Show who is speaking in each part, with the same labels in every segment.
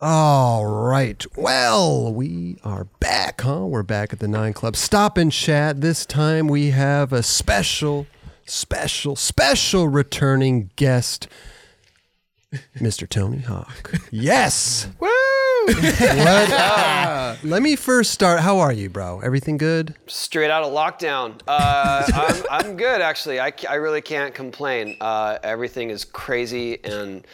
Speaker 1: All right. Well, we are back, huh? We're back at the Nine Club. Stop and chat. This time we have a special, special, special returning guest, Mr. Tony Hawk. Yes. Woo! Let me first start. How are you, bro? Everything good?
Speaker 2: Straight out of lockdown. Uh, I'm, I'm good, actually. I, ca- I really can't complain. Uh, everything is crazy and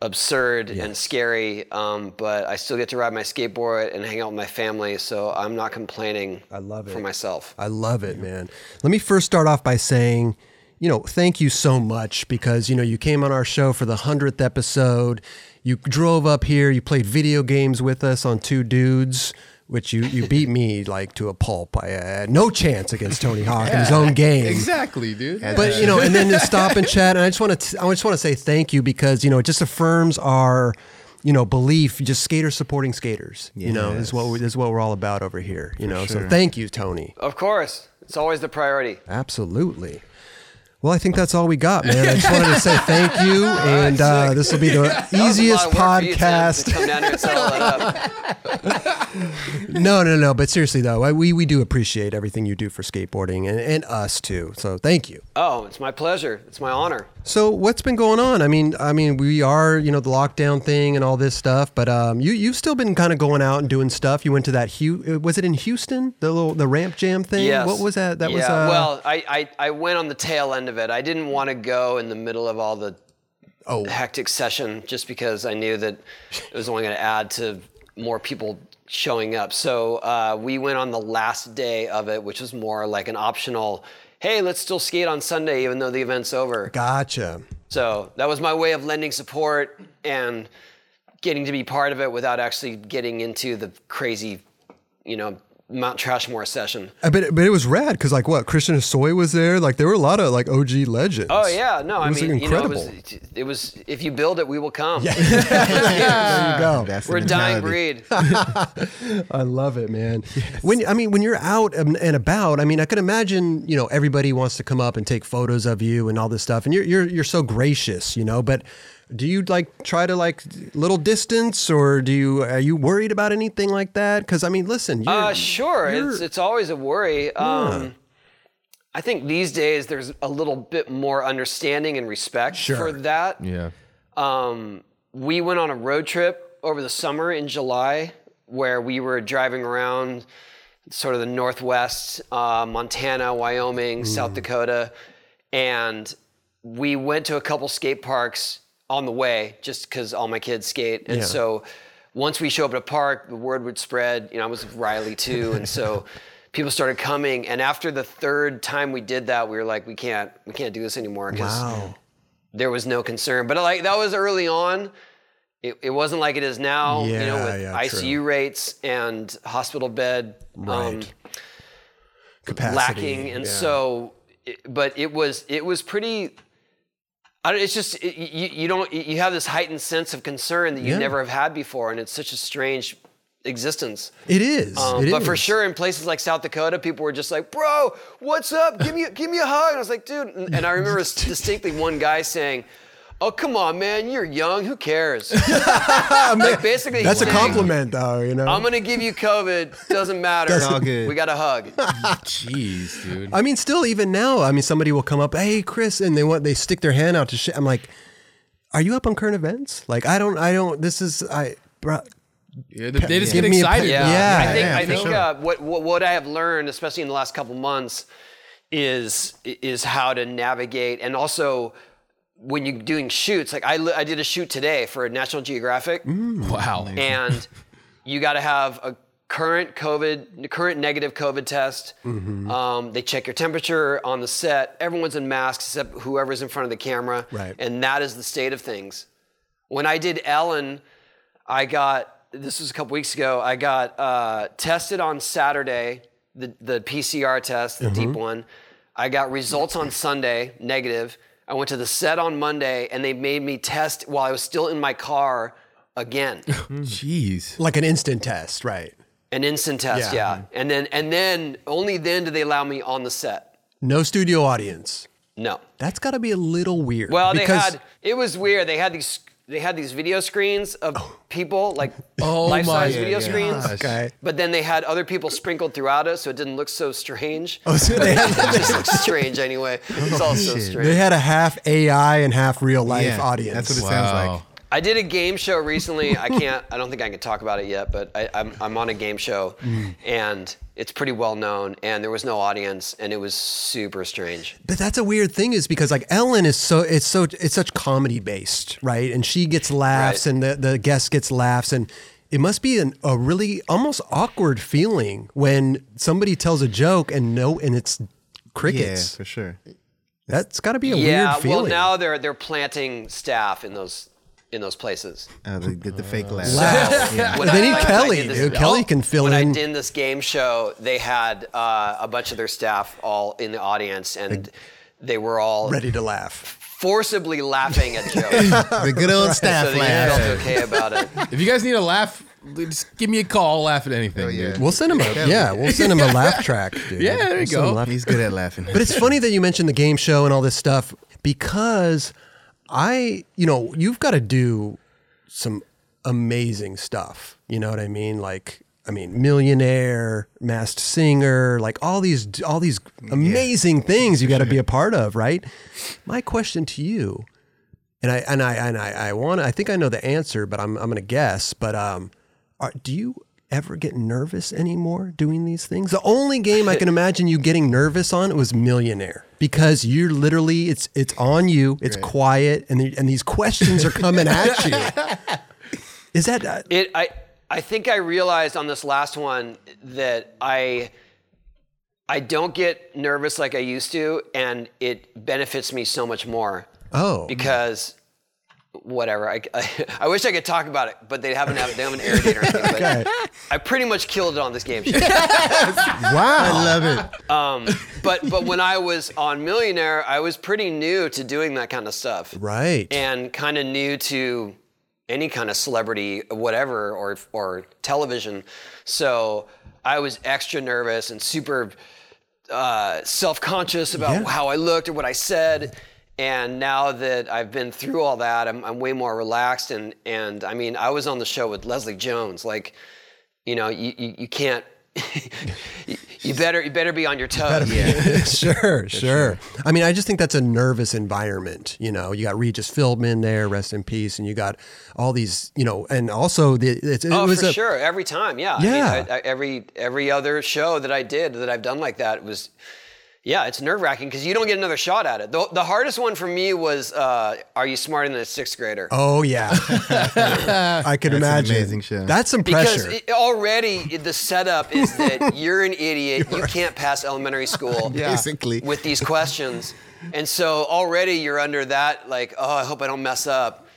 Speaker 2: absurd and scary, um, but I still get to ride my skateboard and hang out with my family, so I'm not complaining I
Speaker 1: love
Speaker 2: for
Speaker 1: it.
Speaker 2: myself.
Speaker 1: I love it, man. Let me first start off by saying, you know, thank you so much because, you know, you came on our show for the 100th episode. You drove up here, you played video games with us on Two Dudes, which you, you beat me like to a pulp. I had no chance against Tony Hawk in his own game.
Speaker 3: Exactly, dude.
Speaker 1: But you know, and then to stop and chat, and I just want to, I just want to say thank you because you know it just affirms our, you know, belief. Just skaters supporting skaters. You know, is what we, is what we're all about over here. You know, so thank you, Tony.
Speaker 2: Of course, it's always the priority.
Speaker 1: Absolutely. Well, I think that's all we got, man. I just wanted to say thank you, and uh, this will be the
Speaker 2: That was a
Speaker 1: easiest
Speaker 2: lot of work for you, Tim, To
Speaker 1: podcast.
Speaker 2: come down here and set all that up.
Speaker 1: No, no, no. But seriously, though, I, we we do appreciate everything you do for skateboarding and, and us too. So thank you.
Speaker 2: Oh, it's my pleasure. It's my honor.
Speaker 1: So what's been going on? I mean, I mean, we are you know the lockdown thing and all this stuff, but um, you you've still been kind of going out and doing stuff. You went to that Hu- uh, was it in Houston the little the ramp jam thing?
Speaker 2: Yes.
Speaker 1: What was that? That
Speaker 2: yeah.
Speaker 1: was uh,
Speaker 2: well, I, I I went on the tail end of it. I didn't want to go in the middle of all the
Speaker 1: oh
Speaker 2: hectic session just because I knew that it was only going to add to more people showing up. So uh, we went on the last day of it, which was more like an optional. Hey, let's still skate on Sunday even though the event's over.
Speaker 1: gotcha.
Speaker 2: So that was my way of lending support and getting to be part of it without actually getting into the crazy, you know, Mount Trashmore session.
Speaker 1: Uh, But but it was rad because like what Christian Soy was there. Like there were a lot of like OG legends.
Speaker 2: Oh yeah, no,
Speaker 1: it
Speaker 2: I
Speaker 1: was
Speaker 2: mean,
Speaker 1: incredible.
Speaker 2: you know, it was, it was if you build it, we will come.
Speaker 1: there you go.
Speaker 2: We're a dying breed.
Speaker 1: I love it, man. When I mean, when you're out and and about, I mean, I can imagine, you know, everybody wants to come up and take photos of you and all this stuff, and you're you're you're so gracious, you know. But do you like try to like little distance, or do you are you worried about anything like that? Because I mean, listen, you're,
Speaker 2: Uh, sure. It's it's always a worry. Um, I think these days there's a little bit more understanding and respect for that.
Speaker 3: Yeah.
Speaker 2: Um, we went on a road trip over the summer in July where we were driving around sort of the Northwest, uh, Montana, Wyoming, South Dakota, and we went to a couple skate parks on the way just because all my kids skate. And so once we show up at a park, the word would spread. You know, I was with Riley too. And so people started coming. And after the third time we did that, we were like, we can't, we can't do this anymore. 'cause
Speaker 1: wow,
Speaker 2: there was no concern. But like that was early on. It, it wasn't like it is now, you know,
Speaker 1: Yeah,
Speaker 2: with
Speaker 1: yeah,
Speaker 2: ICU rates and hospital bed um,
Speaker 1: Right. capacity
Speaker 2: lacking. And
Speaker 1: yeah.
Speaker 2: so, it, but it was, it was pretty, I don't, it's just, it, you, you don't, you have this heightened sense of concern that you
Speaker 1: Yeah.
Speaker 2: never have had before. And it's such a strange existence.
Speaker 1: it is,
Speaker 2: Um,
Speaker 1: it
Speaker 2: but for
Speaker 1: is.
Speaker 2: sure, in places like South Dakota, people were just like, "Bro, what's up? Give me, give me a hug." And I was like, "Dude," and, and I remember s- distinctly one guy saying, "Oh, come on, man, you're young. Who cares?" like basically,
Speaker 1: that's a
Speaker 2: saying,
Speaker 1: compliment, though. You know,
Speaker 2: I'm gonna give you COVID. Doesn't matter.
Speaker 3: all good.
Speaker 2: We got a hug.
Speaker 3: Jeez, dude.
Speaker 1: I mean, still, even now, I mean, somebody will come up, hey, Chris, and they want they stick their hand out to shit. I'm like, are you up on current events? Like, I don't, I don't. This is I. Bro,
Speaker 3: Yeah, they, they just
Speaker 1: Give
Speaker 3: get
Speaker 1: me a
Speaker 3: excited.
Speaker 1: pep-
Speaker 2: Yeah,
Speaker 1: Yeah,
Speaker 2: I think
Speaker 1: yeah,
Speaker 2: I
Speaker 1: for
Speaker 2: think
Speaker 1: sure.
Speaker 2: uh, what, what what I have learned, especially in the last couple months, is is how to navigate and also when you're doing shoots. Like I li- I did a shoot today for National Geographic,
Speaker 3: Wow.
Speaker 2: and you got to have a current COVID, current negative COVID test. Um, they check your temperature on the set. Everyone's in masks except whoever's in front of the camera,
Speaker 1: Right.
Speaker 2: and that is the state of things. When I did Ellen, I got this was a couple weeks ago. I got uh, tested on Saturday, the the PCR test, the deep one. I got results on Sunday, negative. I went to the set on Monday, and they made me test while I was still in my car again,
Speaker 3: Jeez.
Speaker 1: like an instant test, right?
Speaker 2: an instant test,
Speaker 1: Yeah.
Speaker 2: yeah. And then and then only then do they allow me on the set.
Speaker 1: No studio audience.
Speaker 2: No.
Speaker 1: That's got to be a little weird.
Speaker 2: Well,
Speaker 1: because
Speaker 2: they had it was weird. They had these they had these video screens of people like
Speaker 3: Oh
Speaker 2: life size
Speaker 3: my
Speaker 2: video
Speaker 3: gosh.
Speaker 2: screens.
Speaker 1: Okay.
Speaker 2: But then they had other people sprinkled throughout it, so it didn't look so strange.
Speaker 1: Oh, so they,
Speaker 2: it
Speaker 1: had,
Speaker 2: just looks strange anyway. It's all so
Speaker 3: shit.
Speaker 1: they
Speaker 2: strange.
Speaker 1: had a half AI and half real life
Speaker 4: Yeah,
Speaker 1: audience.
Speaker 4: that's what it sounds
Speaker 3: Wow.
Speaker 4: like.
Speaker 2: I did a game show recently. I can't. I don't think I can talk about it yet, but I, I'm I'm on a game show, and it's pretty well known. And there was no audience, and it was super strange.
Speaker 1: But that's a weird thing, is because like Ellen is so it's so it's such comedy based, right? And she gets laughs,
Speaker 2: Right.
Speaker 1: and the the guest gets laughs, and it must be an, a really almost awkward feeling when somebody tells a joke and no, and it's crickets.
Speaker 4: Yeah, for sure.
Speaker 1: That's got to be a
Speaker 2: yeah.
Speaker 1: weird feeling.
Speaker 2: Well, now they're they're planting staff in those in those places.
Speaker 4: Oh, they did the fake laugh.
Speaker 1: Wow.
Speaker 2: When
Speaker 1: they need
Speaker 2: I- when I
Speaker 1: Kelly,
Speaker 2: did this-
Speaker 1: dude. Kelly
Speaker 2: oh,
Speaker 1: can fill
Speaker 2: when
Speaker 1: in.
Speaker 2: I did this game show, they had uh, a bunch of their staff all in the audience, and they were all
Speaker 1: ready to laugh.
Speaker 2: forcibly laughing at jokes. so
Speaker 4: The good old staff
Speaker 2: they
Speaker 4: laugh.
Speaker 2: felt okay about it.
Speaker 3: If you guys need a laugh, just give me a call. Laugh at anything.
Speaker 4: Oh, yeah.
Speaker 3: dude.
Speaker 1: We'll send him a yeah. We'll send him a laugh track, dude.
Speaker 3: Yeah, there you
Speaker 1: We'll send him a
Speaker 3: go.
Speaker 1: laugh-
Speaker 4: He's good at laughing.
Speaker 1: But it's funny that you mentioned the game show and all this stuff because I, you know, you've got to do some amazing stuff. You know what I mean? Like, I mean, millionaire, masked singer, like all these all these amazing things you got to be a part of, right? My question to you, and I and I and I, I want I think I know the answer, but I'm I'm gonna guess. But um, are, do you ever get nervous anymore doing these things? The only game I can imagine you getting nervous on was Millionaire because you're literally it's it's on you, it's quiet, and the, and these questions are coming at you. Is that uh,
Speaker 2: It I I think I realized on this last one that I I don't get nervous like I used to and it benefits me so much more
Speaker 1: oh?
Speaker 2: because whatever I, I, I wish I could talk about it but they haven't have, they haven't aired it or anything but I pretty much killed it on this game show
Speaker 1: wow,
Speaker 4: love it.
Speaker 2: but but when I was on Millionaire I was pretty new to doing that kind of stuff
Speaker 1: right?
Speaker 2: and kind of new to any kind of celebrity, whatever, or or television. So I was extra nervous and super uh, self-conscious about
Speaker 1: Yeah.
Speaker 2: how I looked or what I said. And now that I've been through all that, I'm, I'm way more relaxed. And and I mean, I was on the show with Leslie Jones. Like, you know, you you, you can't. you, you better you better be on your toes.
Speaker 1: sure, sure. I mean, I just think that's a nervous environment. You know, you got Regis Philbin there, rest in peace, and you got all these, you know, and also the it's, it
Speaker 2: Oh,
Speaker 1: was
Speaker 2: for
Speaker 1: a,
Speaker 2: sure. Every time, yeah. I
Speaker 1: Yeah.
Speaker 2: mean, I, I, every every other show that I did that I've done like that was, yeah, it's nerve wracking because you don't get another shot at it. The, the hardest one for me was, uh, are you smarter than a sixth grader?
Speaker 1: Oh yeah, I can
Speaker 4: an
Speaker 1: imagine.
Speaker 4: amazing show.
Speaker 1: That's some
Speaker 2: because
Speaker 1: pressure.
Speaker 2: it, already it- the setup is that you're an idiot. You can't pass elementary school.
Speaker 4: Basically.
Speaker 2: With these questions, and so already you're under that like, oh, I hope I don't mess up.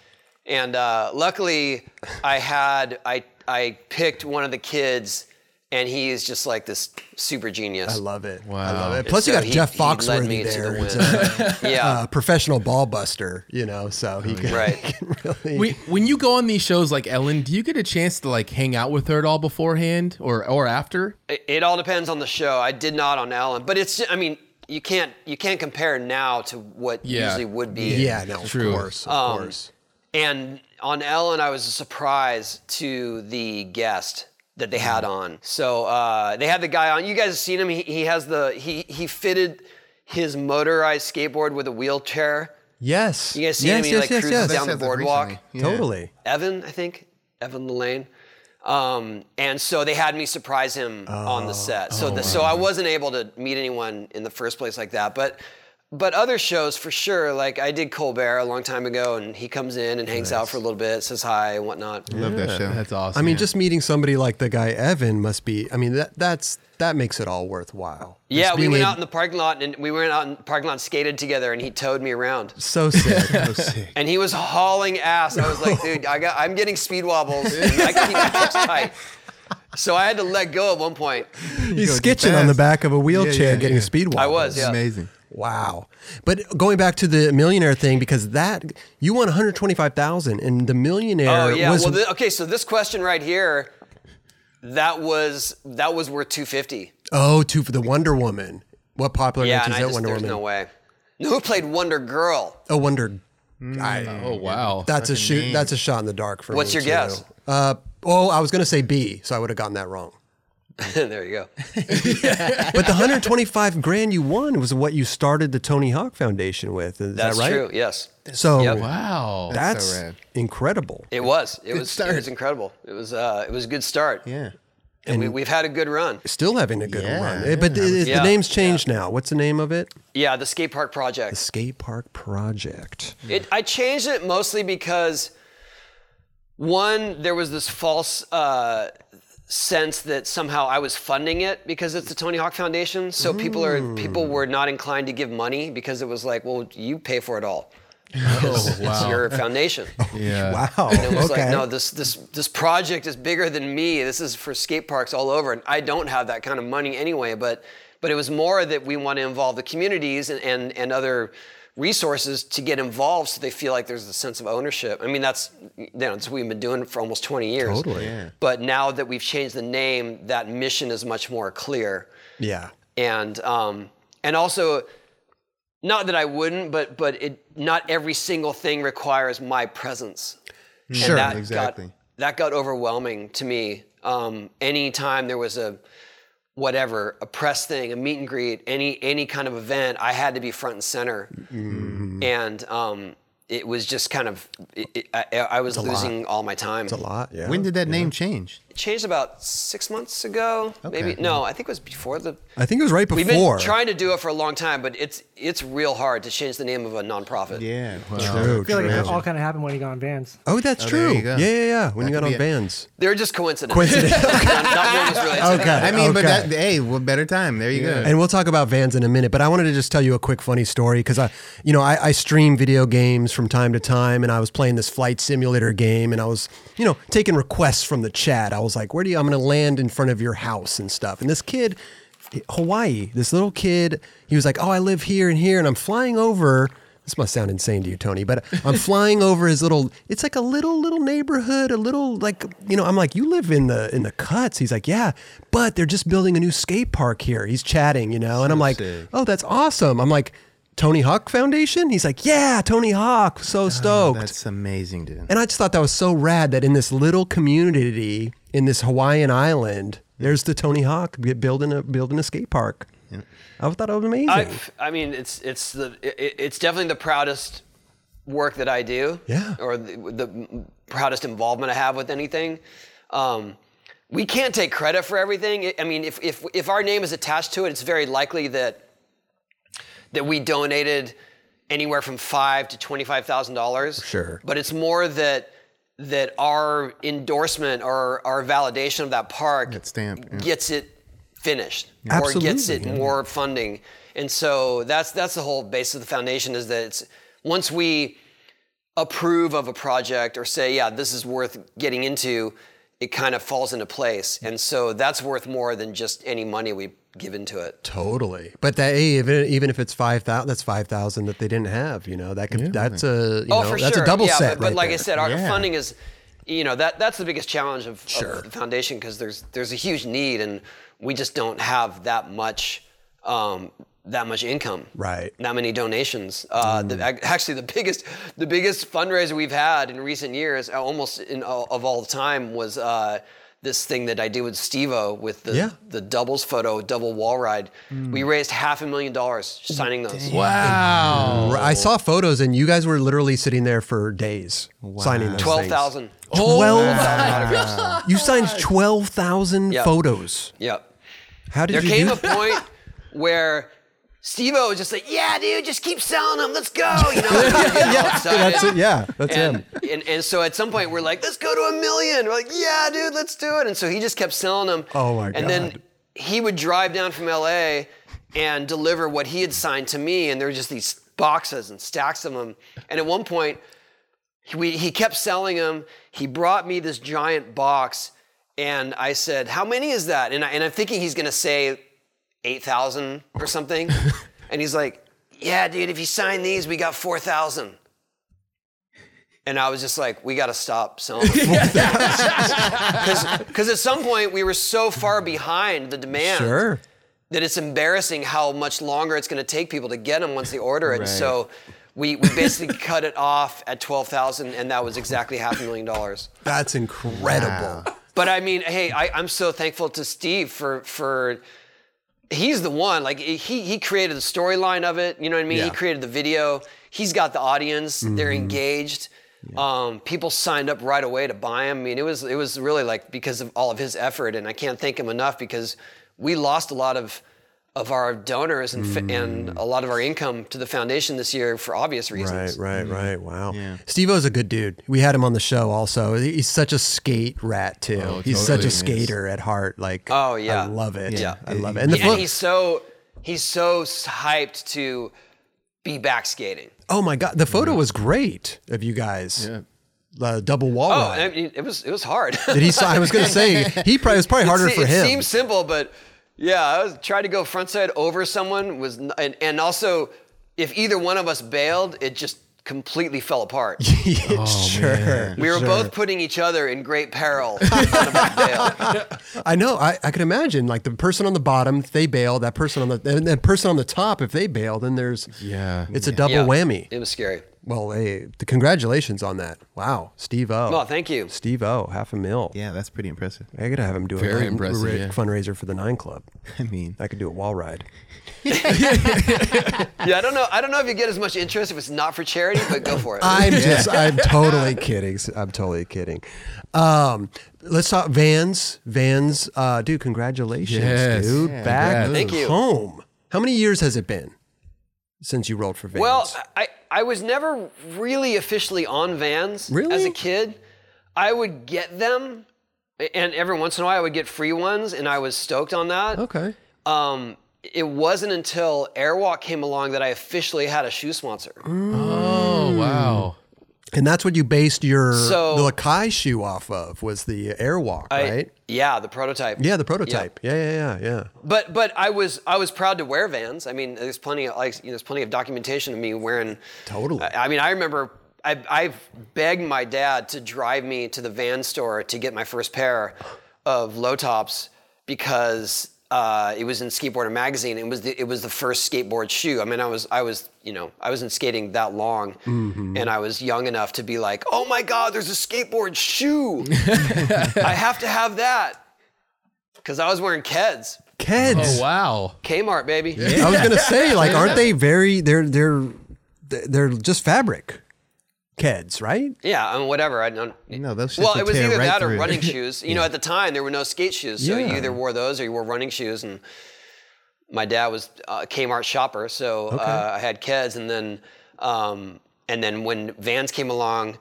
Speaker 2: And uh, luckily, I had I I picked one of the kids, and he is just like this super genius.
Speaker 1: I love it. I
Speaker 3: Wow.
Speaker 1: love it. Plus, you
Speaker 2: So
Speaker 1: got
Speaker 2: he-
Speaker 1: Jeff
Speaker 2: he led
Speaker 1: Foxworthy
Speaker 2: me into the
Speaker 1: there,
Speaker 2: win.
Speaker 1: who's a,
Speaker 2: yeah,
Speaker 1: a professional ball buster. You know, so he can,
Speaker 2: Right.
Speaker 1: he can really.
Speaker 3: When, when you go on these shows like Ellen, do you get a chance to like hang out with her at all beforehand or or after?
Speaker 2: It, it all depends on the show. I did not on Ellen, but it's I mean you can't you can't compare now to what
Speaker 3: Yeah.
Speaker 2: usually would be.
Speaker 1: yeah, no,
Speaker 3: True.
Speaker 1: of course, of
Speaker 2: Um,
Speaker 1: course.
Speaker 2: And on Ellen, I was a surprise to the guest that they had on. So uh, they had the guy on. You guys have seen him. He, he has the he he fitted his motorized skateboard with a wheelchair.
Speaker 1: Yes.
Speaker 2: You guys seen
Speaker 1: yes,
Speaker 2: him? He
Speaker 1: Yes,
Speaker 2: like
Speaker 1: yes,
Speaker 2: cruises
Speaker 1: yes.
Speaker 2: down the
Speaker 4: sounds like
Speaker 2: boardwalk.
Speaker 4: recently.
Speaker 1: Totally.
Speaker 2: Evan, I think Evan Lillane. Um, and so they had me surprise him on the set. So the, so I wasn't able to meet anyone in the first place like that, but but other shows for sure. Like I did Colbert a long time ago, and he comes in and hangs out for a little bit, says hi and whatnot.
Speaker 4: Love that show.
Speaker 3: That's awesome.
Speaker 1: I mean,
Speaker 3: yeah.
Speaker 1: just meeting somebody like the guy Evan must be. I mean, that that's that makes it all worthwhile.
Speaker 2: Yeah,
Speaker 1: Just
Speaker 2: we
Speaker 1: being
Speaker 2: went
Speaker 1: able-
Speaker 2: out in the parking lot, and we went out in the parking lot, and skated together, and he towed me around.
Speaker 1: So sick.
Speaker 4: so sick.
Speaker 2: And he was hauling ass. I was like, dude, I got, I'm getting speed wobbles. And I can keep my hips tight. So I had to let go at one point.
Speaker 1: He's
Speaker 4: go too
Speaker 1: skitching on the
Speaker 4: fast.
Speaker 1: back of a wheelchair,
Speaker 4: yeah,
Speaker 1: getting a
Speaker 4: yeah.
Speaker 1: speed walk.
Speaker 2: I was, yeah.
Speaker 4: Amazing.
Speaker 1: Wow. But going back to the millionaire thing, because that you won 125,000 and the millionaire
Speaker 2: Oh yeah.
Speaker 1: Uh, was
Speaker 2: well, th- okay. So this question right here, that was that was worth two fifty.
Speaker 1: oh two for the Wonder Woman. What popular
Speaker 2: Yeah,
Speaker 1: niche
Speaker 2: and
Speaker 1: is
Speaker 2: I
Speaker 1: that
Speaker 2: just,
Speaker 1: Wonder
Speaker 2: there's
Speaker 1: Woman?
Speaker 2: no way. No, who played Wonder Girl?
Speaker 1: Oh Wonder
Speaker 3: I, oh wow.
Speaker 1: That's a
Speaker 4: Fucking
Speaker 1: shoot.
Speaker 4: Mm. name.
Speaker 1: That's a shot in the dark for
Speaker 2: What's
Speaker 1: me,
Speaker 2: your guess?
Speaker 1: too. Uh, oh, I was gonna say B, so I would have gotten that wrong.
Speaker 2: there you go.
Speaker 1: But the 125 grand you won was what you started the Tony Hawk Foundation with. Is
Speaker 2: That's
Speaker 1: that right?
Speaker 2: true. Yes,
Speaker 1: So
Speaker 2: Yep.
Speaker 3: wow.
Speaker 1: that's
Speaker 4: so rad.
Speaker 1: incredible.
Speaker 2: it was. It was. It
Speaker 4: start.
Speaker 2: was incredible. It was. Uh, it was a good start.
Speaker 4: Yeah.
Speaker 2: And we, we've had a good run.
Speaker 1: Still having a good
Speaker 4: Yeah,
Speaker 1: run. Eh,
Speaker 4: yeah,
Speaker 1: but the, the
Speaker 2: Yeah,
Speaker 1: name's changed now. What's the name of it?
Speaker 2: Yeah, the skate park
Speaker 1: The
Speaker 2: project.
Speaker 1: Skate Park Project.
Speaker 2: It, I changed it mostly because one, there was this false uh, sense that somehow I was funding it because it's the Tony Hawk Foundation. So people are people were not inclined to give money because it was like, well, you pay for it all. It's, it's your foundation.
Speaker 3: yeah.
Speaker 1: Wow.
Speaker 2: And it was
Speaker 1: okay.
Speaker 2: like, no, this this this project is bigger than me. This is for skate parks all over, and I don't have that kind of money anyway. But but it was more that we want to involve the communities and and, and other resources to get involved so they feel like there's a sense of ownership. I mean, that's you know, that's what we've been doing for almost 20 years.
Speaker 1: Totally. Yeah.
Speaker 2: But now that we've changed the name, that mission is much more clear
Speaker 1: yeah.
Speaker 2: and um, and also not that I wouldn't, but but it not every single thing requires my presence.
Speaker 1: Sure,
Speaker 2: that
Speaker 4: exactly.
Speaker 2: Got, that got overwhelming to me. Um, anytime there was a whatever, a press thing, a meet and greet, any any kind of event, I had to be front and center,
Speaker 1: Mm.
Speaker 2: and um, it was just kind of it, it, I, I was losing all my time.
Speaker 1: A lot. Yeah.
Speaker 4: When did that name change?
Speaker 2: It changed about six months ago, maybe. No, I think it was before the
Speaker 1: I think it was right before.
Speaker 2: We've been trying to do it for a long time, but it's it's real hard to change the name of a nonprofit.
Speaker 4: Yeah.
Speaker 1: True,
Speaker 5: I feel like
Speaker 1: true.
Speaker 5: that all kind of happened when he got on Vans.
Speaker 1: Oh, that's
Speaker 4: Oh, there
Speaker 1: true.
Speaker 4: you
Speaker 1: Yeah,
Speaker 4: go.
Speaker 1: yeah, yeah. When
Speaker 4: That
Speaker 1: you got
Speaker 4: could
Speaker 1: on
Speaker 4: be it.
Speaker 1: Vans.
Speaker 2: They're just coincidences.
Speaker 1: Coincidence.
Speaker 2: Not- not business related.
Speaker 1: Okay.
Speaker 4: I mean, but
Speaker 1: Okay.
Speaker 4: that, hey, what better time? There you go.
Speaker 1: And we'll talk about Vans in a minute, but I wanted to just tell you a quick funny story because I, you know, I, I stream video games from time to time, and I was playing this flight simulator game, and I was, you know, taking requests from the chat. I was like, "Where do you? I'm going to land in front of your house and stuff." And this kid, Hawaii, this little kid, he was like, "Oh, I live here and here, and I'm flying over." This must sound insane to you, Tony, but I'm flying over his little. It's like a little little neighborhood, a little like you know. I'm like, you live in the in the cuts. He's like, yeah, but they're just building a new skate park here. He's chatting, you know, and I'm like,
Speaker 4: sick.
Speaker 1: oh, that's awesome. I'm like, Tony Hawk Foundation. He's like, yeah, Tony Hawk. So stoked.
Speaker 4: Ah, That's amazing, dude.
Speaker 1: And I just thought that was so rad that in this little community in this Hawaiian island, there's the Tony Hawk bu- building a building a skate park. I thought it was amazing.
Speaker 2: I, I mean, it's it's the it, it's definitely the proudest work that I do.
Speaker 1: Yeah.
Speaker 2: Or the, the proudest involvement I have with anything. Um, we can't take credit for everything. I mean, if if if our name is attached to it, it's very likely that that we donated anywhere from five to twenty five thousand dollars.
Speaker 1: Sure.
Speaker 2: But it's more that that our endorsement or our validation of that park
Speaker 4: That stamp, yeah.
Speaker 2: gets it finished or gets
Speaker 1: Absolutely,
Speaker 2: it more funding. And so that's that's the whole base of the foundation is that it's once we approve of a project or say, yeah, this is worth getting into, it kind of falls into place. And so that's worth more than just any money we give into it.
Speaker 1: Totally, but that hey, even even if it's five thousand, that's five thousand that they didn't have. You know, that could that's a you
Speaker 2: Oh,
Speaker 1: know
Speaker 2: for
Speaker 1: that's
Speaker 2: sure.
Speaker 1: a double
Speaker 2: yeah,
Speaker 1: set.
Speaker 2: But, but
Speaker 1: right
Speaker 2: like I
Speaker 1: there.
Speaker 2: said, our
Speaker 4: Yeah.
Speaker 2: funding is, you know, that that's the biggest challenge of, of
Speaker 1: Sure.
Speaker 2: the foundation because there's there's a huge need and we just don't have that much um, that much income.
Speaker 1: Right. Mm.
Speaker 2: That many donations. Uh, the, ac- actually, the biggest the biggest fundraiser we've had in recent years, uh, almost in all, of all time, was. Uh, this thing that I did with Stevo with the,
Speaker 1: Yeah. Mm.
Speaker 2: the doubles photo, double wall ride. We raised half a million dollars signing those.
Speaker 3: Wow.
Speaker 1: Right, I saw photos, and you guys were literally sitting there for days signing those
Speaker 2: Twelve
Speaker 1: things.
Speaker 2: thousand. Oh
Speaker 1: Twelve. You signed twelve thousand
Speaker 2: Yeah.
Speaker 1: photos.
Speaker 2: Yep.
Speaker 1: How did
Speaker 2: There
Speaker 1: you
Speaker 2: came
Speaker 1: do
Speaker 2: a
Speaker 1: that?
Speaker 2: point where Steve O was just like, "Yeah, dude, just keep selling them. Let's go." You know, yeah,
Speaker 1: That's it. Yeah, that's him.
Speaker 2: And, and and so at some point we're like, "Let's go to a million. We're like, "Yeah, dude, let's do it." And so he just kept selling them.
Speaker 1: Oh, my
Speaker 2: And
Speaker 1: God.
Speaker 2: then he would drive down from L.A. and deliver what he had signed to me, and there were just these boxes and stacks of them. And at one point, we, he kept selling them. He brought me this giant box, and I said, "How many is that?" And, I, and I'm thinking he's gonna say eight thousand or something, and he's like, "Yeah, dude, if you sign these, we got four thousand. And I was just like, "We gotta stop selling." Because at some point we were so far behind the demand
Speaker 1: Sure.
Speaker 2: that it's embarrassing how much longer it's going to take people to get them once they order it. So We, we basically cut it off at 12,000 and that was exactly half a million dollars.
Speaker 1: That's incredible.
Speaker 2: But I mean, hey, I, I'm so thankful to Steve for for he's the one. Like he he created the storyline of it. You know what I mean? He
Speaker 1: Yeah. Mm-hmm.
Speaker 2: created the video. He's got the audience. They're engaged. Um, people signed up right away to buy him. I mean, it was it was really like because of all of his effort, and I can't thank him enough because we lost a lot of of our donors and fa- and a lot of our income to the foundation this year for obvious reasons.
Speaker 1: Mm. Right, right, right. Wow. Steve O's a good dude. We had him on the show also. He's such a skate rat too. he's such
Speaker 3: totally.
Speaker 1: a skater at heart. Like
Speaker 2: Oh, yeah.
Speaker 1: I love it.
Speaker 2: Yeah.
Speaker 1: I love it. And the
Speaker 2: and
Speaker 1: flip,
Speaker 2: he's so he's so hyped to be back skating.
Speaker 1: oh my god, the photo was great of you guys. Yeah. The double wall
Speaker 2: Oh,
Speaker 1: ride.
Speaker 2: I mean, it was it was hard.
Speaker 1: Did he? I was gonna say he probably it was probably harder
Speaker 2: it, se-
Speaker 1: for
Speaker 2: it
Speaker 1: him.
Speaker 2: seems simple, but yeah, I was tried to go frontside over someone was n- and, and also if either one of us bailed, it just completely fell apart.
Speaker 3: Oh,
Speaker 1: sure.
Speaker 2: we were both putting each other in great peril. in front of our bail.
Speaker 1: I know. I, I can imagine. Like the person on the bottom, if they bail, that person on the and that person on the top, if they bail, then there's
Speaker 3: Yeah.
Speaker 1: it's a double
Speaker 2: Yeah,
Speaker 1: whammy.
Speaker 2: It was scary.
Speaker 1: Well, hey, the congratulations on that. Wow, Steve O.
Speaker 2: Well, thank you.
Speaker 1: Steve O. Half a mil.
Speaker 4: Yeah, that's pretty impressive.
Speaker 1: I gotta have him do a
Speaker 3: Very
Speaker 1: nine-
Speaker 3: impressive,
Speaker 1: ra-
Speaker 3: yeah.
Speaker 1: fundraiser for the Nine Club.
Speaker 4: I mean,
Speaker 1: I could do a wall ride.
Speaker 2: Yeah, I don't know. I don't know if you get as much interest if it's not for charity, but go for it.
Speaker 1: I'm just, I'm totally kidding. I'm totally kidding. Um, let's talk Vans. Vans, uh, dude, congratulations,
Speaker 3: Yes.
Speaker 1: dude.
Speaker 3: Yeah,
Speaker 1: Back
Speaker 3: congrats.
Speaker 2: Thank you.
Speaker 1: home. How many years has it been since you rolled for Vans?
Speaker 2: Well, I, I was never really officially on vans as
Speaker 1: Really?
Speaker 2: a kid. I would get them, and every once in a while I would get free ones, and I was stoked on that.
Speaker 1: okay.
Speaker 2: Um, it wasn't until Airwalk came along that I officially had a shoe sponsor.
Speaker 3: Oh wow.
Speaker 1: And that's what you based your
Speaker 2: So-
Speaker 1: the Lakai shoe off of was the Airwalk,
Speaker 2: I-
Speaker 1: right?
Speaker 2: Yeah, the prototype.
Speaker 1: Yeah, the prototype. Yeah, yeah, yeah, yeah.
Speaker 2: But but I was I was proud to wear Vans. I mean, there's plenty of like you know, there's plenty of documentation of me wearing.
Speaker 1: Totally.
Speaker 2: I, I mean, I remember I I begged my dad to drive me to the Van store to get my first pair of low tops because uh, it was in Skateboarder magazine. It was the, it was the first skateboard shoe. I mean, I was I was you know I wasn't skating that long, and I was young enough to be like, oh my god, there's a skateboard shoe. I have to have that. Because I was wearing Keds.
Speaker 1: Keds.
Speaker 3: Oh wow.
Speaker 2: Kmart, baby.
Speaker 1: I was gonna say, like, aren't they very? They're they're they're just fabric, Keds, right?
Speaker 2: Yeah, I mean, whatever. I don't.
Speaker 4: No, those shits
Speaker 2: Well,
Speaker 4: will
Speaker 2: it was
Speaker 4: tear
Speaker 2: either
Speaker 4: right
Speaker 2: that or
Speaker 4: through.
Speaker 2: running shoes. You know, at the time there were no skate shoes, so
Speaker 1: Yeah.
Speaker 2: you either wore those or you wore running shoes. And my dad was a Kmart shopper, so uh, I had Keds, and then um, and then when Vans came along.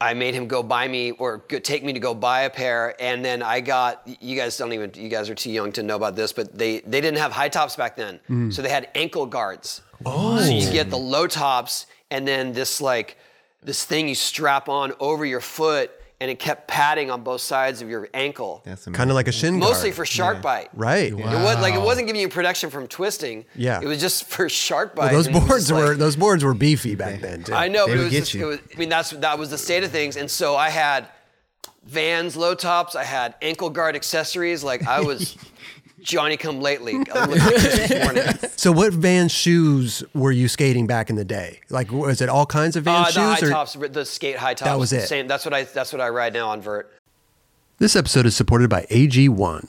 Speaker 2: I made him go buy me or go, take me to go buy a pair, and then I got. You guys don't even. You guys are too young to know about this, but they they didn't have high tops back then, so they had ankle guards. Oh, so you get the low tops, and then this like this thing you strap on over your foot, and it kept padding on both sides of your ankle,
Speaker 4: that's amazing.
Speaker 1: Kind of like a shin
Speaker 2: mostly
Speaker 1: guard.
Speaker 2: for shark bite.
Speaker 1: right.
Speaker 2: It was like it wasn't giving you protection from twisting.
Speaker 1: Yeah.
Speaker 2: It was just for shark bite.
Speaker 1: Well, those
Speaker 2: and it was
Speaker 1: boards
Speaker 2: just like-
Speaker 1: were those boards were beefy back then. Too.
Speaker 2: I know,
Speaker 4: They
Speaker 2: but it
Speaker 4: would
Speaker 2: was,
Speaker 4: get
Speaker 2: just,
Speaker 4: you.
Speaker 2: it was. I mean, that's that was the state of things, and so I had Vans, low tops. I had ankle guard accessories. Like I was Johnny Come Lately. I'm looking at this this morning.
Speaker 1: So, what Van shoes were you skating back in the day? Like, was it all kinds of Van
Speaker 2: Uh, the high
Speaker 1: shoes? or-
Speaker 2: tops, the skate high tops.
Speaker 1: was it.
Speaker 2: Same. That's what I. That's what I ride now on vert.
Speaker 1: This episode is supported by AG1.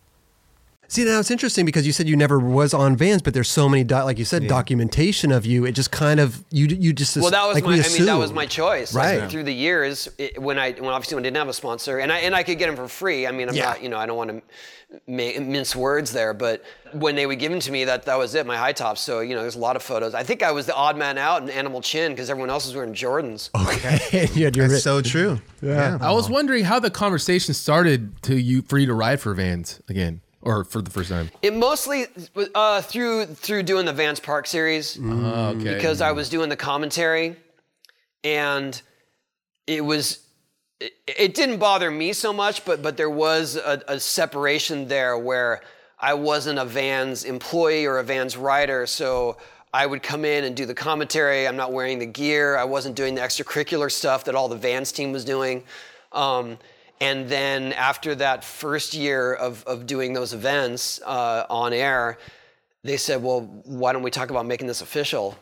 Speaker 1: See, now it's interesting because you said you never was on Vans, but there's so many, doc, like you said, documentation of you. It just kind of you you just
Speaker 2: Well, that was
Speaker 1: like
Speaker 2: my.
Speaker 1: we
Speaker 2: I mean, that was
Speaker 1: assume.
Speaker 2: my choice. Like,
Speaker 1: Right.
Speaker 2: through the years, it, when I when obviously when I didn't have a sponsor, and I and I could get them for free. I mean, I'm
Speaker 1: Yeah.
Speaker 2: not. You know, I don't want to ma- mince words there, but when they would give them to me, that that was it. My high tops. So you know, there's a lot of photos. I think I was the odd man out in Animal Chin because everyone else was wearing Jordans.
Speaker 1: Oh. Okay, you had your
Speaker 4: That's
Speaker 1: writ-
Speaker 4: so true. Yeah.
Speaker 3: I was wondering how the conversation started to you for you to ride for Vans again or for the first time.
Speaker 2: It mostly uh, through through doing the Vance Park series.
Speaker 1: Mm-hmm.
Speaker 3: Oh, okay.
Speaker 2: Mm, because I was doing the commentary, and it was it, it didn't bother me so much, but but there was a, a separation there where I wasn't a Vans employee or a Vans rider, so I would come in and do the commentary. I'm not wearing the gear. I wasn't doing the extracurricular stuff that all the Vans team was doing. Um, and then after that first year of, of doing those events uh, on air, they said, well, why don't we talk about making this official?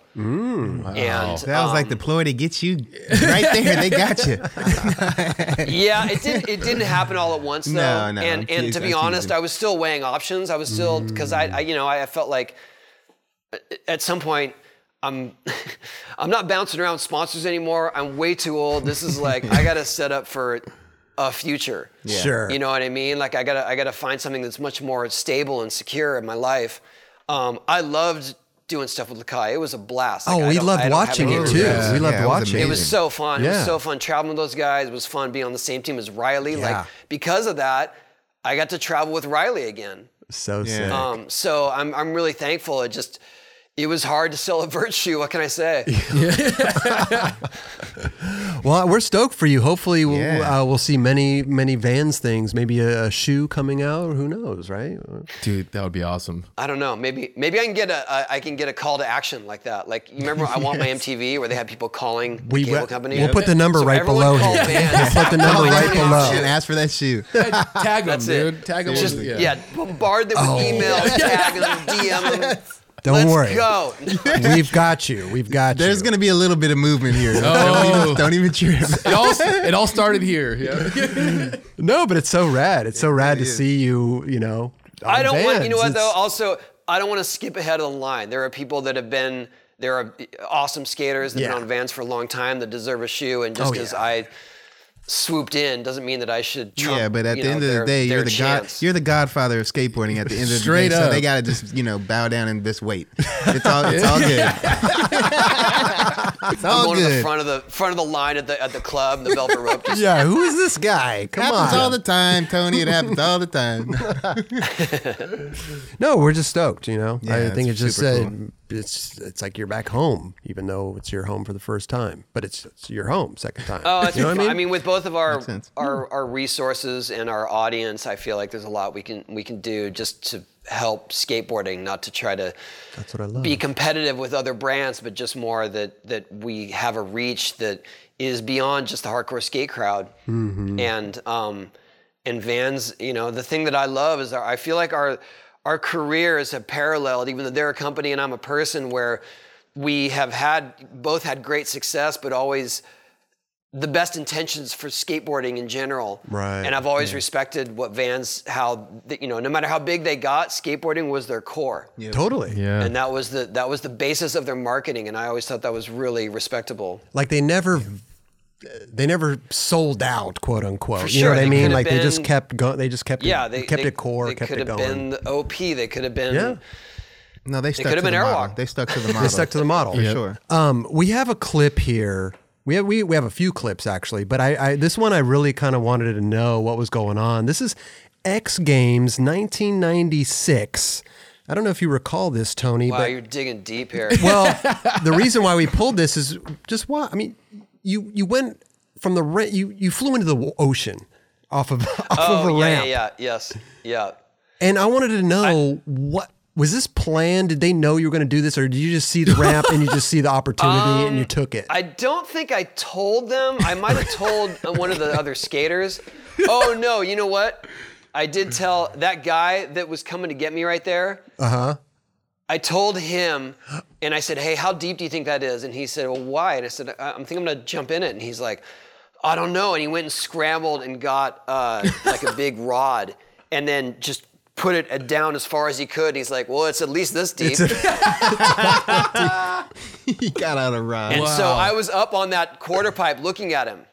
Speaker 2: And
Speaker 4: That was like the ploy to get you right there. They got you.
Speaker 2: yeah, it didn't. It didn't happen all at once, though.
Speaker 4: Oh. No, no,
Speaker 2: and and
Speaker 4: I'm
Speaker 2: to
Speaker 4: teasing,
Speaker 2: be
Speaker 4: I'm
Speaker 2: honest,
Speaker 4: teasing.
Speaker 2: I was still weighing options. I was still because I, I, you know, I, I felt like a- at some point. I'm, I'm not bouncing around sponsors anymore. I'm way too old. This is like I gotta set up for a future.
Speaker 1: Sure.
Speaker 2: You know what I mean? Like I gotta I gotta find something that's much more stable and secure in my life. Um, I loved doing stuff with Lakai. It was a blast. Like,
Speaker 1: Oh,
Speaker 2: I
Speaker 1: we
Speaker 2: don't- I
Speaker 1: loved
Speaker 2: don't have
Speaker 1: watching
Speaker 2: any
Speaker 1: it too.
Speaker 2: regrets.
Speaker 4: Yeah,
Speaker 1: we loved
Speaker 4: yeah, it was
Speaker 1: watching.
Speaker 4: amazing.
Speaker 2: It was so fun. It
Speaker 1: Yeah.
Speaker 2: was so fun traveling with those guys. It was fun being on the same team as Riley.
Speaker 1: Yeah.
Speaker 2: Like because of that, I got to travel with Riley again.
Speaker 1: so sick.
Speaker 4: Yeah.
Speaker 2: Um, so I'm I'm really thankful. It just it was hard to sell a virtue. What can I say?
Speaker 1: Well, we're stoked for you. Hopefully, we'll,
Speaker 4: Yeah.
Speaker 1: uh, we'll see many many Vans things. Maybe a, a shoe coming out. Who knows, right?
Speaker 3: Dude, that would be awesome.
Speaker 2: I don't know. Maybe maybe I can get a, a I can get a call to action like that. Like you remember I want my MTV where they had people calling
Speaker 1: We
Speaker 2: the cable
Speaker 1: will-
Speaker 2: company.
Speaker 1: we'll put the number
Speaker 2: So
Speaker 1: right
Speaker 2: everyone
Speaker 1: below
Speaker 2: call
Speaker 1: here.
Speaker 2: Vans.
Speaker 1: We'll put the number
Speaker 2: Call
Speaker 1: right
Speaker 2: Vans.
Speaker 1: below.
Speaker 4: And ask for that shoe.
Speaker 3: Tag them,
Speaker 2: it.
Speaker 3: dude. Tag them.
Speaker 2: Just yeah. bombard them with emails, tag them, DM them.
Speaker 1: Oh. Don't
Speaker 2: Let's
Speaker 1: worry.
Speaker 2: go.
Speaker 1: We've got you. We've got you.
Speaker 4: There's going to be a little bit of movement here.
Speaker 2: Oh.
Speaker 4: Don't, even, don't even trip.
Speaker 3: It all, it all started here. Yeah.
Speaker 1: no, but it's so rad. It's so rad to
Speaker 4: is.
Speaker 1: see you. You know.
Speaker 2: I
Speaker 1: on
Speaker 2: don't want you know what
Speaker 1: Vans.
Speaker 2: though.
Speaker 1: It's-
Speaker 2: Also, I don't want to skip ahead of the line. There are people that have been there are awesome skaters that've
Speaker 1: Yeah.
Speaker 2: been on Vans for a long time that deserve a shoe, and just
Speaker 1: Oh,
Speaker 2: because
Speaker 1: yeah.
Speaker 2: I swooped in doesn't mean that I should. Trump,
Speaker 4: Yeah, but at
Speaker 2: you
Speaker 4: the
Speaker 2: know,
Speaker 4: end of
Speaker 2: their-
Speaker 4: the day, you're
Speaker 2: their
Speaker 4: the
Speaker 2: chance.
Speaker 4: god. You're the godfather of skateboarding. At the end of the
Speaker 3: Straight
Speaker 4: day,
Speaker 3: up.
Speaker 4: so they gotta just you know bow down and just wait. It's all it's all good. it's
Speaker 2: I'm
Speaker 4: all
Speaker 2: going to the
Speaker 4: good.
Speaker 2: front of the front of the line at the at the club, the velvet rope. Just,
Speaker 1: yeah, who is this guy? Come
Speaker 4: happens
Speaker 1: on.
Speaker 4: all the time, Tony. It happens all the time.
Speaker 1: No, we're just stoked. You know, I
Speaker 4: Yeah,
Speaker 1: think it's
Speaker 4: it's
Speaker 1: just
Speaker 4: super
Speaker 1: uh, it's it's like you're back home, even though it's your home for the first time, but it's, it's your home second time.
Speaker 2: Oh, it's
Speaker 1: you know what
Speaker 2: fun. I mean, with both of our
Speaker 4: sense.
Speaker 2: our, our resources and our audience, I feel like there's a lot we can we can do just to help skateboarding, not to try to
Speaker 1: That's what I love.
Speaker 2: be competitive with other brands, but just more that that we have a reach that is beyond just the hardcore skate crowd.
Speaker 1: Mm.
Speaker 2: And um, and Vans, you know, the thing that I love is our, I feel like our our careers have paralleled, even though they're a company and I'm a person, where we have had both had great success, but always the best intentions for skateboarding in general.
Speaker 1: Right,
Speaker 2: And I've always respected what Vans, how you know, no matter how big they got, skateboarding was their core
Speaker 1: totally.
Speaker 3: Yeah.
Speaker 2: and that was the that was the basis of their marketing and i always thought that was really respectable
Speaker 1: Like they never. They never sold out, quote unquote. You
Speaker 2: sure,
Speaker 1: know what I
Speaker 2: they
Speaker 1: mean?
Speaker 2: could've
Speaker 1: Like they just
Speaker 2: been-
Speaker 1: kept going. They just kept.
Speaker 2: yeah
Speaker 1: it,
Speaker 2: they
Speaker 1: kept
Speaker 2: they,
Speaker 1: it core.
Speaker 2: they
Speaker 1: kept
Speaker 2: could
Speaker 1: it
Speaker 2: have
Speaker 1: going.
Speaker 2: been the op they could have been
Speaker 1: Yeah.
Speaker 4: No, they stuck
Speaker 2: could've
Speaker 4: to the
Speaker 2: been
Speaker 4: model.
Speaker 2: Airwalk.
Speaker 4: They stuck to the model.
Speaker 1: They stuck to the model
Speaker 4: for sure.
Speaker 1: Um, we have a clip here. We have we, we have a few clips actually, but I, I this one I really kind of wanted to know what was going on. This is X Games 1996. I don't know if you recall this, Tony,
Speaker 2: wow
Speaker 1: but
Speaker 2: you're digging deep here
Speaker 1: well, the reason why we pulled this is just why. I mean, you you went from the ra- you you flew into the ocean off of off of
Speaker 2: oh
Speaker 1: a
Speaker 2: yeah,
Speaker 1: ramp.
Speaker 2: yeah yeah yes yeah
Speaker 1: And I wanted to know what was this planned? Did they know you were going to do this, or did you just see the ramp and you just see the opportunity and you took it?
Speaker 2: Um, I don't think I told them. I might have told one of the other skaters. Oh no, you know what? I did tell that guy that was coming to get me right there. Uh huh. I told him, and I said, "Hey, how deep do you think that is?" And he said, "Well, why?" And I said, "I- "I'm thinking I'm gonna jump in it." And he's like, "I don't know." And he went and scrambled and got uh, like a big rod, and then just put it uh, down as far as he could. And he's like, "Well, it's at least this deep."
Speaker 4: he got out of rod.
Speaker 2: And so I was up on that quarter pipe looking at him.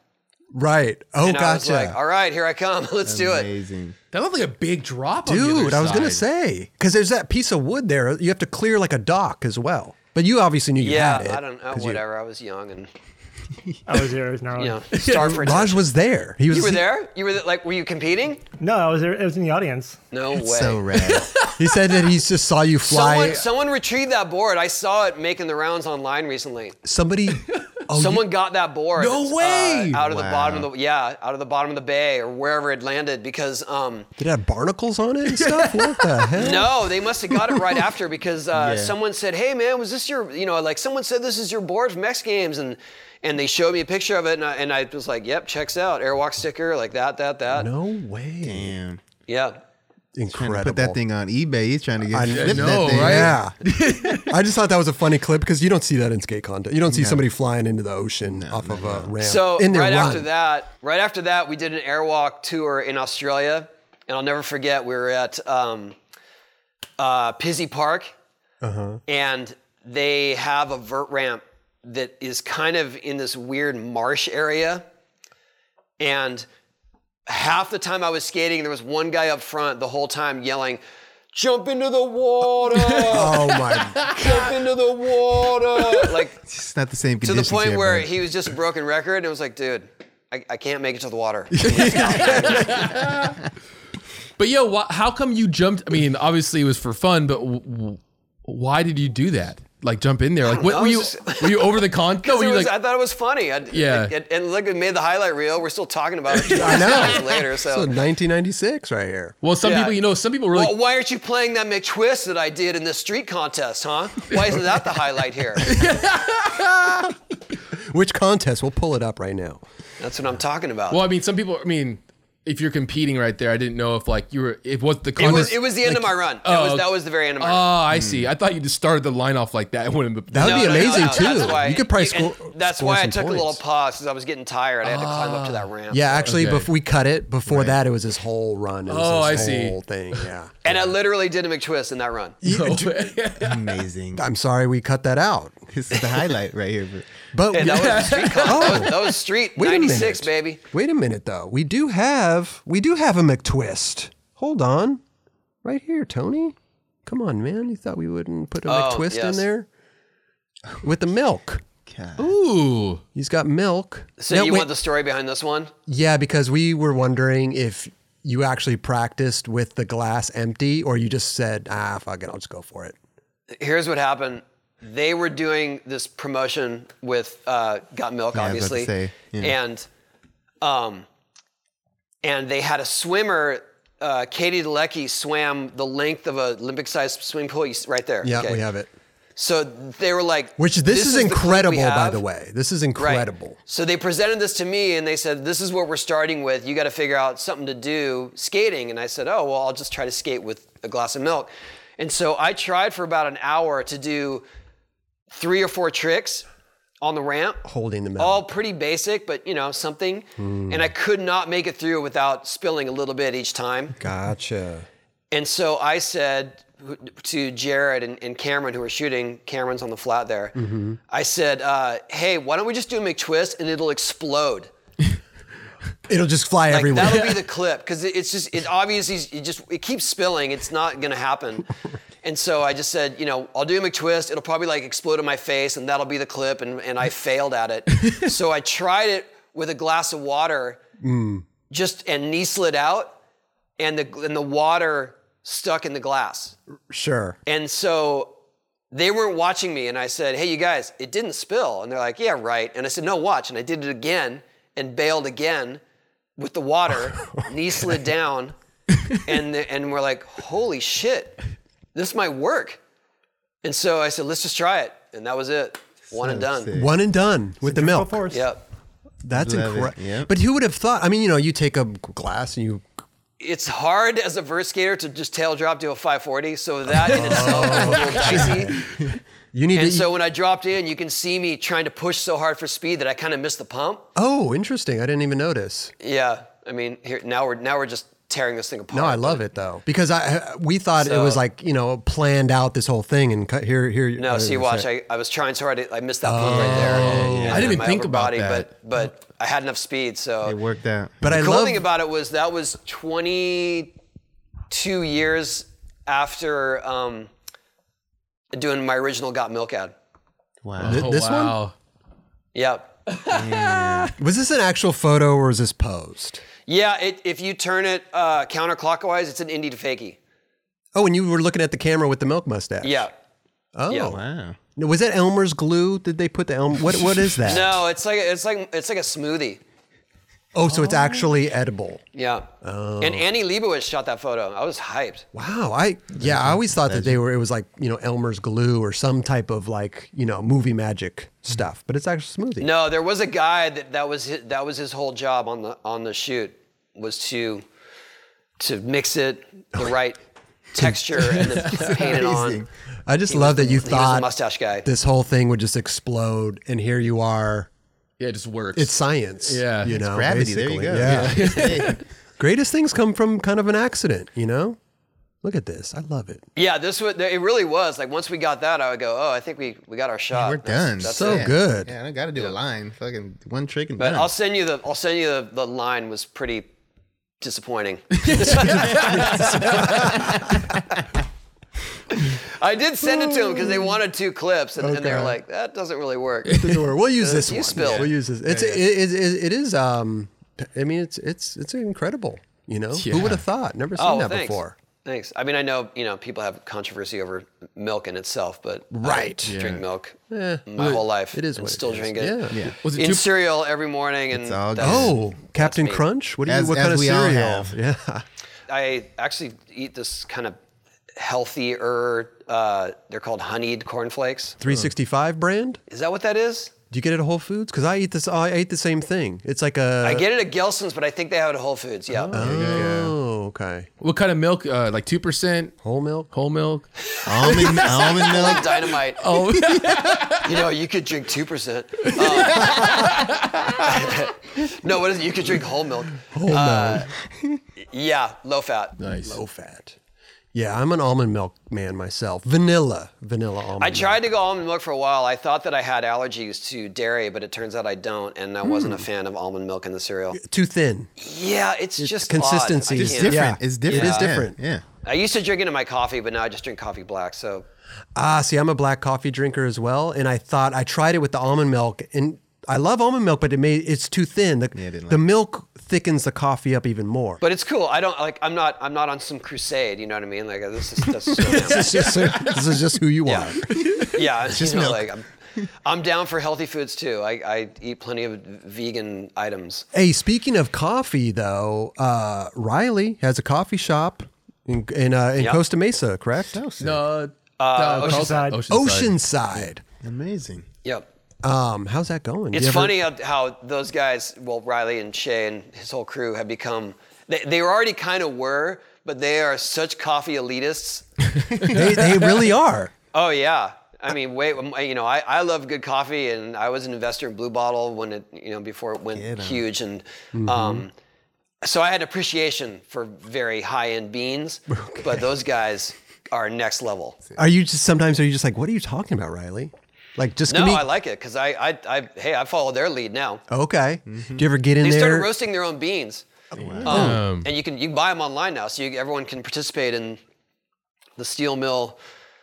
Speaker 1: right. Oh,
Speaker 2: And I was
Speaker 1: gotcha.
Speaker 2: like, all right, here I come. Let's do it.
Speaker 4: Amazing.
Speaker 3: That looked like a big drop, on the
Speaker 1: Dude,
Speaker 3: other
Speaker 1: I was going to
Speaker 3: side.
Speaker 1: say because there's that piece of wood there. You have to clear like a dock as well. But you obviously knew you
Speaker 2: Yeah,
Speaker 1: had it.
Speaker 2: I don't know.
Speaker 1: 'cause you-
Speaker 2: Whatever. I was young and,
Speaker 5: I was there. Oh, It was not.
Speaker 2: you know, star for
Speaker 1: Raj was there. He was.
Speaker 2: You were there? You were th- like, were you competing?
Speaker 5: No, I was there. It was in the audience.
Speaker 2: No way.
Speaker 4: So rad.
Speaker 1: He said that he just saw you fly.
Speaker 2: Someone, someone retrieved that board. I saw it making the rounds online recently.
Speaker 1: Somebody. Oh, you-
Speaker 2: Someone got that board. uh,
Speaker 3: No way!
Speaker 2: out of the bottom
Speaker 4: Wow.
Speaker 2: of the yeah, out of the bottom of the bay or wherever it landed because um,
Speaker 1: did it have barnacles on it and stuff? what the hell?
Speaker 2: No, they must have got it right after because uh,
Speaker 4: Yeah.
Speaker 2: someone said, "Hey, man, was this your?" You know, like someone said, "This is your board from X Games," and and they showed me a picture of it, and I, and I was like, "Yep, checks out." Airwalk sticker, like that, that, that.
Speaker 1: No way.
Speaker 4: Damn.
Speaker 2: Yeah.
Speaker 1: Incredible.
Speaker 4: Put that thing on eBay. He's trying to get flip
Speaker 3: know,
Speaker 4: that thing.
Speaker 3: right?
Speaker 1: Yeah. I just thought that was a funny clip because you don't see that in skate content. You don't see somebody flying into the ocean off of a ramp.
Speaker 2: So
Speaker 1: in their
Speaker 2: right after
Speaker 1: run.
Speaker 2: that, right after that, we did an airwalk tour in Australia, and I'll never forget. We were at um, uh, Pizzy Park, and they have a vert ramp that is kind of in this weird marsh area, and half the time I was skating, there was one guy up front the whole time yelling. Jump into the water!
Speaker 1: Oh my!
Speaker 2: jump into the water! Like
Speaker 4: It's not the same
Speaker 2: to the
Speaker 4: conditions.
Speaker 2: point
Speaker 4: here,
Speaker 2: where
Speaker 4: bud.
Speaker 2: he was just a broken record and it was like, dude, I, I can't make it to the water.
Speaker 3: But yo, wh- how come you jumped? I mean, obviously it was for fun, but w- w- why did you do that? Like jump in there? Like what
Speaker 2: know,
Speaker 3: were
Speaker 2: I
Speaker 3: you?
Speaker 2: was just-
Speaker 3: were you over the con? No, were
Speaker 2: It
Speaker 3: you
Speaker 2: was-
Speaker 3: like?
Speaker 2: I thought it was funny. I,
Speaker 3: Yeah.
Speaker 2: it- it- and look, it made the highlight reel. We're still talking about it.
Speaker 1: I know.
Speaker 2: Later,
Speaker 1: So
Speaker 2: so.
Speaker 1: 1996, right here.
Speaker 3: well, some
Speaker 2: yeah.
Speaker 3: people, you know, some people really.
Speaker 2: Well, why aren't you playing that McTwist that I did in the street contest, huh? Why isn't that the highlight here?
Speaker 1: Which contest? We'll pull it up right now.
Speaker 2: That's what I'm talking about.
Speaker 3: Well, I mean, some people. I mean, if you're competing right there, I didn't know if like you were. If what the
Speaker 2: it,
Speaker 3: contest.
Speaker 2: was, it was the end of my run. That was,
Speaker 3: oh,
Speaker 2: that was the very end of my
Speaker 3: Oh,
Speaker 2: run.
Speaker 3: I see. I thought you just started the line off like that. When the,
Speaker 1: That would
Speaker 2: No,
Speaker 1: be
Speaker 2: no, no,
Speaker 1: amazing
Speaker 2: no,
Speaker 1: too.
Speaker 2: that's why-
Speaker 1: you could probably
Speaker 2: and
Speaker 1: score.
Speaker 2: That's
Speaker 1: score
Speaker 2: why I
Speaker 1: some
Speaker 2: took a
Speaker 1: points.
Speaker 2: little pause because I was getting tired. I had to climb up to that ramp.
Speaker 1: Yeah, actually,
Speaker 3: Okay.
Speaker 1: bef- we cut it. Before that, it was his whole run. It was
Speaker 3: Oh,
Speaker 1: his
Speaker 3: I see.
Speaker 1: Whole thing. Yeah.
Speaker 2: And I literally did a McTwist in that run.
Speaker 4: amazing.
Speaker 1: I'm sorry we cut that out.
Speaker 4: This is the highlight right here. But
Speaker 1: But Oh,
Speaker 2: And that was a street con- that, was, that was street
Speaker 1: Wait a minute.
Speaker 2: 96, baby.
Speaker 1: Wait a minute though. We do have we do have a McTwist. Hold on. Right here, Tony. Come on, man. You thought we wouldn't put a McTwist in
Speaker 2: Oh, yes.
Speaker 1: there? With the milk.
Speaker 4: God,
Speaker 3: Ooh,
Speaker 1: He's got milk.
Speaker 2: So
Speaker 1: No,
Speaker 2: you
Speaker 1: wait-
Speaker 2: want the story behind this one?
Speaker 1: Yeah, because we were wondering if you actually practiced with the glass empty or you just said, ah, fuck it, I'll just go for it.
Speaker 2: Here's what happened. They were doing this promotion with uh, Got Milk,
Speaker 4: Yeah, I was about
Speaker 2: obviously,
Speaker 4: to say, yeah.
Speaker 2: and um, and they had a swimmer. Uh, Katie Lecky swam the length of a Olympic-sized swimming pool. You s- Right there.
Speaker 1: Yeah,
Speaker 2: okay.
Speaker 1: we have it.
Speaker 2: So they were like,
Speaker 1: Which this, is,
Speaker 2: the clip we
Speaker 1: incredible, by
Speaker 2: have."
Speaker 1: the way. This is
Speaker 2: Right.
Speaker 1: incredible.
Speaker 2: So they presented this to me and they said, This is what we're starting with. You got to figure out something to do skating. And I said, Oh, well, I'll just try to skate with a glass of milk. And so I tried for about an hour to do three or four tricks on the ramp,
Speaker 1: Holding the milk.
Speaker 2: all pretty basic, but you know, something. And I could not make it through without spilling a little bit each time.
Speaker 1: Gotcha.
Speaker 2: And so I said to Jared and, and Cameron, who were shooting, Cameron's on the flat there. I said, uh, hey, why don't we just do a McTwist and it'll explode?
Speaker 1: It'll just fly
Speaker 2: Like,
Speaker 1: everywhere.
Speaker 2: that'll be the clip because it, it's just it obviously it just it keeps spilling. It's not gonna happen. And so I just said, you know, I'll do a McTwist. It'll probably like explode in my face, and that'll be the clip. And and I failed at it. so I tried it with a glass of water, just and knee slid out, and the and the water stuck in the glass.
Speaker 1: Sure.
Speaker 2: And so they weren't watching me, and I said, "Hey, you guys, it didn't spill." And they're like, "Yeah, right." And I said, "No, watch." And I did it again and bailed again with the water, knee slid down, and the, and we're like, holy shit, this might work. And so I said, let's just try it, and that was it. One and done.
Speaker 4: sick.
Speaker 1: One and done with the milk.
Speaker 5: Force.
Speaker 2: Yep.
Speaker 1: That's
Speaker 4: Love it,
Speaker 1: incredible.
Speaker 4: yeah.
Speaker 1: But who would have thought? I mean, you know, you take a glass and you.
Speaker 2: It's hard as a vert skater to just tail drop to a 540, so that in itself is a little dicey.
Speaker 1: You need
Speaker 2: And
Speaker 1: to.
Speaker 2: so when I dropped in, you can see me trying to push so hard for speed that I kind of missed the pump.
Speaker 1: oh, interesting. I didn't even notice.
Speaker 2: Yeah, I mean, here now we're now we're just tearing this thing apart.
Speaker 1: No, I love it though because I we thought it
Speaker 2: So-
Speaker 1: was like you know planned out this whole thing and cut here here.
Speaker 2: No,
Speaker 1: uh,
Speaker 2: see,
Speaker 1: it's
Speaker 2: watch.
Speaker 1: like-
Speaker 2: I, I was trying so hard. I, I missed that pump right there. and- and
Speaker 3: I didn't even
Speaker 2: my
Speaker 3: think
Speaker 2: upper
Speaker 3: about
Speaker 2: body,
Speaker 3: that.
Speaker 2: But but I had enough speed, so
Speaker 4: It worked out.
Speaker 1: but I
Speaker 2: the cool
Speaker 1: love.
Speaker 2: thing about it was that was 22 years after um, doing my original Got Milk ad.
Speaker 4: wow.
Speaker 1: Th- this one
Speaker 2: Yep.
Speaker 1: was this an actual photo or was this posed?
Speaker 2: Yeah, it, if you turn it uh, counterclockwise, it's an indie to fakie.
Speaker 1: Oh, and you were looking at the camera with the milk mustache.
Speaker 2: Yeah.
Speaker 1: Oh,
Speaker 2: yeah.
Speaker 4: wow.
Speaker 1: was that Elmer's glue? Did they put the elm? What what is that?
Speaker 2: No, it's like it's like it's like a smoothie.
Speaker 1: Oh, so it's actually edible.
Speaker 2: Yeah. And Annie Leibovitz shot that photo. I was hyped.
Speaker 1: Wow. I yeah. I always thought that they were. It was like you know Elmer's glue or some type of like you know movie magic stuff. But it's actually smoothie.
Speaker 2: No, there was a guy that that was his, that was his whole job on the on the shoot was to to mix it the right texture and then paint it on.
Speaker 4: amazing.
Speaker 1: I just love that you
Speaker 2: He was a
Speaker 1: thought
Speaker 2: mustache guy.
Speaker 1: this whole thing would just explode, and here you are.
Speaker 3: Yeah, it just works.
Speaker 1: It's science.
Speaker 3: Yeah.
Speaker 1: you
Speaker 3: It's
Speaker 1: know,
Speaker 4: Gravity. There you
Speaker 1: basically. Yeah.
Speaker 4: go. Yeah.
Speaker 1: Greatest things come from kind of an accident. You know, look at this. I love it.
Speaker 2: yeah, this was it. Really was like once we got that, I would go, oh, I think we we got our shot.
Speaker 4: We're
Speaker 2: That's-
Speaker 4: done.
Speaker 2: that's
Speaker 1: So
Speaker 2: it.
Speaker 4: Yeah.
Speaker 1: good.
Speaker 4: Yeah, I don't got to do a line. Fucking one trick and
Speaker 2: But
Speaker 4: done.
Speaker 2: I'll send you the I'll send you the, the line was pretty disappointing. I did send it to them because they wanted two clips, and, and they were
Speaker 1: Okay.
Speaker 2: like, "That doesn't really work."
Speaker 1: We'll use this
Speaker 2: you
Speaker 1: one.
Speaker 2: spilled.
Speaker 1: We'll use this. It's it, it, it is. Um, I mean, it's it's it's incredible. You know, who
Speaker 3: Yeah.
Speaker 1: would have thought? Never seen
Speaker 2: Oh,
Speaker 1: that
Speaker 2: thanks.
Speaker 1: before.
Speaker 2: Thanks. I mean, I know you know people have controversy over milk in itself, but I don't
Speaker 1: Right.
Speaker 2: drink
Speaker 3: Yeah.
Speaker 2: milk
Speaker 1: Yeah.
Speaker 2: my
Speaker 1: Well,
Speaker 2: whole life.
Speaker 1: it is
Speaker 2: and
Speaker 1: what it
Speaker 2: still
Speaker 1: is.
Speaker 2: drink it.
Speaker 1: Yeah. Yeah.
Speaker 3: was it
Speaker 2: in
Speaker 3: too
Speaker 2: cereal every morning, and
Speaker 4: It's all
Speaker 2: that's-
Speaker 1: Oh, Captain
Speaker 2: me.
Speaker 1: Crunch. What do you?
Speaker 4: As-
Speaker 1: what
Speaker 4: as
Speaker 1: kind of
Speaker 4: we all
Speaker 1: cereal?
Speaker 4: have.
Speaker 1: Yeah.
Speaker 2: I actually eat this kind of healthier. Uh, they're called honeyed cornflakes.
Speaker 1: 365 brand.
Speaker 2: Is that what that is?
Speaker 1: Do you get it at Whole Foods? Because I eat this. I ate the same thing. It's like a.
Speaker 2: I get it at Gelson's, but I think they have it at Whole Foods. Yeah.
Speaker 1: Uh, Oh, okay.
Speaker 3: what kind of milk? Uh, like two percent
Speaker 1: Whole milk.
Speaker 3: whole milk.
Speaker 4: almond, almond
Speaker 2: Like
Speaker 4: milk.
Speaker 2: dynamite.
Speaker 3: Oh,
Speaker 2: You know, you could drink two percent. Um, no, what is it? You could drink whole milk. Whole milk. Yeah, low fat.
Speaker 3: nice.
Speaker 1: Low Uh, fat. Yeah, I'm an almond milk man myself. Vanilla, vanilla almond.
Speaker 2: I tried to go almond milk for a while. I thought that I had allergies to dairy, but it turns out I don't, and I wasn't a fan of almond milk in the cereal.
Speaker 1: milk. Too thin.
Speaker 2: Yeah, it's, just odd.
Speaker 1: consistency.
Speaker 2: I
Speaker 1: Just
Speaker 2: can't-
Speaker 4: Different.
Speaker 1: Yeah.
Speaker 4: It's different.
Speaker 1: It is
Speaker 4: Yeah.
Speaker 1: different.
Speaker 4: Yeah.
Speaker 2: I used to drink it in my coffee, but now I just drink coffee black. So
Speaker 1: Ah, see, I'm a black coffee drinker as well, and I thought I tried it with the almond milk, and I love almond milk, but it made it's too thin. The,
Speaker 4: I didn't
Speaker 1: the milk thickens the coffee up even more.
Speaker 2: But it's cool. I don't like. I'm not. I'm not on some crusade. You know what I mean? Like this is that's so
Speaker 1: It's just- this is just who you are.
Speaker 2: yeah. It's just you know,
Speaker 4: milk.
Speaker 2: like I'm, I'm down for healthy foods too. I, I eat plenty of vegan items.
Speaker 1: Hey, speaking of coffee, though, uh, Riley has a coffee shop in in, uh, in
Speaker 2: Yeah.
Speaker 1: Costa Mesa, correct?
Speaker 3: No, no,
Speaker 5: Oceanside.
Speaker 1: Oceanside.
Speaker 4: Amazing.
Speaker 2: Yep.
Speaker 1: Um, how's that going?
Speaker 2: It's
Speaker 1: You ever-
Speaker 2: funny how, how those guys, well, Riley and Shay and his whole crew have become. They, they already kind of were, but they are such coffee elitists.
Speaker 1: they, they really are.
Speaker 2: Oh yeah. I mean, wait. You know, I, I love good coffee, and I was an investor in Blue Bottle when it you know before it went
Speaker 4: Get 'em.
Speaker 2: huge, and um, so I had appreciation for very high end beans. But those guys are next level.
Speaker 1: Are you just sometimes are you just like, what are you talking about, Riley? Like just
Speaker 2: No,
Speaker 1: give me
Speaker 2: I like it because I, I I hey I follow their lead now.
Speaker 1: okay.
Speaker 4: Mm-hmm.
Speaker 1: Do you ever get in
Speaker 2: They started
Speaker 1: there?
Speaker 2: roasting their own beans,
Speaker 1: Oh,
Speaker 2: um, and you can you can buy them online now, so you, everyone can participate in the steel mill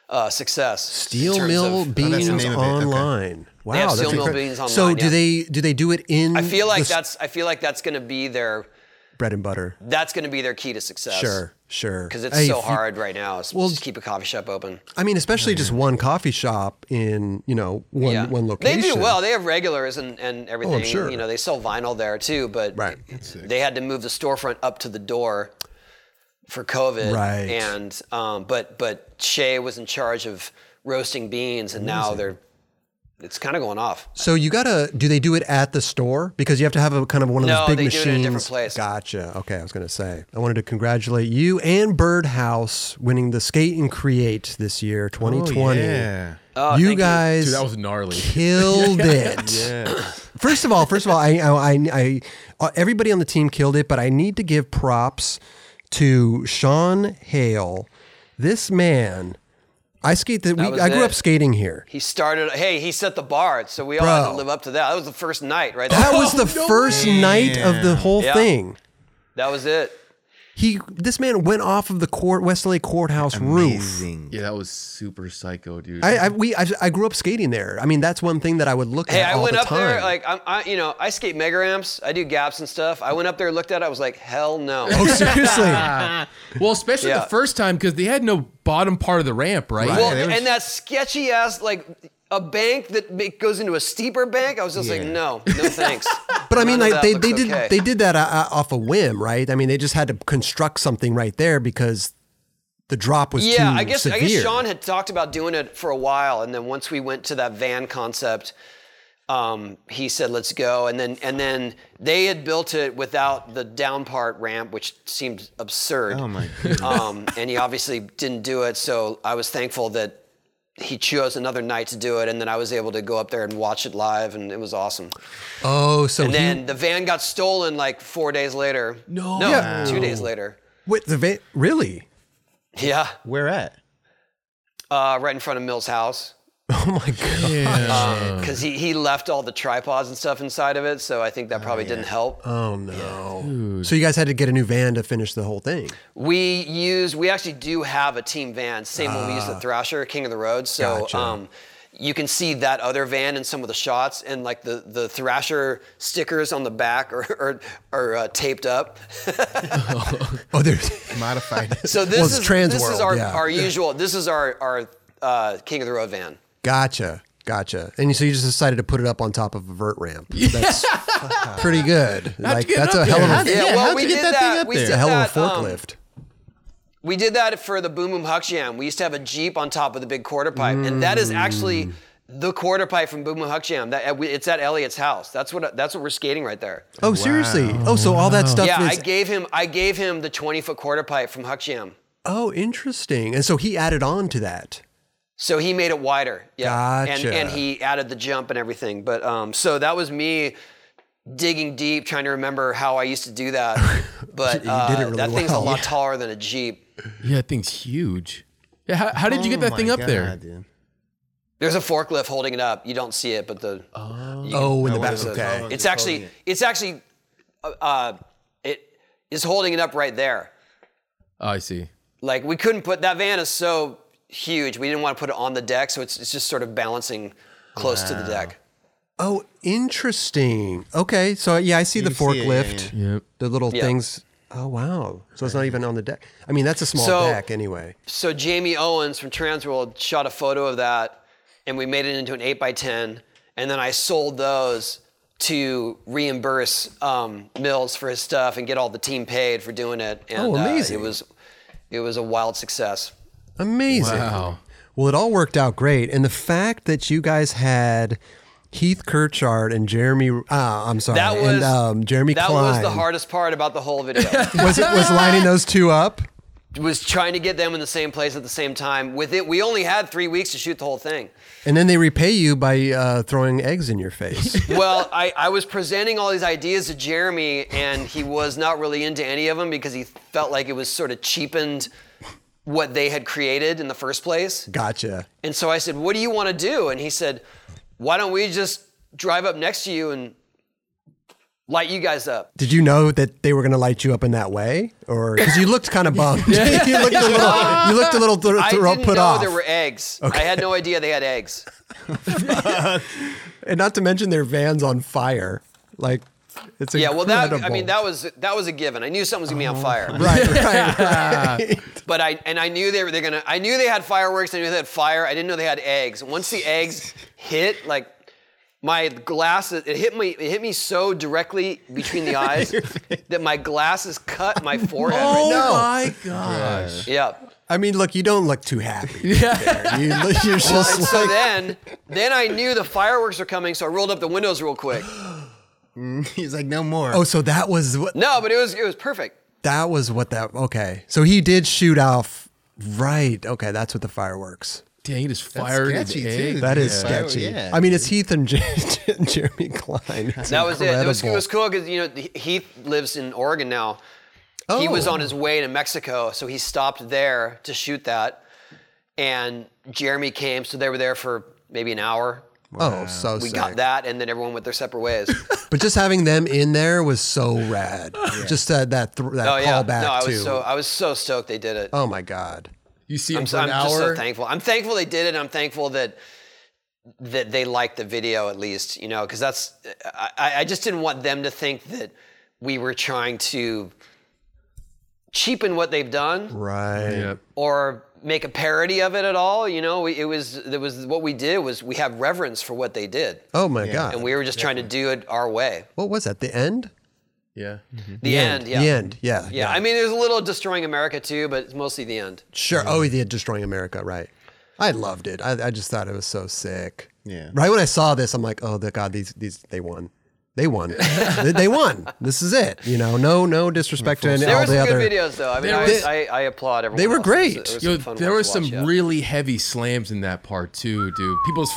Speaker 2: uh, success. in
Speaker 1: Steel
Speaker 2: terms
Speaker 1: mill
Speaker 2: of-
Speaker 4: Oh, that's the
Speaker 1: beans
Speaker 4: name of it, okay.
Speaker 1: online. Wow,
Speaker 2: have
Speaker 1: that's
Speaker 2: steel mill
Speaker 1: incredible.
Speaker 2: beans online,
Speaker 1: So do
Speaker 2: yeah.
Speaker 1: they do they do it in?
Speaker 2: I feel like
Speaker 1: the
Speaker 2: that's I feel like that's going to be their
Speaker 1: bread and butter.
Speaker 2: that's going to be their key to success.
Speaker 1: Sure, sure.
Speaker 2: Because it's
Speaker 1: Hey,
Speaker 2: so
Speaker 1: if you-
Speaker 2: hard right now. Is well, just keep a coffee shop open.
Speaker 1: I mean, especially just one coffee shop in you know one
Speaker 2: Mm-hmm. yeah.
Speaker 1: one location. Oh,
Speaker 2: They do well. They have regulars and, and everything.
Speaker 1: sure.
Speaker 2: You know, they sell vinyl there too, but
Speaker 1: Right.
Speaker 2: they had to move the storefront up to the door for COVID.
Speaker 1: Right.
Speaker 2: And um, but but Shea was in charge of roasting beans, and now they're it's kind of going off.
Speaker 1: So you gotta do they do it at the store because you have to have a kind of one of
Speaker 2: No,
Speaker 1: those big
Speaker 2: they do
Speaker 1: machines.
Speaker 2: it at a different place.
Speaker 1: Gotcha. Okay, I was gonna say I wanted to congratulate you and Birdhouse winning the Skate and Create this year, 2020.
Speaker 4: yeah.
Speaker 2: Oh,
Speaker 1: you
Speaker 2: thank
Speaker 1: guys
Speaker 3: Dude, that was gnarly.
Speaker 1: killed it. First of all, first of all, I, I, I, I, everybody on the team killed it, but I need to give props to Sean Hale. This man, I skate that we,
Speaker 2: was
Speaker 1: I grew
Speaker 2: it.
Speaker 1: up skating here.
Speaker 2: He started. Hey, he set the bar, so we all had to
Speaker 1: Bro.
Speaker 2: live up to that. That was the first night, right?
Speaker 1: That
Speaker 2: That,
Speaker 1: was the first night of the whole
Speaker 2: Yeah.
Speaker 1: thing.
Speaker 2: that was it.
Speaker 1: He, this man went off of the court, West LA courthouse roof.
Speaker 4: Amazing.
Speaker 3: Yeah, that was super psycho, dude.
Speaker 1: I, I we I, I grew up skating there. I mean, that's one thing that I would look
Speaker 2: Hey,
Speaker 1: at
Speaker 2: I
Speaker 1: all
Speaker 2: went
Speaker 1: the
Speaker 2: up
Speaker 1: time.
Speaker 2: there like I'm, I, you know, I skate mega ramps, I do gaps and stuff. I went up there, looked at it, I was like, hell no.
Speaker 1: oh, seriously.
Speaker 3: well, especially
Speaker 2: Yeah.
Speaker 3: the first time because they had no bottom part of the ramp, right?
Speaker 4: Right.
Speaker 2: Well,
Speaker 4: Yeah, they were-
Speaker 2: and that sketchy ass like a bank that ma- goes into a steeper bank. I was just like,
Speaker 4: Yeah.
Speaker 2: no, no thanks.
Speaker 1: But I mean,
Speaker 2: None of
Speaker 1: like
Speaker 2: that
Speaker 1: they, they
Speaker 2: looks
Speaker 1: did
Speaker 2: okay.
Speaker 1: they did that uh, off a whim, right? I mean, they just had to construct something right there because the drop was
Speaker 2: Yeah,
Speaker 1: too
Speaker 2: I guess
Speaker 1: severe.
Speaker 2: I guess Sean had talked about doing it for a while, and then once we went to that van concept, um, he said, "Let's go." And then and then they had built it without the down part ramp, which seemed absurd.
Speaker 4: Oh my goodness.
Speaker 2: um, and he obviously didn't do it. So I was thankful that he chose another night to do it, and then I was able to go up there and watch it live, and it was awesome.
Speaker 1: oh, so
Speaker 2: And
Speaker 1: he-
Speaker 2: then the van got stolen like four days later. No, no,
Speaker 1: Yeah.
Speaker 2: two days later.
Speaker 1: wait, the va- really?
Speaker 2: Yeah,
Speaker 4: Where at?
Speaker 2: uh, right in front of Mill's house.
Speaker 1: Oh my god! Uh.
Speaker 2: because he, he left all the tripods and stuff inside of it so i think that probably didn't help
Speaker 1: Oh no! So you guys had to get a new van to finish the whole thing.
Speaker 2: we use we actually do have a team van same when we use the thrasher king of the road so
Speaker 1: Ah. Gotcha.
Speaker 2: um, you can see that other van in some of the shots and like the, the thrasher stickers on the back are, are, are uh, taped up
Speaker 1: Oh, there's
Speaker 4: Modified.
Speaker 2: so this
Speaker 1: Well, it's
Speaker 2: is
Speaker 1: Trans
Speaker 2: this is
Speaker 1: World,
Speaker 2: our,
Speaker 1: yeah.
Speaker 2: our usual this is our, our uh, king of the road van
Speaker 1: gotcha, gotcha. And so you just decided to put it up on top of a vert ramp. That's pretty good. like
Speaker 3: get
Speaker 1: that's
Speaker 3: up
Speaker 1: a
Speaker 3: there?
Speaker 1: hell of
Speaker 4: How'd
Speaker 1: a,
Speaker 4: you-
Speaker 2: Yeah,
Speaker 4: yeah,
Speaker 2: well,
Speaker 4: how'd
Speaker 2: we
Speaker 4: you get
Speaker 2: did
Speaker 4: that,
Speaker 2: that.
Speaker 4: thing up
Speaker 2: We
Speaker 4: there?
Speaker 1: a hell of a
Speaker 2: that, um,
Speaker 1: forklift.
Speaker 2: we did that for the Boom Boom Huck Jam. We used to have a Jeep on top of the big quarter pipe, and that is actually
Speaker 1: Mm.
Speaker 2: the quarter pipe from Boom Boom Huck Jam. That uh, it's at Elliot's house. That's what that's what we're skating right there.
Speaker 1: oh, seriously? Oh, so all that stuff
Speaker 2: yeah, I
Speaker 1: is
Speaker 2: gave him I gave him the 20 foot quarter pipe from Huck Jam,
Speaker 1: oh interesting. And so he added on to that.
Speaker 2: so he made it wider. Yeah,
Speaker 1: Gotcha.
Speaker 2: and and he added the jump and everything. But um, so that was me digging deep, trying to remember how I used to do that. But
Speaker 1: You did
Speaker 2: uh,
Speaker 1: it really
Speaker 2: that thing's a
Speaker 1: well.
Speaker 2: lot taller than a Jeep.
Speaker 3: yeah, that thing's huge. Yeah, how, how did you get
Speaker 4: Oh
Speaker 3: that thing up there?
Speaker 2: There's a forklift holding it up. You don't see it, but the
Speaker 1: Oh, in the
Speaker 4: Oh,
Speaker 1: back.
Speaker 4: it's
Speaker 1: Okay.
Speaker 4: okay.
Speaker 2: It's
Speaker 4: Just
Speaker 2: actually,
Speaker 4: holding it.
Speaker 2: it's actually, uh, uh, it is holding it up right there.
Speaker 3: Oh, I see.
Speaker 2: Like we couldn't put that van is so huge. We didn't want to put it on the deck, so it's it's just sort of balancing close to the deck.
Speaker 1: Oh, interesting. Okay, so yeah, I see the
Speaker 4: see it, yeah,
Speaker 1: forklift,
Speaker 3: Yep.
Speaker 1: the little things. Oh wow! So it's not even on the deck. I mean, that's a small
Speaker 2: So-
Speaker 1: deck anyway.
Speaker 2: So Jamie Owens from Transworld shot a photo of that, and we made it into an eight by ten, and then I sold those to reimburse um, Mills for his stuff and get all the team paid for doing it. And,
Speaker 1: Oh,
Speaker 2: uh,
Speaker 1: amazing.
Speaker 2: it was, it was a wild success.
Speaker 1: Amazing.
Speaker 3: Wow.
Speaker 1: Well, it all worked out great, and the fact that you guys had Heath Kirchard and Jeremy, uh, I'm sorry,
Speaker 2: That was
Speaker 1: and um, Jeremy
Speaker 2: That
Speaker 1: Klein
Speaker 2: was the hardest part about the whole video.
Speaker 1: was it was lining those two up.
Speaker 2: was trying to get them in the same place at the same time. With it, we only had three weeks to shoot the whole thing.
Speaker 1: And then they repay you by uh, throwing eggs in your face.
Speaker 2: Well, I, I was presenting all these ideas to Jeremy, and he was not really into any of them because he felt like it was sort of cheapened what they had created in the first place.
Speaker 1: gotcha.
Speaker 2: And so I said, What do you want to do? And he said, Why don't we just drive up next to you and light you guys up?
Speaker 1: Did you know that they were going to light you up in that way, or because you looked kind of bummed? you looked a little, you looked a little th-
Speaker 2: I
Speaker 1: thro-
Speaker 2: didn't
Speaker 1: put
Speaker 2: know
Speaker 1: off.
Speaker 2: there were eggs. I had no idea they had eggs.
Speaker 1: and not to mention their van's on fire. Like it's
Speaker 2: Yeah, well, that I
Speaker 1: incredible. Oh.
Speaker 2: mean, that was that was a given. I knew something was gonna be on fire.
Speaker 1: right, right, right.
Speaker 2: But I and I knew they were they're gonna. I knew they had fireworks. I knew they had fire. I didn't know they had eggs. Once the eggs hit, like my glasses it hit me it hit me so directly between the eyes that my glasses cut my forehead.
Speaker 3: Oh
Speaker 2: right
Speaker 3: my gosh.
Speaker 2: now. Yeah.
Speaker 1: I mean, look, you don't look too happy.
Speaker 3: Yeah.
Speaker 1: You look, you're just
Speaker 2: And
Speaker 1: like,
Speaker 2: so then, then I knew the fireworks were coming, so I rolled up the windows real quick.
Speaker 4: He's like, no more.
Speaker 1: oh, so that was what
Speaker 2: No, but it was it was perfect.
Speaker 1: that was what that. Okay, so he did shoot off. Right. Okay, that's what the fireworks.
Speaker 3: Dang, he just fired an
Speaker 4: sketchy,
Speaker 3: egg.
Speaker 4: too.
Speaker 1: That is
Speaker 4: Yeah.
Speaker 1: sketchy.
Speaker 3: Oh,
Speaker 4: Yeah.
Speaker 1: I mean, it's Heath and Jer- Jeremy Klein. It's
Speaker 2: That was it. It was, it
Speaker 1: incredible.
Speaker 2: was cool because you know Heath lives in Oregon now. He was
Speaker 1: Oh.
Speaker 2: on his way to Mexico, so he stopped there to shoot that. And Jeremy came, so they were there for maybe an hour.
Speaker 1: Oh, so
Speaker 2: We
Speaker 1: sick.
Speaker 2: got that, and then everyone went their separate ways.
Speaker 1: But just having them in there was so rad. Just that that thr that
Speaker 2: oh yeah,
Speaker 1: callback
Speaker 2: no, I
Speaker 1: to.
Speaker 2: was so I was so stoked they did it.
Speaker 1: oh my god.
Speaker 3: You see him
Speaker 2: I'm,
Speaker 3: for
Speaker 2: so,
Speaker 3: an
Speaker 2: I'm just so
Speaker 3: hour.
Speaker 2: thankful. I'm thankful they did it. and I'm thankful that that they liked the video at least, you know, because that's I, I- I just didn't want them to think that we were trying to cheapen what they've done
Speaker 1: Right.
Speaker 3: Yep.
Speaker 2: or make a parody of it at all. You know, we, it was there was what we did was we have reverence for what they did,
Speaker 1: Oh my god.
Speaker 2: and we were just trying to do it our way.
Speaker 1: what was that? The end?
Speaker 3: Yeah.
Speaker 2: The, end, yeah.
Speaker 1: The end. Yeah.
Speaker 2: Yeah, I mean, there's a little destroying America too, but it's mostly the end.
Speaker 1: Sure. Oh, the Destroying America, right. I loved it. I, I just thought it was so sick.
Speaker 4: Yeah.
Speaker 1: Right when I saw this, I'm like, oh the god, these these they won. They won. they, they won. This is it. You know, no no disrespect to any,
Speaker 2: There
Speaker 1: all
Speaker 2: were
Speaker 1: the
Speaker 2: some
Speaker 1: other
Speaker 2: good videos, though. I mean, I,
Speaker 3: was-
Speaker 2: I, I applaud everyone.
Speaker 1: They were
Speaker 2: else. It was-
Speaker 1: great.
Speaker 2: it was
Speaker 3: Yo,
Speaker 2: some fun
Speaker 3: there
Speaker 2: ones
Speaker 3: were
Speaker 2: to
Speaker 3: some
Speaker 2: watch, yeah.
Speaker 3: really heavy slams in that part too, dude. People's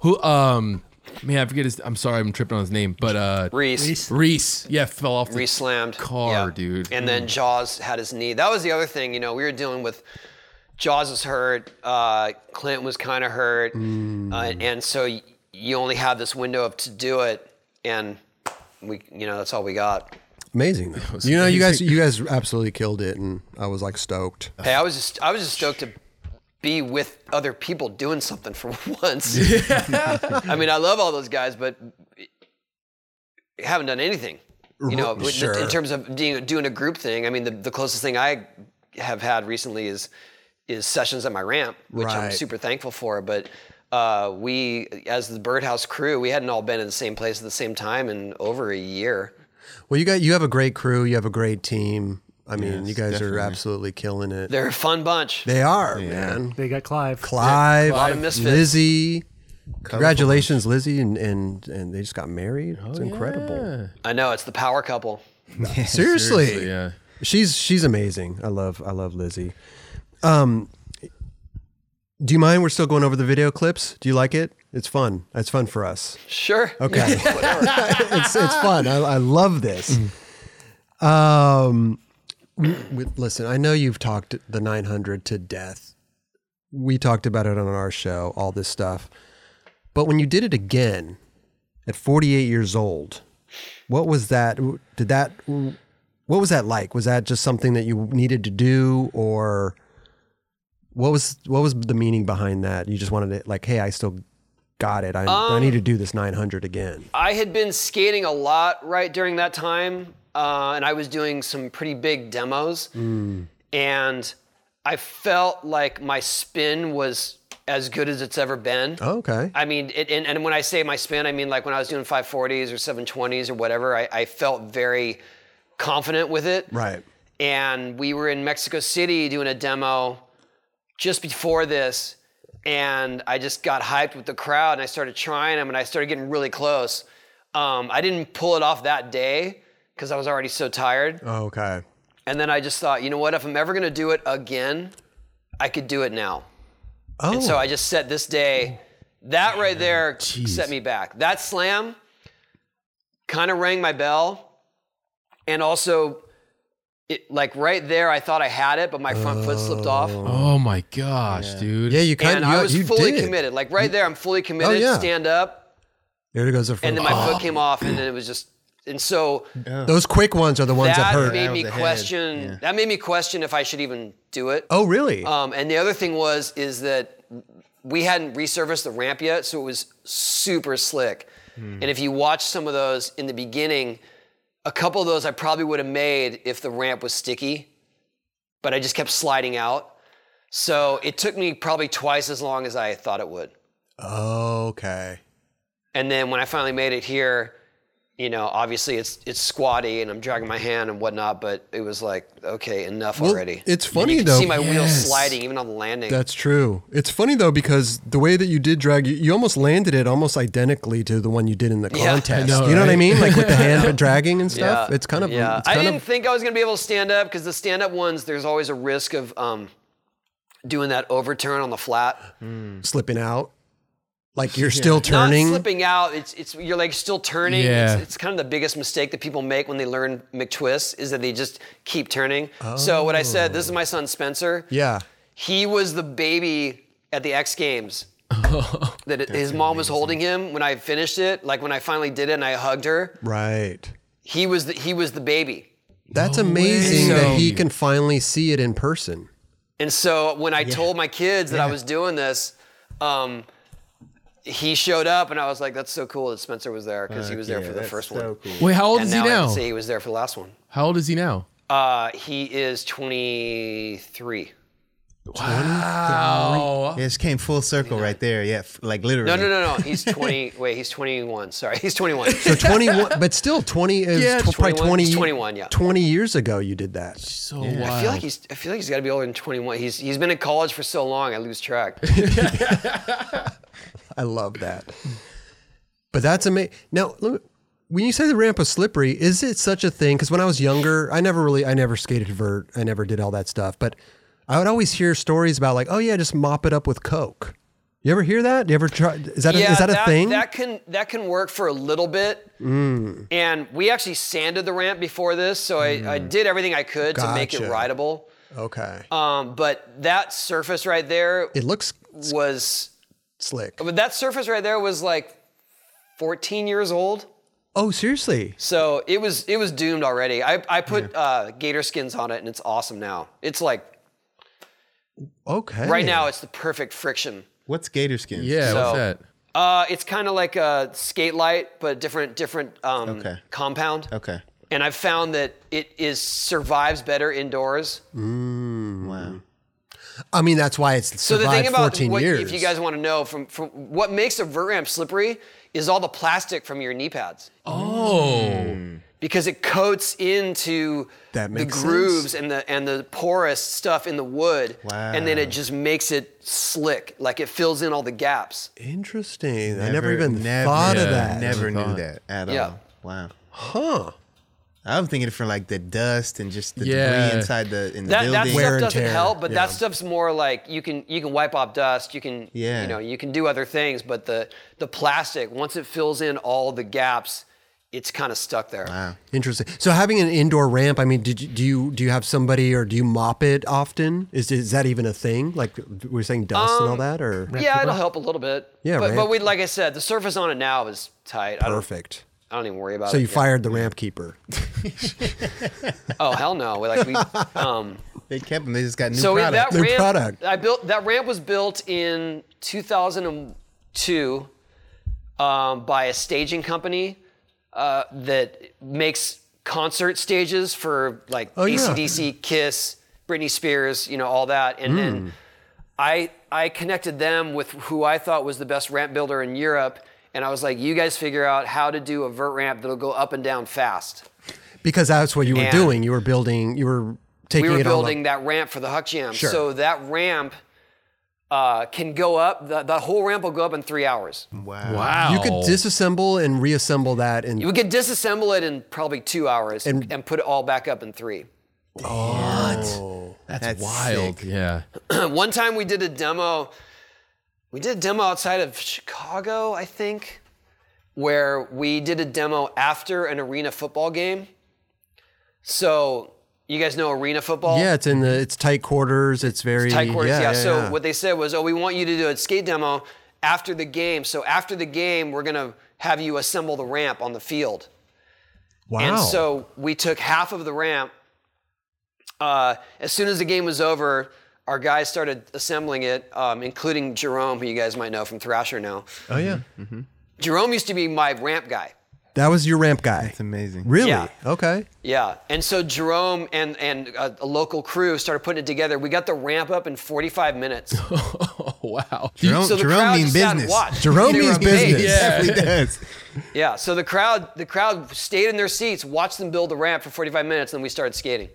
Speaker 3: who um man, I forget his I'm sorry I'm tripping on his name, but uh
Speaker 2: Reese. Reese.
Speaker 5: Reese.
Speaker 3: Reese. Yeah, fell off the
Speaker 2: slammed
Speaker 3: car, dude. Mm.
Speaker 2: and then Jaws had his knee. That was the other thing, you know. We were dealing with Jaws was hurt, uh, Clint was kind of hurt,
Speaker 3: Mm.
Speaker 2: uh, and so y- you only have this window up to do it, and we, you know, that's all we got.
Speaker 1: amazing. though. You know, you guys you guys absolutely killed it and I was like stoked.
Speaker 2: Hey, I was just, I was just stoked to be with other people doing something for once. I mean, I love all those guys, but haven't done anything. You know, with-
Speaker 1: sure.
Speaker 2: in terms of doing, doing a group thing. I mean, the, the closest thing I have had recently is is sessions at my ramp, which I'm
Speaker 1: Right.
Speaker 2: super thankful for. But uh, we, as the Birdhouse crew, we hadn't all been in the same place at the same time in over a year.
Speaker 1: Well, you got you have a great crew. You have a great team. I mean, you guys are absolutely killing it. They're,
Speaker 2: They're a fun bunch.
Speaker 1: man.
Speaker 5: They got Clive.
Speaker 1: Clive,
Speaker 2: lot of misfits.
Speaker 1: Lizzie. Congratulations, Lizzie, and, and and they just got married. It's incredible.
Speaker 3: Yeah.
Speaker 2: I know it's the power couple.
Speaker 1: Seriously.
Speaker 3: Seriously, yeah.
Speaker 1: she's she's amazing. I love I love Lizzie. Um, do you mind? We're still going over the video clips. Do you like it? It's fun. It's fun for us.
Speaker 2: Sure.
Speaker 1: Okay. it's, it's fun. I, I love this. Um, we- listen, I know you've talked the 900 to death. We talked about it on our show, all this stuff. But when you did it again at 48 years old, what was that? Did that, what was that like? Was that just something that you needed to do or what was, what was the meaning behind that? You just wanted to like, Hey, I still got it. I, I need to do this 900 again.
Speaker 2: I had been skating a lot right during that time, uh, and I was doing some pretty big demos. And I felt like my spin was as good as it's ever been.
Speaker 1: Oh, Okay.
Speaker 2: I mean, it, and, and when I say my spin, I mean like when I was doing 540s or 720s or whatever, I, I felt very confident with it
Speaker 1: Right.
Speaker 2: and we were in Mexico City doing a demo just before this and I just got hyped with the crowd and I started trying them and I started getting really close. Um, I didn't pull it off that day because I was already so tired.
Speaker 1: Oh, Okay.
Speaker 2: And then I just thought, you know what, if I'm ever gonna do it again, I could do it now.
Speaker 1: Oh,
Speaker 2: And so I just set this day. That right there set me back. That slam kind of rang my bell. And also, it, like right there, I thought I had it, but my front foot slipped off.
Speaker 3: Oh my gosh, dude.
Speaker 1: yeah, you kind
Speaker 2: And
Speaker 1: of you,
Speaker 2: I was
Speaker 1: you
Speaker 2: fully
Speaker 1: did.
Speaker 2: committed. Like right there, I'm fully committed,
Speaker 1: yeah. Oh.
Speaker 2: stand up.
Speaker 1: There goes the front.
Speaker 2: And then my foot came off, and then it was just. And so
Speaker 1: Those quick ones are the ones that,
Speaker 2: that
Speaker 1: hurt.
Speaker 2: made
Speaker 4: That
Speaker 2: me
Speaker 4: was a head,
Speaker 2: question.
Speaker 4: yeah.
Speaker 2: That made me question if I should even do it.
Speaker 1: oh, really?
Speaker 2: Um, and the other thing was is that we hadn't resurfaced the ramp yet, so it was super slick. And if you watch some of those in the beginning, a couple of those I probably would have made if the ramp was sticky, but I just kept sliding out. So it took me probably twice as long as I thought it would.
Speaker 1: okay.
Speaker 2: And then when I finally made it here, you know, obviously it's it's squatty and I'm dragging my hand and whatnot, but it was like, okay, enough
Speaker 1: Well,
Speaker 2: already.
Speaker 1: it's
Speaker 2: You
Speaker 1: funny,
Speaker 2: can
Speaker 1: though.
Speaker 2: See my wheels
Speaker 3: Yes.
Speaker 2: sliding even on the landing.
Speaker 1: That's true. It's funny though because the way that you did drag, you, you almost landed it almost identically to the one you did in the
Speaker 2: Yeah. I
Speaker 1: contest.
Speaker 3: know,
Speaker 1: you know what I
Speaker 3: right?
Speaker 1: mean? Like with the hand dragging and stuff.
Speaker 2: Yeah.
Speaker 1: It's kind of
Speaker 2: Uh, yeah.
Speaker 1: It's kind
Speaker 2: I didn't
Speaker 1: of,
Speaker 2: think I was gonna be able to stand up because the stand up ones, there's always a risk of um, doing that overturn on the flat.
Speaker 1: slipping out. Like you're still turning.
Speaker 2: Not slipping out. It's it's your leg's still turning.
Speaker 3: Yeah.
Speaker 2: It's, it's kind of the biggest mistake that people make when they learn McTwist is that they just keep turning. So what I said, this is my son Spencer.
Speaker 1: Yeah.
Speaker 2: He was the baby at the X Games. that it- his mom was holding him when I finished it. Like when I finally did it and I hugged her.
Speaker 1: Right.
Speaker 2: He was the, he was the baby.
Speaker 1: That's amazing
Speaker 3: way.
Speaker 1: that he can finally see it in person.
Speaker 2: And so when I told my kids that I was doing this, um, he showed up and I was like, "That's so cool that Spencer was there because he was there
Speaker 4: Yeah,
Speaker 2: for the
Speaker 4: that's
Speaker 2: first
Speaker 4: so
Speaker 2: one."
Speaker 4: cool.
Speaker 3: Wait, how old
Speaker 2: and
Speaker 3: is he
Speaker 2: now I
Speaker 3: now?
Speaker 2: can say he was there for the last one.
Speaker 3: How old is he now?
Speaker 2: Uh, he is 23.
Speaker 3: Wow.
Speaker 4: It just came full circle right there. Yeah, f- like literally.
Speaker 2: No, no, no, no. He's 20. wait, he's 21. Sorry, he's 21.
Speaker 1: So 21, but still 20 is
Speaker 3: Yeah,
Speaker 1: tw- probably
Speaker 2: 21.
Speaker 1: 20,
Speaker 2: He's 21, yeah.
Speaker 1: 20 years ago you did that.
Speaker 3: So wild.
Speaker 2: I feel like he's. I feel like he's got to be older than 21. He's he's been in college for so long. I lose track.
Speaker 1: I love that. But that's amazing. Now, let me, when you say the ramp was slippery, is it such a thing? Because when I was younger, I never really, I never skated vert. I never did all that stuff. But I would always hear stories about like, oh yeah, just mop it up with Coke. You ever hear that? You ever try? Is that a, is that, a thing? Mm.
Speaker 2: That can that can work for a little bit. And we actually sanded the ramp before this, so I, I did everything I could to make it
Speaker 1: Gotcha.
Speaker 2: rideable.
Speaker 1: okay.
Speaker 2: Um, but that surface right there
Speaker 1: it looks
Speaker 2: was.
Speaker 1: slick.
Speaker 2: But that surface right there was like 14 years old.
Speaker 1: Oh, seriously?
Speaker 2: So it was it was doomed already. I I put uh, gator skins on it, and it's awesome now. It's like
Speaker 1: Okay.
Speaker 2: right now, it's the perfect friction.
Speaker 4: What's gator skin?
Speaker 3: yeah, what's
Speaker 2: So-
Speaker 3: that?
Speaker 2: Uh, it's kind of like a skate light, but different different um,
Speaker 4: Okay.
Speaker 2: compound.
Speaker 4: Okay.
Speaker 2: And I've found that it is survives better indoors.
Speaker 4: Wow.
Speaker 1: I mean, that's why it's
Speaker 2: So the thing
Speaker 1: survived
Speaker 2: about
Speaker 1: 14
Speaker 2: what,
Speaker 1: years.
Speaker 2: if you guys want to know from from what makes a vert ramp slippery is all the plastic from your knee pads. Mm.
Speaker 3: Oh.
Speaker 2: because it coats into
Speaker 1: That
Speaker 2: the
Speaker 1: makes
Speaker 2: grooves and the and the porous stuff in the wood, and then it just makes it slick, like it fills in all the gaps.
Speaker 1: Interesting. I never even thought of
Speaker 3: yeah,
Speaker 1: that.
Speaker 3: Never
Speaker 4: Never knew
Speaker 3: thought.
Speaker 4: that at
Speaker 2: Yeah.
Speaker 4: all. Wow.
Speaker 1: Huh.
Speaker 4: I'm thinking from like the dust and just the
Speaker 3: Yeah.
Speaker 4: debris inside the in the
Speaker 2: That,
Speaker 4: building.
Speaker 1: Wear
Speaker 2: that stuff
Speaker 1: and
Speaker 2: doesn't
Speaker 1: tear,
Speaker 2: help, but that
Speaker 1: yeah.
Speaker 2: stuff's more like you can you can wipe off dust, you can
Speaker 4: Yeah.
Speaker 2: you know you can do other things, but the the plastic once it fills in all the gaps, it's kind of stuck there.
Speaker 1: Interesting. So having an indoor ramp, I mean, did you, do you do you have somebody or do you mop it often? Is is that even a thing? Like we're saying dust and all that or
Speaker 2: Um, Yeah, it'll help a little bit.
Speaker 1: Yeah,
Speaker 2: but, but
Speaker 1: right.
Speaker 2: we like I said, the surface on it now is tight. I don't,
Speaker 1: perfect.
Speaker 2: I don't even worry about
Speaker 1: So
Speaker 2: it.
Speaker 1: you
Speaker 2: Uh, Yeah.
Speaker 1: fired the ramp keeper.
Speaker 2: Oh hell no! We like we um,
Speaker 4: They kept them. They just got new
Speaker 2: so
Speaker 4: product.
Speaker 2: that
Speaker 1: New
Speaker 2: ramp,
Speaker 1: product.
Speaker 2: I built that ramp was built in 2002 um, by a staging company uh, that makes concert stages for like
Speaker 1: Oh, yeah.
Speaker 2: ACDC, Kiss, Britney Spears, you know, all that. And
Speaker 1: Hmm.
Speaker 2: then I I connected them with who I thought was the best ramp builder in Europe. And I was like, you guys figure out how to do a vert ramp that'll go up and down fast.
Speaker 1: Because that's what you were
Speaker 2: And-
Speaker 1: doing. You were building. You were taking
Speaker 2: we were
Speaker 1: it all up-
Speaker 2: building that ramp for the Huck Jam.
Speaker 1: Sure.
Speaker 2: So that ramp uh, can go up. The, the whole ramp will go up in three hours.
Speaker 4: wow.
Speaker 3: Wow.
Speaker 1: You could disassemble and reassemble that, and
Speaker 2: We could disassemble it in probably two hours and, put it all back up in three.
Speaker 4: That's,
Speaker 3: wild.
Speaker 4: sick.
Speaker 3: Yeah.
Speaker 2: One time we did a demo. We did a demo outside of Chicago, I think, where we did a demo after an arena football game. So you guys know arena football?
Speaker 1: yeah, it's in the it's tight quarters. It's very
Speaker 2: tight quarters. Yeah.
Speaker 1: Yeah.
Speaker 2: so
Speaker 1: yeah.
Speaker 2: what they said was, oh, we want you to do a skate demo after the game. So after the game, we're gonna have you assemble the ramp on the field.
Speaker 1: wow.
Speaker 2: And so we took half of the ramp. Uh, as soon as the game was over, our guys started assembling it, um, including Jerome, who you guys might know from Thrasher now.
Speaker 1: oh yeah.
Speaker 2: Jerome used to be my ramp guy.
Speaker 1: That was your ramp guy.
Speaker 4: It's amazing.
Speaker 1: Really?
Speaker 2: Yeah.
Speaker 1: Okay.
Speaker 2: Yeah, and so Jerome and and uh, a, a local crew started putting it together. We got the ramp up in 45 minutes.
Speaker 3: Oh wow.
Speaker 4: Jerome,
Speaker 2: So the
Speaker 4: Jerome
Speaker 2: crowd
Speaker 4: mean
Speaker 2: just sat and
Speaker 4: business.
Speaker 2: watched.
Speaker 1: Jerome
Speaker 2: They were
Speaker 1: means
Speaker 2: amazed.
Speaker 1: business.
Speaker 4: It definitely does.
Speaker 2: Yeah, so the crowd the crowd stayed in their seats, watched them build the ramp for 45 minutes, and then we started skating.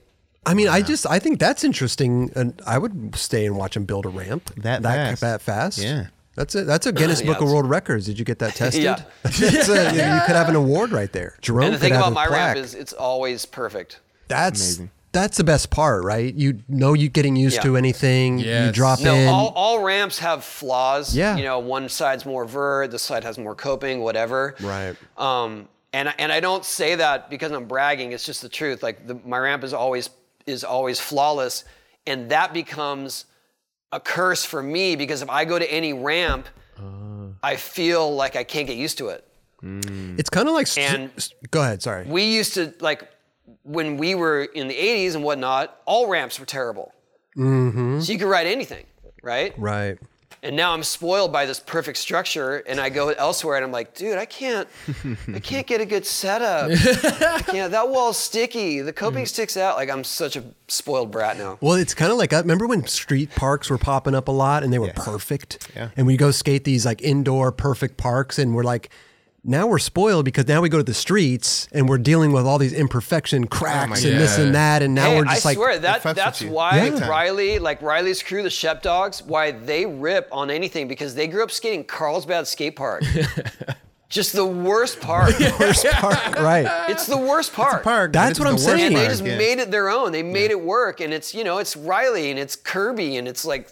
Speaker 1: I mean, I just I think that's interesting, and I would stay and watch him build a ramp
Speaker 4: That fast.
Speaker 1: that fast.
Speaker 4: Yeah.
Speaker 1: that's it. That's a Guinness
Speaker 2: Yeah,
Speaker 1: Book of
Speaker 2: it's-
Speaker 1: World Records. Did you get that tested?
Speaker 2: Yeah.
Speaker 1: That's a- you could have an award right there. Jerome
Speaker 2: And the
Speaker 1: could
Speaker 2: thing
Speaker 1: have
Speaker 2: about
Speaker 1: a
Speaker 2: my
Speaker 1: plaque.
Speaker 2: ramp is it's always perfect.
Speaker 1: that's
Speaker 4: Amazing.
Speaker 1: that's the best part, right? You know, you getting used
Speaker 2: Yeah.
Speaker 1: to anything. You
Speaker 3: Yes.
Speaker 1: drop
Speaker 2: No,
Speaker 1: in.
Speaker 2: all, all ramps have flaws.
Speaker 1: Yeah.
Speaker 2: You know, one side's more vert, the side has more coping, whatever.
Speaker 1: Right.
Speaker 2: Um, and I- and I don't say that because I'm bragging. It's just the truth. Like the, my ramp is always is always flawless, and that becomes a curse for me because if I go to any ramp,
Speaker 1: Ah.
Speaker 2: I feel like I can't get used to it.
Speaker 4: Mm.
Speaker 1: it's kind of like. st-
Speaker 2: And-
Speaker 1: st- go ahead. Sorry.
Speaker 2: we used to like when we were in the 80s and whatnot all ramps were terrible
Speaker 1: Mm-hmm.
Speaker 2: so you could ride anything right
Speaker 1: right.
Speaker 2: and now i'm spoiled by this perfect structure and i go elsewhere and i'm like dude i can't i can't get a good setup I can't, that wall's sticky the coping sticks out like i'm such a spoiled brat now
Speaker 1: Mm. Well, it's kind of like uh, remember when street parks were popping up a lot and they were perfect.
Speaker 4: Yeah.
Speaker 1: And we go skate these like indoor perfect parks, and we're like, now we're spoiled because now we go to the streets and we're dealing with all these imperfection cracks
Speaker 4: Oh
Speaker 1: and this
Speaker 3: God.
Speaker 1: and that, and now
Speaker 2: Hey,
Speaker 1: we're
Speaker 2: I
Speaker 1: just like,
Speaker 2: swear that
Speaker 4: fucks with
Speaker 2: that's
Speaker 4: you.
Speaker 2: why
Speaker 1: Yeah.
Speaker 2: Riley, like Riley's crew, the Shep Dogs, why they rip on anything because they grew up skating Carlsbad Skate Park. Just the worst part.
Speaker 1: worst park, right?
Speaker 2: It's the worst part.
Speaker 4: Park,
Speaker 1: That's
Speaker 4: it's
Speaker 1: what
Speaker 4: the
Speaker 1: I'm
Speaker 4: worst
Speaker 1: saying.
Speaker 2: And they
Speaker 1: Park,
Speaker 2: just
Speaker 4: yeah.
Speaker 2: made it their own. They made it work, and it's you know it's Riley and it's Kirby and it's like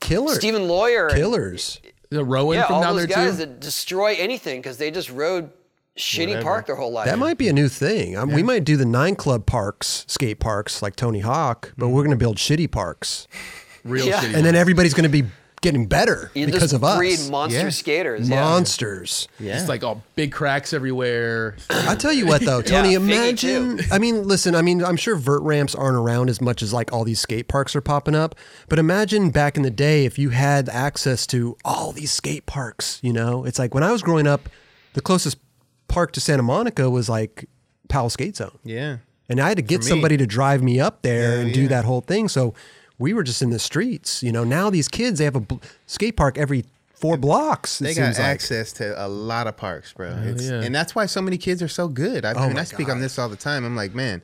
Speaker 1: Killer,
Speaker 2: Stephen Lawyer, and-
Speaker 1: killers.
Speaker 3: The Rowan
Speaker 2: yeah,
Speaker 3: from
Speaker 2: all
Speaker 3: down
Speaker 2: those
Speaker 3: there
Speaker 2: guys
Speaker 3: too.
Speaker 2: that destroy anything because they just rode shitty park their whole life.
Speaker 1: That might be a new thing. Um, We might do the nine club parks, skate parks like Tony Hawk,
Speaker 4: Mm-hmm.
Speaker 1: but we're going to build shitty parks,
Speaker 3: Real
Speaker 2: Yeah.
Speaker 3: shitty.
Speaker 1: and then everybody's going to be getting better
Speaker 2: you
Speaker 1: because
Speaker 2: just
Speaker 1: of us.
Speaker 2: breed monster
Speaker 4: Yeah.
Speaker 2: skaters. yeah.
Speaker 1: Monsters.
Speaker 4: Yeah.
Speaker 3: It's like all big cracks everywhere.
Speaker 1: I tell you what though, Tony,
Speaker 2: Yeah, figgy too.
Speaker 1: imagine I mean, listen, I mean, I'm sure vert ramps aren't around as much as like all these skate parks are popping up, but imagine back in the day if you had access to all these skate parks, you know? It's like when I was growing up, the closest park to Santa Monica was like Powell Skate Zone.
Speaker 4: yeah.
Speaker 1: And I had to get
Speaker 4: me.
Speaker 1: somebody to drive me up there
Speaker 4: Yeah,
Speaker 1: and do
Speaker 4: yeah.
Speaker 1: that whole thing. So we were just in the streets, you know. Now these kids, they have a bl- skate park every four blocks. It
Speaker 4: They got
Speaker 1: seems like.
Speaker 4: access to a lot of parks, bro. It's,
Speaker 3: yeah.
Speaker 4: And that's why so many kids are so good.
Speaker 1: Oh
Speaker 4: I, I mean, I speak on this all the time. I'm like, man,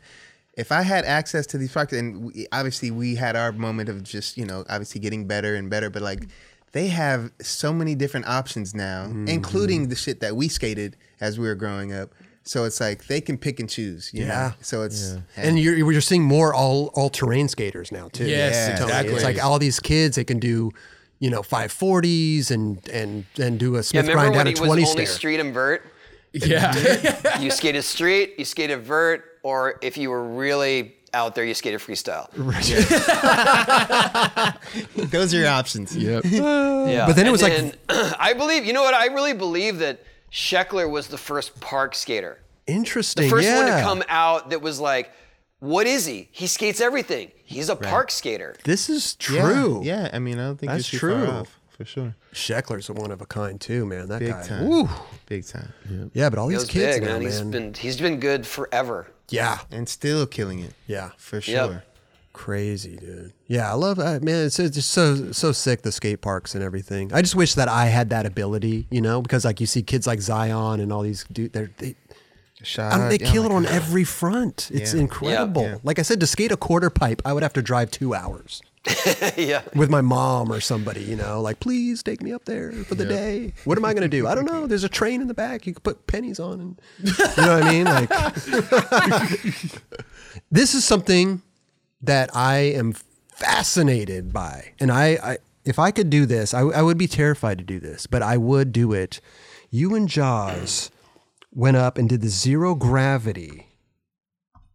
Speaker 4: if I had access to these parks, and we, obviously we had our moment of just, you know, obviously getting better and better, but like they have so many different options now,
Speaker 1: Mm-hmm.
Speaker 4: including the shit that we skated as we were growing up. So it's like they can pick and choose. You
Speaker 1: Yeah.
Speaker 4: Know? So it's,
Speaker 1: And you're you're seeing more all all terrain skaters now too.
Speaker 3: Yes,
Speaker 4: Yeah,
Speaker 1: Totally.
Speaker 3: exactly.
Speaker 1: It's like all these kids they can do, you know, five forties and and and do a
Speaker 2: Yeah,
Speaker 1: Smith
Speaker 2: remember
Speaker 1: grind
Speaker 2: when
Speaker 1: down
Speaker 2: he
Speaker 1: a
Speaker 2: was
Speaker 1: twenty
Speaker 2: only
Speaker 1: stair.
Speaker 2: street and vert?
Speaker 3: yeah.
Speaker 2: You skated street, you skated vert, or if you were really out there, you skated freestyle.
Speaker 4: those are your options.
Speaker 3: yep.
Speaker 2: Yeah.
Speaker 1: But then it
Speaker 2: and
Speaker 1: was like-
Speaker 2: I believe you know what I really believe that Scheckler was the first park skater.
Speaker 1: Interesting.
Speaker 2: first
Speaker 1: yeah.
Speaker 2: one to come out that was like, what is he? He skates everything. He's a park skater.
Speaker 1: This is
Speaker 4: Yeah.
Speaker 1: true.
Speaker 4: Yeah. I mean, I don't think
Speaker 1: That's
Speaker 4: you're too far
Speaker 1: true.
Speaker 4: off, for sure.
Speaker 1: Scheckler's a one of a kind too, man. That
Speaker 4: Big
Speaker 1: guy.
Speaker 4: time.
Speaker 1: Woo.
Speaker 4: Big time.
Speaker 1: Yeah, but all
Speaker 2: He
Speaker 1: these
Speaker 2: was
Speaker 1: kids
Speaker 2: big,
Speaker 1: now,
Speaker 2: man.
Speaker 1: man.
Speaker 2: He's been he's been good forever.
Speaker 1: yeah.
Speaker 4: And still killing it.
Speaker 1: Yeah.
Speaker 4: For sure.
Speaker 2: Yep.
Speaker 1: Crazy, dude. Yeah, I love uh, man. It's, it's just so so sick the skate parks and everything. I just wish that I had that ability, you know, because like you see kids like Zion and all these dude, they're they,
Speaker 4: Shot.
Speaker 1: I mean, Um, they
Speaker 4: yeah,
Speaker 1: kill it
Speaker 4: like-
Speaker 1: on every front. It's
Speaker 4: Yeah.
Speaker 1: incredible.
Speaker 4: Yeah.
Speaker 1: Like I said, to skate a quarter pipe, I would have to drive two hours
Speaker 2: yeah.
Speaker 1: with my mom or somebody, you know, like, please take me up there for the day. What am I going to do? I don't know. There's a train in the back. You could put pennies on. And, you know what I mean? Like, this is something that I am fascinated by. And I, I if I could do this, I, w- I would be terrified to do this, but I would do it. You and Jaws went up and did the zero gravity.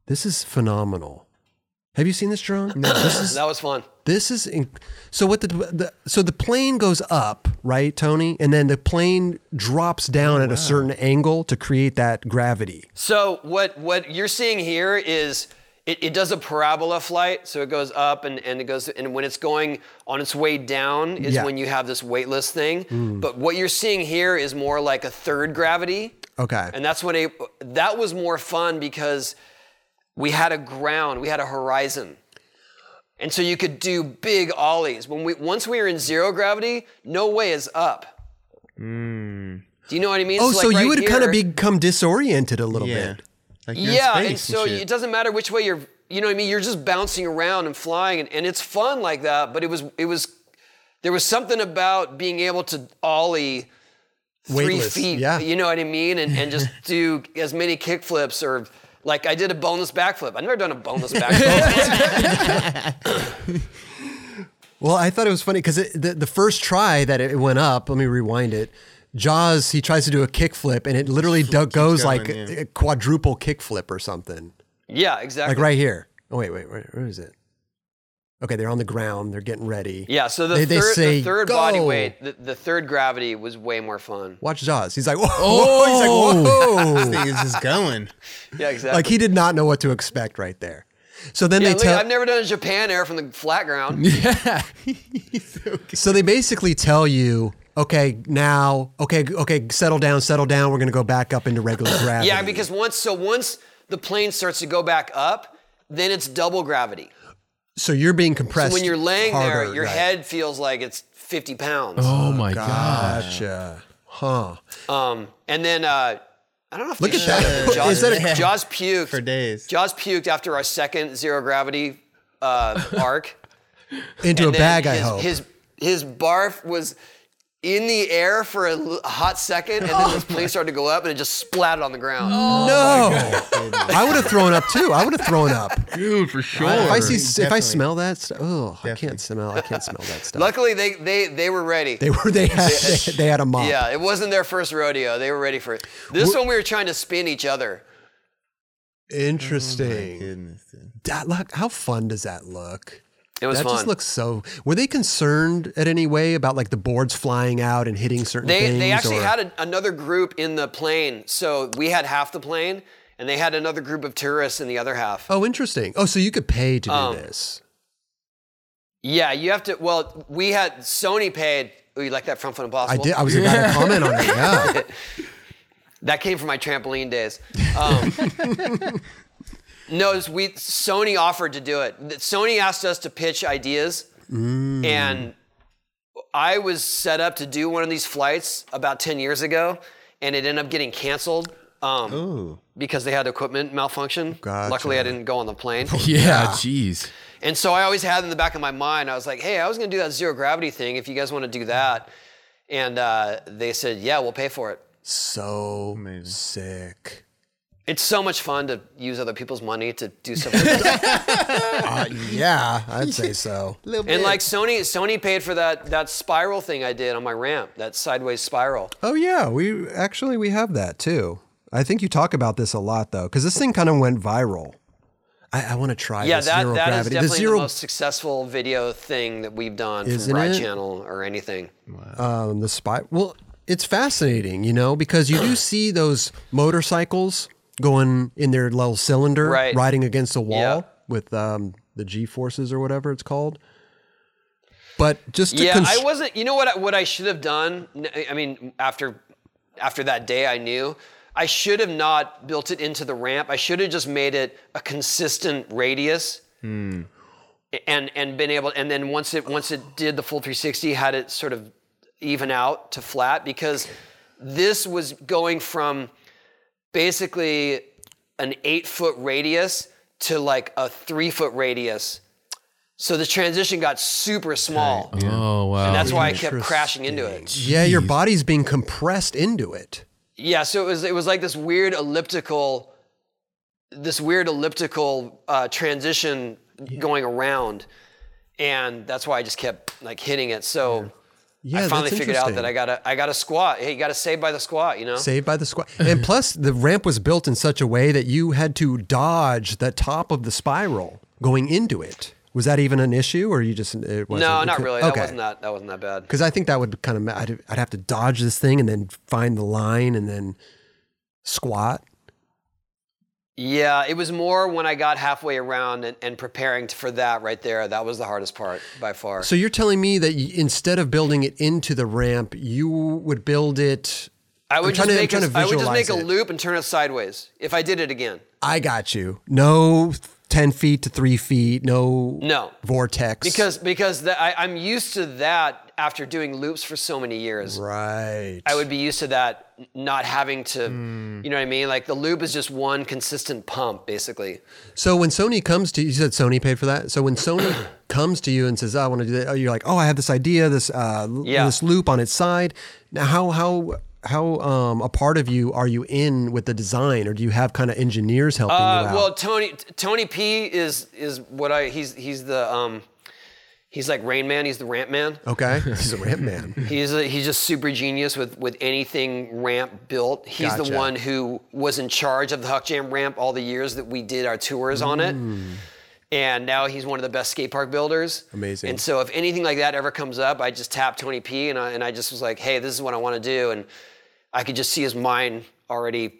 Speaker 1: This is phenomenal. Have you seen this drone? No. This is
Speaker 2: That was fun.
Speaker 1: this is in, so what the, the so the plane goes up, right, Tony, and then the plane drops down at a certain angle to create that gravity.
Speaker 2: So what what you're seeing here is it, it does a parabola flight, so it goes up and, and it goes and when it's going on its way down is
Speaker 1: Yeah. Mm.
Speaker 2: when you have this weightless thing. But what you're seeing here is more like a third gravity.
Speaker 1: Okay.
Speaker 2: And that's when it, that was more fun because we had a ground, we had a horizon. And so you could do big ollies. When we once we were in zero gravity, no way is up. Do you know what I mean?
Speaker 1: Hmm. oh, so
Speaker 2: like right
Speaker 1: you would kind
Speaker 2: here-
Speaker 1: of become disoriented a little
Speaker 4: yeah.
Speaker 1: bit.
Speaker 4: Like you're in
Speaker 2: yeah,
Speaker 4: space
Speaker 2: and so
Speaker 4: shit.
Speaker 2: it doesn't matter which way you're. You know what I mean? You're just bouncing around and flying, and, and it's fun like that. But it was it was there was something about being able to ollie three
Speaker 1: Weightless,
Speaker 2: feet.
Speaker 1: yeah.
Speaker 2: you know what I mean, and and just do as many kick flips or. Like I did a boneless backflip. I've never done a boneless backflip.
Speaker 1: Well, I thought it was funny because the, the first try that it went up, let me rewind it. Jaws, he tries to do a kickflip and it literally do- goes
Speaker 4: going,
Speaker 1: like
Speaker 4: yeah.
Speaker 1: a quadruple kickflip or something.
Speaker 2: yeah,
Speaker 1: Like
Speaker 2: exactly.
Speaker 1: right here. Oh, wait, wait, where, where is it? Okay, they're on the ground. They're getting ready.
Speaker 2: Yeah. So the
Speaker 1: They-
Speaker 2: third,
Speaker 1: they say,
Speaker 2: the third body
Speaker 1: "Go!"
Speaker 2: weight, the, the third gravity was way more fun.
Speaker 1: Watch Jaws. He's like, whoa.
Speaker 2: Oh.
Speaker 1: He's like, whoa.
Speaker 4: thing is just going.
Speaker 2: Yeah, exactly.
Speaker 1: like he did not know what to expect right there. So then
Speaker 2: yeah,
Speaker 1: they
Speaker 2: look,
Speaker 1: tell.
Speaker 2: I've never done a Japan air from the flat ground.
Speaker 3: Yeah.
Speaker 1: So they basically tell you, okay, now, okay, okay, settle down, settle down. We're gonna go back up into regular gravity.
Speaker 2: Yeah, because once so once the plane starts to go back up, then it's double gravity.
Speaker 1: so you're being compressed.
Speaker 2: So when you're laying
Speaker 1: harder,
Speaker 2: there, your
Speaker 1: right.
Speaker 2: head feels like it's 50 pounds.
Speaker 3: Oh my god.
Speaker 1: Gotcha. Huh.
Speaker 2: Um, and then uh, I don't know if
Speaker 1: Look
Speaker 2: they
Speaker 1: at
Speaker 2: showed
Speaker 1: that.
Speaker 2: it. Jaws,
Speaker 1: Is that
Speaker 4: a-
Speaker 2: Jaws puked
Speaker 4: for days.
Speaker 2: Jaws puked after our second zero gravity uh, arc.
Speaker 1: Into a
Speaker 2: And then
Speaker 1: bag, I
Speaker 2: his,
Speaker 1: hope.
Speaker 2: His his barf was in the air for a l- hot second, and
Speaker 1: Oh
Speaker 2: then this plane started to go up, and it just splatted on the ground.
Speaker 1: no. I would have thrown up too. I would have thrown up.
Speaker 3: Dude, for sure.
Speaker 1: If I see, if I
Speaker 4: Definitely.
Speaker 1: smell that stuff, oh, I
Speaker 4: Definitely.
Speaker 1: can't smell. I can't smell that stuff.
Speaker 2: Luckily, they they they were ready.
Speaker 1: They were. They had. They, they had a mop.
Speaker 2: Yeah, it wasn't their first rodeo. They were ready for it. This one we were trying to spin each other.
Speaker 1: Interesting.
Speaker 4: Goodness, dude.
Speaker 1: that look. How fun does that look?
Speaker 2: It was
Speaker 1: that
Speaker 2: fun.
Speaker 1: just looks so. Were they concerned at any way about like the boards flying out and hitting certain
Speaker 2: they
Speaker 1: things?
Speaker 2: they actually
Speaker 1: or-
Speaker 2: had a, another group in the plane. So we had half the plane, and they had another group of tourists in the other half.
Speaker 1: Oh, interesting. Oh, so you could pay to do
Speaker 2: Um,
Speaker 1: this.
Speaker 2: Yeah, you have to. Well, we had Sony paid. Oh, you like that front foot
Speaker 1: I
Speaker 2: impossible?
Speaker 1: did. I was about to comment on it. Yeah.
Speaker 2: That came from my trampoline days. Um, no, it's- we Sony offered to do it. Sony asked us to pitch ideas, and I was set up to do one of these flights about ten years ago, and it ended up getting canceled um, because they had equipment malfunction. Luckily, I didn't go on the plane.
Speaker 3: yeah, jeez.
Speaker 2: And so I always had in the back of my mind, I was like, hey, I was gonna do that zero gravity thing if you guys wanna do that. And uh, they said, yeah, we'll pay for it.
Speaker 1: So sick.
Speaker 2: It's so much fun to use other people's money to do something. like that.
Speaker 1: Yeah, I'd say so.
Speaker 2: and like Sony, Sony paid for that that spiral thing I did on my ramp, that sideways spiral.
Speaker 1: Oh yeah, we actually we have that too. I think you talk about this a lot though, because this thing kind of went viral. I, I want to try.
Speaker 2: yeah,
Speaker 1: this
Speaker 2: that
Speaker 1: zero
Speaker 2: that is
Speaker 1: gravity.
Speaker 2: definitely
Speaker 1: the zero,
Speaker 2: the most successful video thing that we've done
Speaker 1: Isn't
Speaker 2: from Ride
Speaker 1: it?
Speaker 2: Channel or anything.
Speaker 1: um, the spy. Well, it's fascinating, you know, because you do see those motorcycles going in their little cylinder,
Speaker 2: Right.
Speaker 1: riding against a wall
Speaker 2: Yeah.
Speaker 1: with um, the G forces or whatever it's called. But just to
Speaker 2: yeah,
Speaker 1: const-
Speaker 2: I wasn't. You know what? I- What I should have done. n- I mean, after after that day, I knew I should have not built it into the ramp. I should have just made it a consistent radius.
Speaker 1: Hmm.
Speaker 2: And and been able and then once it once it did the full 360, had it sort of even out to flat because this was going from basically an eight foot radius to like a three foot radius. So the transition got super small.
Speaker 3: Oh wow.
Speaker 2: And that's why I kept crashing into it.
Speaker 1: yeah, your body's being compressed into it.
Speaker 2: Yeah, so it was it was like this weird elliptical, this weird elliptical uh, transition going around, and that's why I just kept like hitting it. So
Speaker 1: Yeah,
Speaker 2: I finally
Speaker 1: that's
Speaker 2: figured out
Speaker 1: interesting.
Speaker 2: that I gotta I gotta squat. Hey, you gotta save by the squat, you know?
Speaker 1: Saved by the squad. And plus, the ramp was built in such a way that you had to dodge the top of the spiral going into it. Was that even an issue, or you just it wasn't?
Speaker 2: no,
Speaker 1: It
Speaker 2: not
Speaker 1: could-
Speaker 2: really. That wasn't that that wasn't that bad.
Speaker 1: Because I think that would kind of I'd, I'd have to dodge this thing and then find the line and then squat.
Speaker 2: Yeah, it was more when I got halfway around and, and preparing t- for that right there. That was the hardest part by far.
Speaker 1: So you're telling me that y instead of building it into the ramp, you would build it
Speaker 2: I would
Speaker 1: trying
Speaker 2: just
Speaker 1: to- I'm
Speaker 2: make a,
Speaker 1: trying to
Speaker 2: I would just make
Speaker 1: visualize
Speaker 2: a
Speaker 1: it.
Speaker 2: loop and turn it sideways. If I did it again,
Speaker 1: I got you. No ten feet to three feet. No.
Speaker 2: No.
Speaker 1: Vortex.
Speaker 2: because because the, I, I'm used to that after doing loops for so many years.
Speaker 1: right.
Speaker 2: I would be used to that n- not having to, you know what I mean? Like the loop is just one consistent pump, basically.
Speaker 1: So when Sony comes to you, said Sony paid for that. So when Sony comes to you and says, "I want to do that," oh, you're like, "Oh, I have this idea, this uh, l-
Speaker 2: Yeah.
Speaker 1: this loop on its side." Now, how how how um, a part of you are you in with the design, or do you have kind of engineers helping you
Speaker 2: Uh,
Speaker 1: out?
Speaker 2: well, Tony T- Tony P is is what I he's he's the um, he's like Rain Man. He's the Ramp Man.
Speaker 1: okay, he's a ramp man.
Speaker 2: He's a, he's just super genius with with anything ramp built. He's
Speaker 1: Gotcha.
Speaker 2: the one who was in charge of the Huck Jam ramp all the years that we did our tours on it.
Speaker 1: Mm.
Speaker 2: And now he's one of the best skate park builders.
Speaker 1: Amazing.
Speaker 2: And so if anything like that ever comes up, I just tap Tony P and I, and I just was like, hey, this is what I want to do. And I could just see his mind already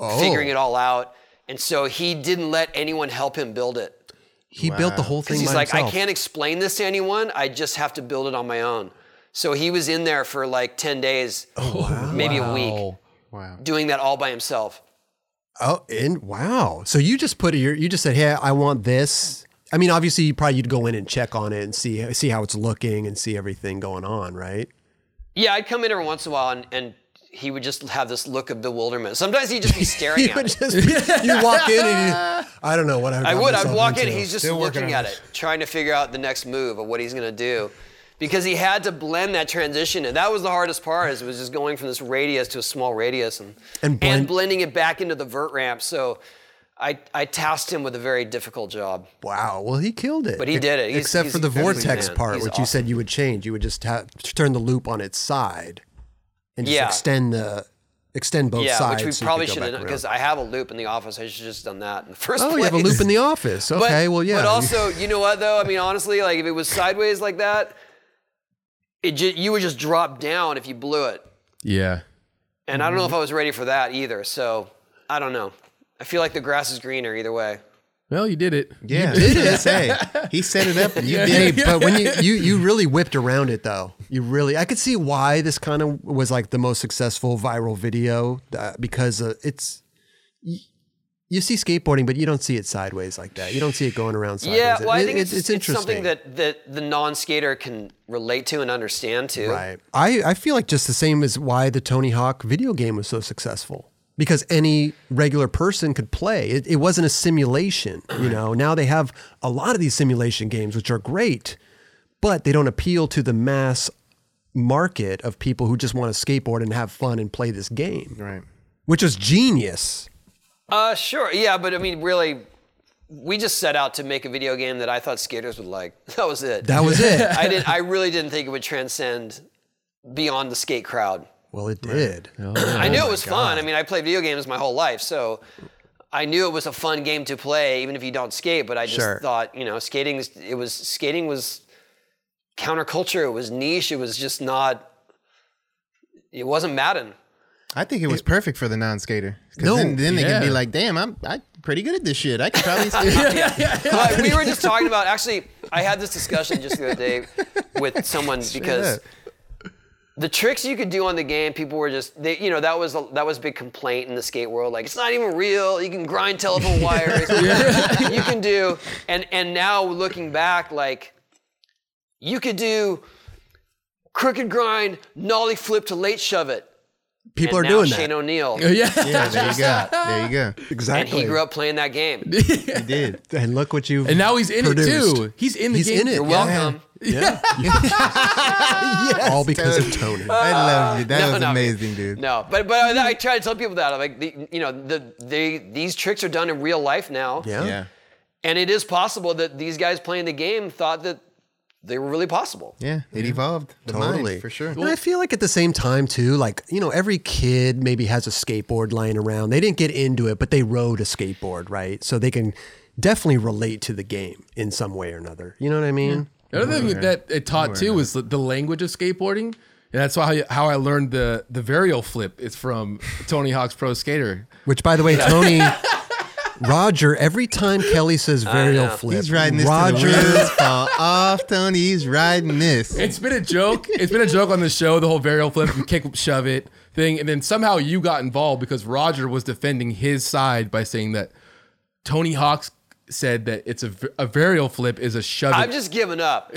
Speaker 1: Oh.
Speaker 2: figuring it all out. And so he didn't let anyone help him build it.
Speaker 1: He built the whole thing.
Speaker 2: Because he's
Speaker 1: by
Speaker 2: like, I
Speaker 1: himself.
Speaker 2: can't explain this to anyone. I just have to build it on my own. So he was in there for like 10 days, maybe a week,
Speaker 3: Wow.
Speaker 4: Wow.
Speaker 2: doing that all by himself.
Speaker 1: Oh, and wow! So you just put your, you just said, "Hey, I want this." I mean, obviously, you probably you'd go in and check on it and see see how it's looking and see everything going on, right?
Speaker 2: Yeah, I'd come in every once in a while and, and he would just have this look of bewilderment. Sometimes he'd just be staring
Speaker 1: You
Speaker 2: at
Speaker 1: would
Speaker 2: it.
Speaker 1: just you walk in and you, I don't know what I,
Speaker 2: I
Speaker 1: got
Speaker 2: would. I'd
Speaker 1: myself
Speaker 2: walk in,
Speaker 1: into.
Speaker 2: he's just
Speaker 5: Still working
Speaker 2: looking
Speaker 5: on
Speaker 2: at
Speaker 5: this.
Speaker 2: it, trying to figure out the next move of what he's going to do. Because he had to blend that transition, and that was the hardest part. Is was just going from this radius to a small radius, and
Speaker 1: And blend-
Speaker 2: blending it back into the vert ramp. So, I I tasked him with a very difficult job.
Speaker 1: Wow. Well, he killed it.
Speaker 2: But he did it. He's-
Speaker 1: Except for
Speaker 2: he's
Speaker 1: the
Speaker 2: definitely
Speaker 1: vortex
Speaker 2: the man.
Speaker 1: part,
Speaker 2: He's
Speaker 1: which you said you would change. You would just have, turn the loop on its side and just
Speaker 2: Yeah.
Speaker 1: extend the extend both
Speaker 2: yeah,
Speaker 1: sides.
Speaker 2: which we
Speaker 1: so you
Speaker 2: probably
Speaker 1: could go
Speaker 2: should have
Speaker 1: back
Speaker 2: done
Speaker 1: around.
Speaker 2: because I have a loop in the office. I should have just done that in the first
Speaker 1: Oh,
Speaker 2: place.
Speaker 1: you have a loop in the office.
Speaker 2: But-
Speaker 1: Okay. well, yeah.
Speaker 2: But also, you know what though? I mean, honestly, like if it was sideways like that, it ju- you would just drop down if you blew it.
Speaker 3: Yeah.
Speaker 2: And I don't
Speaker 1: Mm-hmm.
Speaker 2: know if I was ready for that either. So I don't know. I feel like the grass is greener either way.
Speaker 3: Well, you did it.
Speaker 4: Yeah, did it. Say he set it up. and You
Speaker 1: Hey,
Speaker 4: did. it.
Speaker 1: but when you, you you really whipped around it though, you really I could see why this kind of was like the most successful viral video uh, because uh, it's you, you see skateboarding, but you don't see it sideways like that. You don't see it going around sideways.
Speaker 2: yeah, well, I
Speaker 1: It-
Speaker 2: think
Speaker 1: it-
Speaker 2: it's, it's, something that, that the non skater can relate to and understand too.
Speaker 1: Right. I, I feel like just the same as why the Tony Hawk video game was so successful because any regular person could play. It, it wasn't a simulation, you know. Now they have a lot of these simulation games, which are great, but they don't appeal to the mass market of people who just want to skateboard and have fun and play this game,
Speaker 4: right.
Speaker 1: which was genius.
Speaker 2: Uh, sure. Yeah, but I mean, really, we just set out to make a video game that I thought skaters would like. That was it.
Speaker 1: That was it.
Speaker 2: I did. I really didn't think it would transcend beyond the skate crowd.
Speaker 1: well, it did.
Speaker 2: I knew it was fun. I mean, I played video games my whole life, so I knew it was a fun game to play, even if you don't skate. But I just
Speaker 1: Sure.
Speaker 2: thought, you know, skating. is- It was skating was counterculture. It was niche. It was just not. It wasn't Madden.
Speaker 4: I think it was perfect for the non-skater. 'Cause
Speaker 1: No,
Speaker 4: then, then they can be
Speaker 3: yeah.
Speaker 4: like, "Damn, I'm I'm pretty good at this shit. I can probably." skate."
Speaker 2: But we were just talking about. Actually, I had this discussion just the other day with someone because
Speaker 4: up.
Speaker 2: the tricks you could do on the game, people were just, they, you know, that was a, that was a big complaint in the skate world. Like it's not even real. You can grind telephone wires. you can do, and and now looking back, like you could do crooked grind, nollie flip to late shove it.
Speaker 1: People
Speaker 2: and
Speaker 1: are
Speaker 2: now
Speaker 1: doing
Speaker 2: Shane
Speaker 1: that.
Speaker 2: O'Neill,
Speaker 3: Yeah.
Speaker 4: yeah, there you go. There you go.
Speaker 2: and
Speaker 1: Exactly.
Speaker 2: he grew up playing that game.
Speaker 4: You did.
Speaker 1: and look what you
Speaker 3: And now he's in
Speaker 1: produced.
Speaker 3: it too. He's in the
Speaker 1: He's
Speaker 3: game.
Speaker 1: in it.
Speaker 2: You're
Speaker 1: yeah.
Speaker 2: welcome.
Speaker 1: Yeah. All because of Tony.
Speaker 4: I love you. That
Speaker 2: No,
Speaker 4: was
Speaker 2: no,
Speaker 4: amazing, dude.
Speaker 2: No, but but I, I try to tell people that I'm like the, you know the they these tricks are done in real life now.
Speaker 1: Yeah.
Speaker 4: Yeah.
Speaker 2: And it is possible that these guys playing the game thought that they were really possible.
Speaker 4: Yeah, it evolved. The mind,
Speaker 1: Totally.
Speaker 4: for sure.
Speaker 1: And I feel like at the same time too, like you know, every kid maybe has a skateboard lying around. They didn't get into it, but they rode a skateboard, right? So they can definitely relate to the game in some way or another. You know what I mean?
Speaker 3: Another thing that it taught too was the- the language of skateboarding, and that's why how I learned the the varial flip is from Tony Hawk's Pro Skater.
Speaker 1: Which, by the way, Tony. Roger, every time Kelly says varial flip,
Speaker 4: He's riding this
Speaker 1: Roger
Speaker 4: to the wheels fall off, Tony. He's riding this.
Speaker 3: It's been a joke. It's been a joke on the show. The whole varial flip, you kick, shove it, thing, and then somehow you got involved because Roger was defending his side by saying that Tony Hawk's said that it's a, v- a varial flip is a shove.
Speaker 2: I've
Speaker 3: it-
Speaker 2: just given up. I,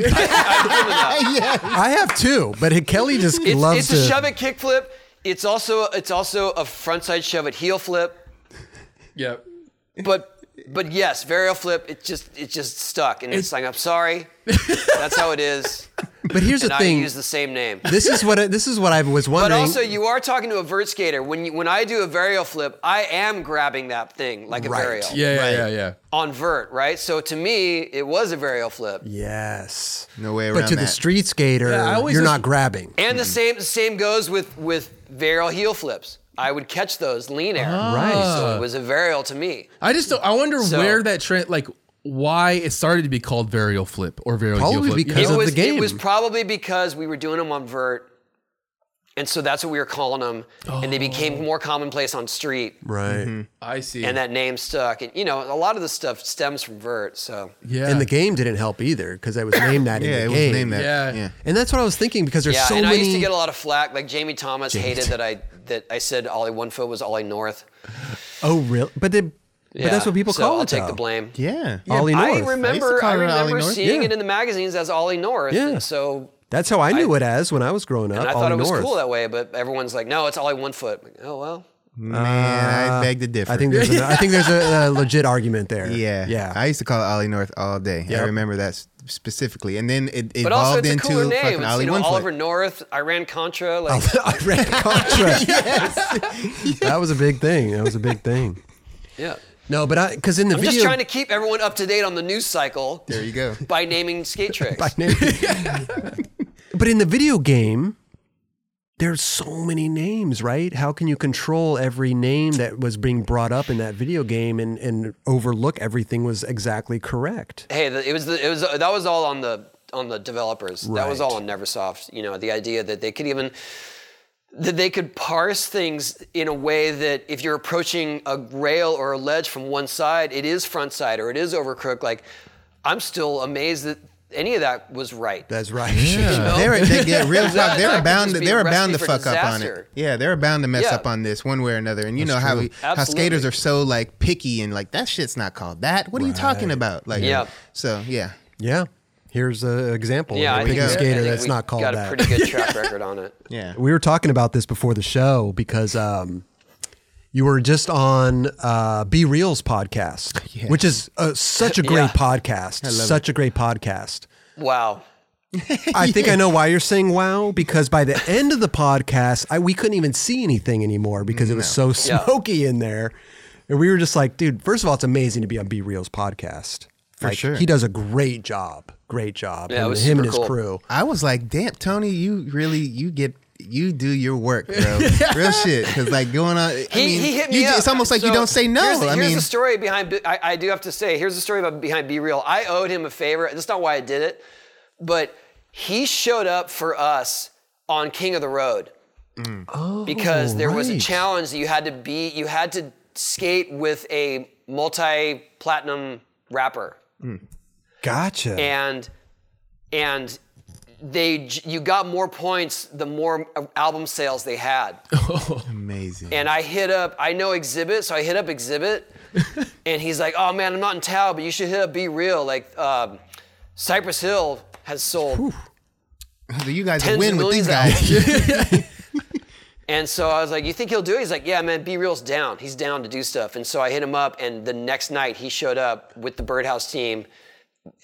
Speaker 2: have given up.
Speaker 1: I have two, but Kelly just
Speaker 2: It's,
Speaker 1: loves
Speaker 2: it's
Speaker 1: to.
Speaker 2: a shove it kick flip. It's also it's also a frontside shove it heel flip.
Speaker 3: yeah.
Speaker 2: But but yes, varial flip. It just it just stuck, and it's like I'm sorry. That's how it is.
Speaker 1: but here's the
Speaker 2: And I
Speaker 1: thing.
Speaker 2: use the same name.
Speaker 1: this is what I, this is what I was
Speaker 2: But
Speaker 1: wondering.
Speaker 2: also, you are talking to a vert skater. When you, when I do a varial flip, I am grabbing that thing like a
Speaker 1: Right.
Speaker 2: varial
Speaker 3: Yeah, yeah, yeah, yeah.
Speaker 2: on vert, right? So to me, it was a varial flip.
Speaker 1: yes,
Speaker 4: No way
Speaker 1: But
Speaker 4: around
Speaker 1: to the
Speaker 4: that.
Speaker 1: street skater,
Speaker 3: Yeah, I
Speaker 1: you're
Speaker 3: always just-
Speaker 1: not grabbing.
Speaker 2: And the same the same goes with with varial heel flips. I would catch those lean air.
Speaker 1: Ah. Right.
Speaker 2: So it was a varial to me.
Speaker 3: I just don't, I wonder
Speaker 2: So-
Speaker 3: where that trend like why it started to be called varial flip or varial heel
Speaker 1: Probably
Speaker 3: flip.
Speaker 1: because
Speaker 2: it
Speaker 1: of
Speaker 2: was
Speaker 1: the game.
Speaker 2: it was probably because we were doing them on vert. And so that's what we were calling them, and they
Speaker 1: Oh.
Speaker 2: became more commonplace on street,
Speaker 1: right.
Speaker 4: Mm-hmm.
Speaker 2: Mm-hmm.
Speaker 3: I see.
Speaker 2: and that name stuck. And you know, a lot of the stuff stems from vert. So
Speaker 3: yeah.
Speaker 1: And the game didn't help either because I was named that in
Speaker 4: Yeah,
Speaker 1: the
Speaker 4: it was
Speaker 1: game.
Speaker 4: named that.
Speaker 3: Yeah.
Speaker 4: Yeah.
Speaker 1: And that's what I was thinking because there's
Speaker 2: yeah,
Speaker 1: so
Speaker 2: and
Speaker 1: many.
Speaker 2: I used to get a lot of flack. Like Jamie Thomas hated
Speaker 1: Thomas.
Speaker 2: that I that I said Ollie one foot was Ollie North.
Speaker 1: oh, really? But they, but that's
Speaker 2: Yeah,
Speaker 1: what people
Speaker 2: so
Speaker 1: call
Speaker 2: I'll
Speaker 1: it.
Speaker 2: take
Speaker 1: though.
Speaker 2: the blame.
Speaker 4: Yeah.
Speaker 1: Ollie
Speaker 2: I
Speaker 1: North.
Speaker 2: remember, I,
Speaker 4: call her Ollie
Speaker 2: remember
Speaker 4: North.
Speaker 2: seeing
Speaker 1: Yeah.
Speaker 2: it in the magazines as Ollie North.
Speaker 1: Yeah.
Speaker 2: And so
Speaker 1: That's how I knew it as when I was growing up.
Speaker 2: and I thought
Speaker 1: Ollie
Speaker 2: it was
Speaker 1: North.
Speaker 2: cool that way, but everyone's like, no, it's Ollie one foot. I'm like, oh well.
Speaker 4: Man, I beg to differ.
Speaker 1: Mm, uh, I think there's a, I think there's a, a legit argument there.
Speaker 4: Yeah,
Speaker 1: yeah.
Speaker 4: I used to call it Ollie North all day.
Speaker 1: Yep.
Speaker 4: I remember that s- specifically, and then it
Speaker 2: But also
Speaker 4: evolved
Speaker 2: it's a
Speaker 4: into
Speaker 2: cooler name.
Speaker 4: fucking
Speaker 2: It's,
Speaker 4: Ollie
Speaker 2: you know,
Speaker 4: One
Speaker 2: Oliver
Speaker 4: Foot.
Speaker 2: North, Iran Contra, like
Speaker 1: I ran Contra. That was a big thing. That was a big thing.
Speaker 2: yeah.
Speaker 1: No, but I because in the
Speaker 2: I'm
Speaker 1: video,
Speaker 2: just trying to keep everyone up to date on the news cycle
Speaker 4: There you go.
Speaker 2: by naming skate tricks.
Speaker 1: by name. but in the video game, there's so many names, right? How can you control every name that was being brought up in that video game and, and overlook everything was exactly correct?
Speaker 2: hey, the, it was the, it was that was all on the on the developers. That was
Speaker 1: Right.
Speaker 2: all on NeverSoft. You know, the idea that they could even that they could parse things in a way that if you're approaching a rail or a ledge from one side, it is front side or it is over crook. Like, I'm still amazed that any of that was right.
Speaker 1: That's right.
Speaker 4: They're, they get real
Speaker 2: That-
Speaker 4: fuck. They're
Speaker 2: that could
Speaker 4: bound.
Speaker 2: just
Speaker 4: To,
Speaker 2: be a
Speaker 4: they're bound to
Speaker 2: recipe for
Speaker 4: fuck up on it.
Speaker 2: disaster.
Speaker 4: Yeah, they're bound to mess
Speaker 2: Yeah.
Speaker 4: up on this one way or another. And you know how we, how
Speaker 2: Absolutely.
Speaker 4: skaters are so like picky and like that shit's not called that. What are you talking about? Like,
Speaker 2: Yeah.
Speaker 4: So yeah,
Speaker 1: Yeah. Here's an example
Speaker 2: yeah,
Speaker 1: of
Speaker 2: I
Speaker 1: a
Speaker 2: think,
Speaker 1: picky
Speaker 2: I
Speaker 1: skater
Speaker 2: think
Speaker 1: that's
Speaker 2: we
Speaker 1: not called
Speaker 2: got
Speaker 1: that.
Speaker 2: a pretty good track record on it.
Speaker 4: yeah.
Speaker 1: We were talking about this before the show because um, you were just on uh, Be Real's podcast, which is uh such a great
Speaker 2: Yeah.
Speaker 1: podcast. Such a great podcast.
Speaker 2: Wow.
Speaker 1: I think I know why you're saying wow because by the end of the podcast, I, we couldn't even see anything anymore because it was so
Speaker 2: Yeah.
Speaker 1: smoky in there. And we were just like, dude, first of all, it's amazing to be on B Real's podcast. For
Speaker 4: sure.
Speaker 1: He does a great job. Great job.
Speaker 2: Yeah, it
Speaker 1: and
Speaker 2: was
Speaker 1: him and
Speaker 2: super
Speaker 1: his
Speaker 2: cool.
Speaker 1: crew.
Speaker 4: I was like, damn, Tony, you really, you get. You do your work, bro. Real shit. Because like going on, I
Speaker 2: He,
Speaker 4: mean,
Speaker 2: he hit me
Speaker 4: you, ju-
Speaker 2: up.
Speaker 4: It's almost like you
Speaker 2: So
Speaker 4: don't say no.
Speaker 2: Here's, the-
Speaker 4: I
Speaker 2: here's
Speaker 4: mean,
Speaker 2: the story behind. Be- I, I do have to say, here's the story about behind Be Real. I owed him a favor. That's not why I did it, but he showed up for us on King of the Road
Speaker 4: Mm.
Speaker 2: because
Speaker 4: Oh,
Speaker 2: there was a
Speaker 1: right.
Speaker 2: challenge that you had to be. You had to skate with a multi-platinum rapper
Speaker 1: Gotcha.
Speaker 2: and and they j- you got more points the more album sales they had
Speaker 4: amazing.
Speaker 2: and I hit up, I know Exhibit, so I hit up Exhibit, and he's like, "Oh man, I'm not in town, but you should hit up Be Real. Like, um, Cypress Hill has sold."
Speaker 4: You guys
Speaker 2: Tens
Speaker 4: win
Speaker 2: of
Speaker 4: with these
Speaker 2: millions
Speaker 4: guys.
Speaker 2: And so I was like, "You think he'll do it?" He's like, "Yeah, man, Be Real's down. He's down to do stuff." And so I hit him up, and the next night he showed up with the Birdhouse team,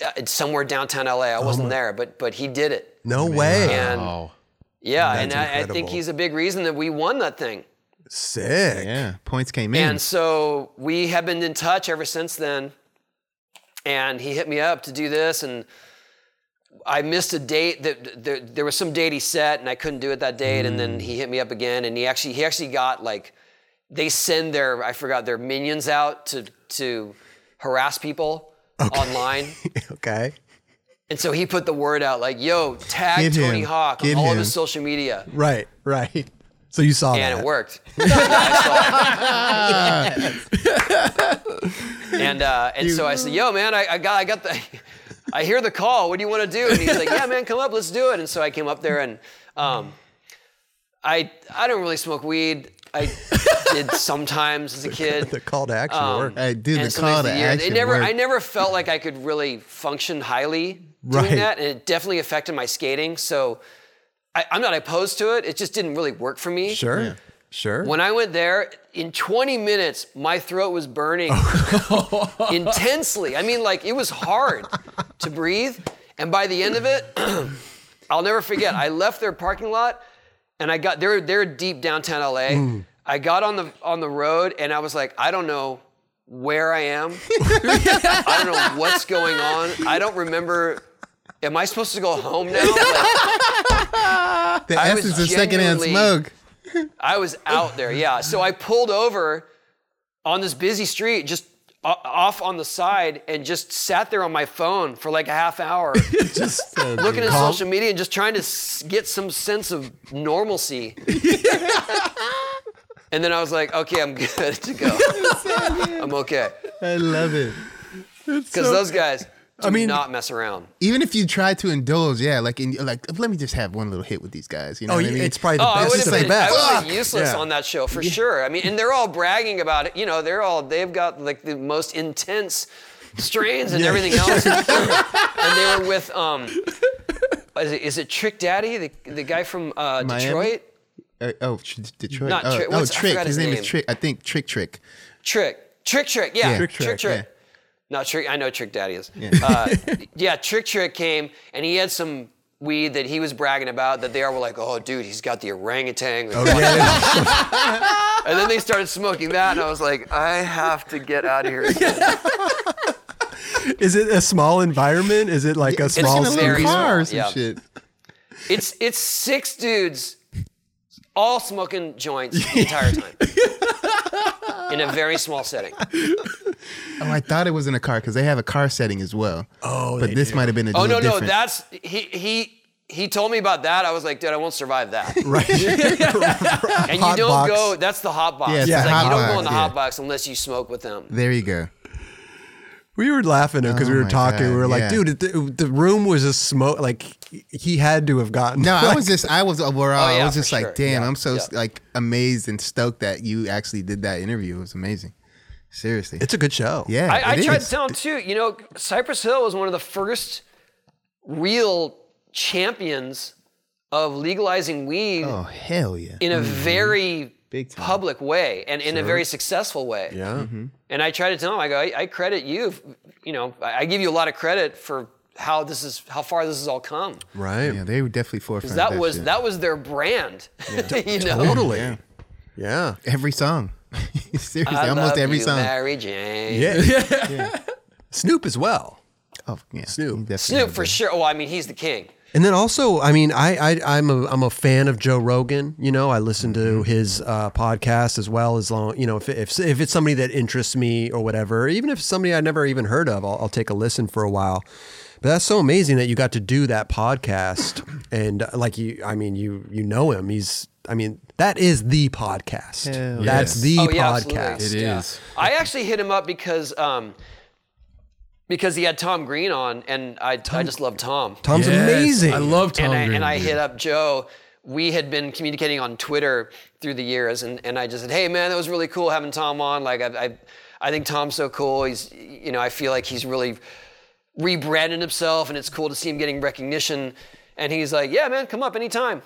Speaker 2: uh, it's somewhere downtown LA. I wasn't there, but but he did it.
Speaker 1: no way.
Speaker 2: And yeah, and
Speaker 1: That's
Speaker 2: I, I think
Speaker 1: incredible.
Speaker 2: he's a big reason that we won that thing.
Speaker 1: Sick.
Speaker 4: yeah, points came in.
Speaker 2: And so we have been in touch ever since then. And he hit me up to do this, and I missed a date. That there, there was some date he set, and I couldn't do it that date. And then
Speaker 4: Hmm.
Speaker 2: he hit me up again, and he actually he actually got like they send their I forgot their minions out to to harass people online.
Speaker 1: Okay.
Speaker 2: And so he put the word out like, "Yo, tag
Speaker 4: Give
Speaker 2: Tony
Speaker 4: him.
Speaker 2: Hawk on
Speaker 4: Give
Speaker 2: all of
Speaker 4: him.
Speaker 2: his social media,"
Speaker 1: Right. Right. So you saw
Speaker 2: and
Speaker 1: that.
Speaker 2: it worked. Yeah, I saw it. and uh, and so I said, "Yo, man, I, I got I got the, I hear the call. What do you want to do?" And he's like, "Yeah, man, come up, let's do it." And so I came up there and. Um, I I don't really smoke weed. I did sometimes as a kid.
Speaker 1: The call to action
Speaker 2: Um,
Speaker 1: work.
Speaker 4: Hey, dude,
Speaker 2: and
Speaker 4: the
Speaker 2: some days
Speaker 4: call
Speaker 2: of
Speaker 4: to
Speaker 2: the year,
Speaker 4: action.
Speaker 2: It never,
Speaker 4: worked.
Speaker 2: I never felt like I could really function highly doing
Speaker 1: Right.
Speaker 2: that, and it definitely affected my skating. So I, I'm not opposed to it. It just didn't really work for me.
Speaker 1: Sure. Sure.
Speaker 2: When I went there, in 20 minutes, my throat was burning intensely. I mean, like it was hard to breathe. And by the end of it, I'll never forget. I left their parking lot, and I got they're they're deep downtown LA. I got on the on the road, and I was like, I don't know where I am. I don't know what's going on. I don't remember. Am I supposed to go home now? Like,
Speaker 4: the
Speaker 2: I was
Speaker 4: essence of secondhand
Speaker 2: genuinely-
Speaker 4: smoke.
Speaker 2: I was out there, yeah. So I pulled over on this busy street, just o- off on the side, and just sat there on my phone for like a half hour,
Speaker 1: just uh,
Speaker 2: looking at
Speaker 1: calm-
Speaker 2: social media and just trying to s- get some sense of normalcy. and then I was like, okay, I'm good to go. I'm okay.
Speaker 4: I love it.
Speaker 2: Because those guys do
Speaker 1: mean-
Speaker 2: not mess around.
Speaker 4: Even if you try to indulge, yeah, like in, like let me just have one little hit with these guys. You know
Speaker 1: Oh,
Speaker 4: what
Speaker 1: yeah,
Speaker 4: I mean?
Speaker 1: it's probably the
Speaker 2: Oh, I
Speaker 1: best.
Speaker 2: would
Speaker 1: It's
Speaker 2: have
Speaker 1: the
Speaker 2: been,
Speaker 1: best.
Speaker 2: I would've
Speaker 1: Fuck.
Speaker 2: been useless
Speaker 1: Yeah.
Speaker 2: on that show for sure. I mean, and they're all bragging about it. You know, they're all they've got like the most intense strains and everything else. and they were with um, is it, is it Trick Daddy, the the guy from uh,
Speaker 4: Miami?
Speaker 2: Detroit?
Speaker 4: Uh, oh, tr- Detroit.
Speaker 2: Not
Speaker 4: oh,
Speaker 2: Trick.
Speaker 4: oh,
Speaker 2: What's- I
Speaker 4: Trick.
Speaker 2: forgot
Speaker 4: His
Speaker 2: his
Speaker 4: name,
Speaker 2: name.
Speaker 4: is Trick. I think Trick Trick.
Speaker 2: Trick, Trick Trick, yeah,
Speaker 4: Yeah.
Speaker 2: Trick
Speaker 4: Trick
Speaker 2: Trick.
Speaker 4: Trick,
Speaker 2: No, Trick. I know Trick Daddy is. Yeah. Uh, yeah, Trick Trick came and he had some weed that he was bragging about that they all were like, oh, dude, he's got the orangutan.
Speaker 4: Oh,
Speaker 2: And then they started smoking that, and I was like, I have to get out of here.
Speaker 1: Is it a small environment? Is it like a
Speaker 4: It's
Speaker 1: small
Speaker 4: in a
Speaker 2: very
Speaker 4: little
Speaker 1: studio?
Speaker 4: car
Speaker 2: small,
Speaker 4: or some
Speaker 2: yeah.
Speaker 4: shit.
Speaker 2: It's it's six dudes, all smoking joints the entire time, in a very small setting.
Speaker 4: Oh, I thought it was in a car because they have a car setting as well.
Speaker 1: Oh,
Speaker 4: but
Speaker 1: they
Speaker 4: this
Speaker 1: do.
Speaker 4: might have been a
Speaker 2: Oh no, no,
Speaker 4: little different.
Speaker 2: that's he he. He told me about that. I was like, dude, I won't survive that.
Speaker 1: Right.
Speaker 2: And
Speaker 1: Hot
Speaker 2: you don't
Speaker 1: box.
Speaker 2: go. That's the hot box.
Speaker 4: Yeah, it's
Speaker 2: It's
Speaker 4: the
Speaker 2: like,
Speaker 4: hot
Speaker 2: you don't go
Speaker 4: box,
Speaker 2: in the
Speaker 4: yeah.
Speaker 2: hot box unless you smoke with them.
Speaker 4: There you go.
Speaker 1: We were laughing because we
Speaker 4: Oh
Speaker 1: were
Speaker 4: my
Speaker 1: talking. we
Speaker 4: God,
Speaker 1: were like,
Speaker 4: yeah.
Speaker 1: dude, the, the room was a smoke. Like he had to have gotten.
Speaker 4: No, I
Speaker 1: like,
Speaker 4: was just, I was overall,
Speaker 2: Oh, yeah,
Speaker 4: I was just
Speaker 2: for
Speaker 4: like,
Speaker 2: sure.
Speaker 4: damn,
Speaker 2: Yeah,
Speaker 4: I'm so
Speaker 2: yeah.
Speaker 4: like amazed and stoked that you actually did that interview. It was amazing. Seriously.
Speaker 1: It's a good show.
Speaker 4: yeah.
Speaker 2: I, I
Speaker 4: it
Speaker 2: tried
Speaker 4: is.
Speaker 2: to tell him too. You know, Cypress Hill was one of the first real champions of legalizing weed
Speaker 4: Oh, hell yeah.
Speaker 2: in a very
Speaker 4: Big time.
Speaker 2: public way and in a very successful way.
Speaker 1: Yeah.
Speaker 4: Mm-hmm.
Speaker 2: And I try to tell him, I go, I, I credit you. f- You know, I, I give you a lot of credit for how this is, how far this has all come.
Speaker 1: Right.
Speaker 4: Yeah, they were definitely forefront.
Speaker 2: That
Speaker 4: of
Speaker 2: was
Speaker 4: shit.
Speaker 2: that was their brand. you know,
Speaker 1: Totally.
Speaker 4: Yeah.
Speaker 1: Yeah. Yeah.
Speaker 4: every song. Seriously,
Speaker 2: I
Speaker 4: almost
Speaker 2: love
Speaker 4: every
Speaker 2: you,
Speaker 4: song.
Speaker 2: Mary Jane.
Speaker 1: Snoop as well.
Speaker 4: Oh, yeah.
Speaker 1: Snoop.
Speaker 4: Definitely
Speaker 2: Snoop
Speaker 4: did
Speaker 2: for
Speaker 4: that.
Speaker 2: sure. Oh, I mean, he's the king.
Speaker 1: And then also, I mean, I, I I'm a I'm a fan of Joe Rogan. You know, I listen to
Speaker 3: Mm-hmm.
Speaker 1: his uh, podcast as well as long. You know, if, if if it's somebody that interests me or whatever, even if it's somebody I never even heard of, I'll, I'll take a listen for a while. But that's so amazing that you got to do that podcast, and uh, like you, I mean, you you know him. He's, I mean, that is the podcast.
Speaker 4: Hell
Speaker 1: That's the
Speaker 2: Oh, yeah, absolutely.
Speaker 1: podcast.
Speaker 3: It
Speaker 2: Yeah.
Speaker 3: is.
Speaker 2: I actually hit him up because um, because he had Tom Green on, and I I just love Tom.
Speaker 1: Tom's
Speaker 3: Yes,
Speaker 1: amazing.
Speaker 3: I love Tom
Speaker 2: and I,
Speaker 3: Green,
Speaker 2: and I
Speaker 3: dude.
Speaker 2: hit up Joe. We had been communicating on Twitter through the years, and, and I just said, "Hey, man, that was really cool having Tom on. Like, I, I, I think Tom's so cool. He's, you know, I feel like he's really rebranded himself, and it's cool to see him getting recognition." And he's like, "Yeah, man, come up anytime."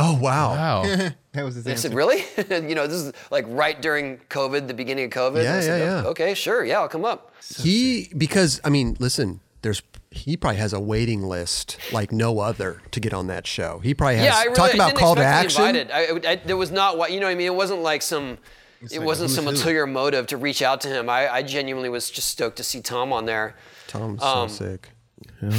Speaker 1: Oh wow.
Speaker 3: Wow.
Speaker 4: That was his
Speaker 2: I said,
Speaker 4: answer.
Speaker 2: "Really? you know, this is like right during COVID, the beginning of COVID."
Speaker 1: Yeah,
Speaker 2: I said, "Oh,
Speaker 1: yeah, yeah.
Speaker 2: Okay, sure, yeah, I'll come up.
Speaker 1: he because I mean, listen, there's he probably has a waiting list like no other to get on that show. He probably has
Speaker 2: Yeah, I really
Speaker 1: talk
Speaker 2: I
Speaker 1: about
Speaker 2: didn't
Speaker 1: call to
Speaker 2: expect to
Speaker 1: action.
Speaker 2: be Invited. I, I, there was not what you know. what I mean, it wasn't like some. it
Speaker 4: like a
Speaker 2: wasn't
Speaker 4: who's
Speaker 2: some
Speaker 4: who.
Speaker 2: ulterior motive to reach out to him. I, I genuinely was just stoked to see Tom on there.
Speaker 1: Tom's
Speaker 2: Um,
Speaker 1: so sick.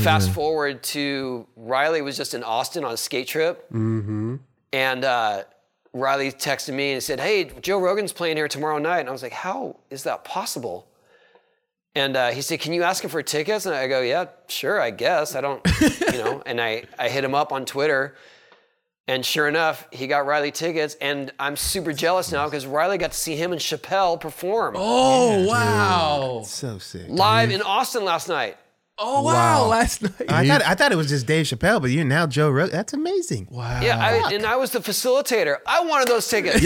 Speaker 2: Fast forward to Riley was just in Austin on a skate trip, mm-hmm. and uh, Riley texted me and said, "Hey, Joe Rogan's playing here tomorrow night," and I was like, "How is that possible?" And uh, he said, "Can you ask him for tickets?" And I go, "Yeah, sure, I guess. I don't, you know." And I I hit him up on Twitter, and sure enough, he got Riley tickets, and I'm super jealous now because Riley got to see him and Chappelle perform
Speaker 3: Oh wow.
Speaker 4: So sick.
Speaker 2: live in Austin last night.
Speaker 3: Oh wow,
Speaker 1: Wow.
Speaker 3: last night.
Speaker 4: Oh, I thought I thought it was just Dave Chappelle, but you're now Joe Rogan. That's amazing.
Speaker 3: wow.
Speaker 2: Yeah, I, and I was the facilitator. I wanted those tickets.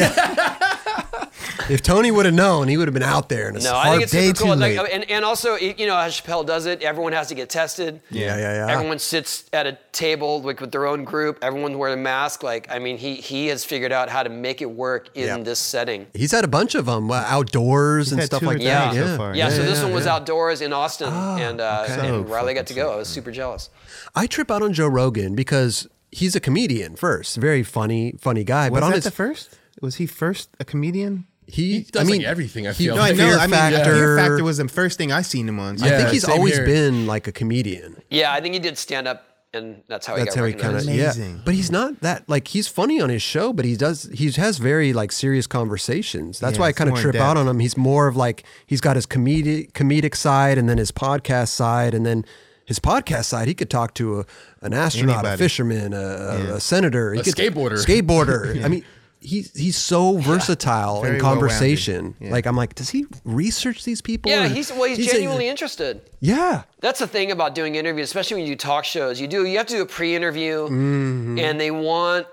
Speaker 1: If Tony would have known, he would have been out there. And it's
Speaker 2: No,
Speaker 1: hard
Speaker 2: I think it's
Speaker 1: day
Speaker 2: super cool.
Speaker 1: too
Speaker 2: Like,
Speaker 1: late.
Speaker 2: and, and also, y- you know how Chappelle does it. Everyone has to get tested.
Speaker 1: yeah, yeah, yeah.
Speaker 2: Everyone sits at a table like with their own group. Everyone's wearing a mask. Like, I mean, he he has figured out how to make it work in
Speaker 1: Yeah.
Speaker 2: this setting.
Speaker 1: He's had a bunch of them outdoors and
Speaker 4: had
Speaker 1: stuff
Speaker 4: two or
Speaker 1: like
Speaker 4: three
Speaker 1: that.
Speaker 4: so
Speaker 1: yeah. Oh,
Speaker 4: far.
Speaker 2: Yeah,
Speaker 4: Yeah,
Speaker 2: so
Speaker 1: yeah,
Speaker 2: this
Speaker 1: yeah,
Speaker 2: one was
Speaker 1: yeah.
Speaker 2: outdoors in Austin, and uh, and
Speaker 4: So
Speaker 2: Riley got to go. I was super jealous.
Speaker 1: I trip out on Joe Rogan because he's a comedian first, very funny, funny guy.
Speaker 4: Was
Speaker 1: but on
Speaker 4: that
Speaker 1: his
Speaker 4: the first? Was he first a comedian?
Speaker 1: he,
Speaker 3: does,
Speaker 1: I
Speaker 3: like,
Speaker 1: mean
Speaker 3: everything, I
Speaker 1: he-
Speaker 3: feel.
Speaker 1: Fear
Speaker 3: No, I know,
Speaker 4: I mean,
Speaker 1: factor.
Speaker 4: Fear Factor was the first thing I seen him on. So
Speaker 1: I
Speaker 3: Yeah,
Speaker 1: think he's
Speaker 3: same
Speaker 1: always
Speaker 3: here.
Speaker 1: been like a comedian.
Speaker 2: Yeah, I think he did stand up, and that's how he
Speaker 1: That's
Speaker 2: got
Speaker 1: how he kind
Speaker 2: recognized.
Speaker 1: of yeah.
Speaker 4: Amazing.
Speaker 1: But he's not that like he's funny on his show, but he does he has very like serious conversations. That's
Speaker 4: Yeah,
Speaker 1: why I
Speaker 4: it's
Speaker 1: kind of
Speaker 4: more
Speaker 1: trip out
Speaker 4: in-depth.
Speaker 1: on him. He's more of like he's got his comedic comedic side and then his podcast side and then his podcast side. He could talk to a, an astronaut, a
Speaker 4: Anybody.
Speaker 1: fisherman, a, a- a senator, he
Speaker 3: A
Speaker 1: could-
Speaker 3: skateboarder.
Speaker 1: skateboarder. I mean. He's, he's so versatile in
Speaker 4: Very
Speaker 1: conversation.
Speaker 4: well-rounded. Yeah.
Speaker 1: Like I'm like, does he research these people?
Speaker 2: Yeah,
Speaker 1: And
Speaker 2: he's well, he's,
Speaker 1: a-
Speaker 2: genuinely interested.
Speaker 1: yeah,
Speaker 2: That's the thing about doing interviews, especially when you do talk shows. You do you have to do a pre-interview,
Speaker 1: Mm-hmm.
Speaker 2: and they want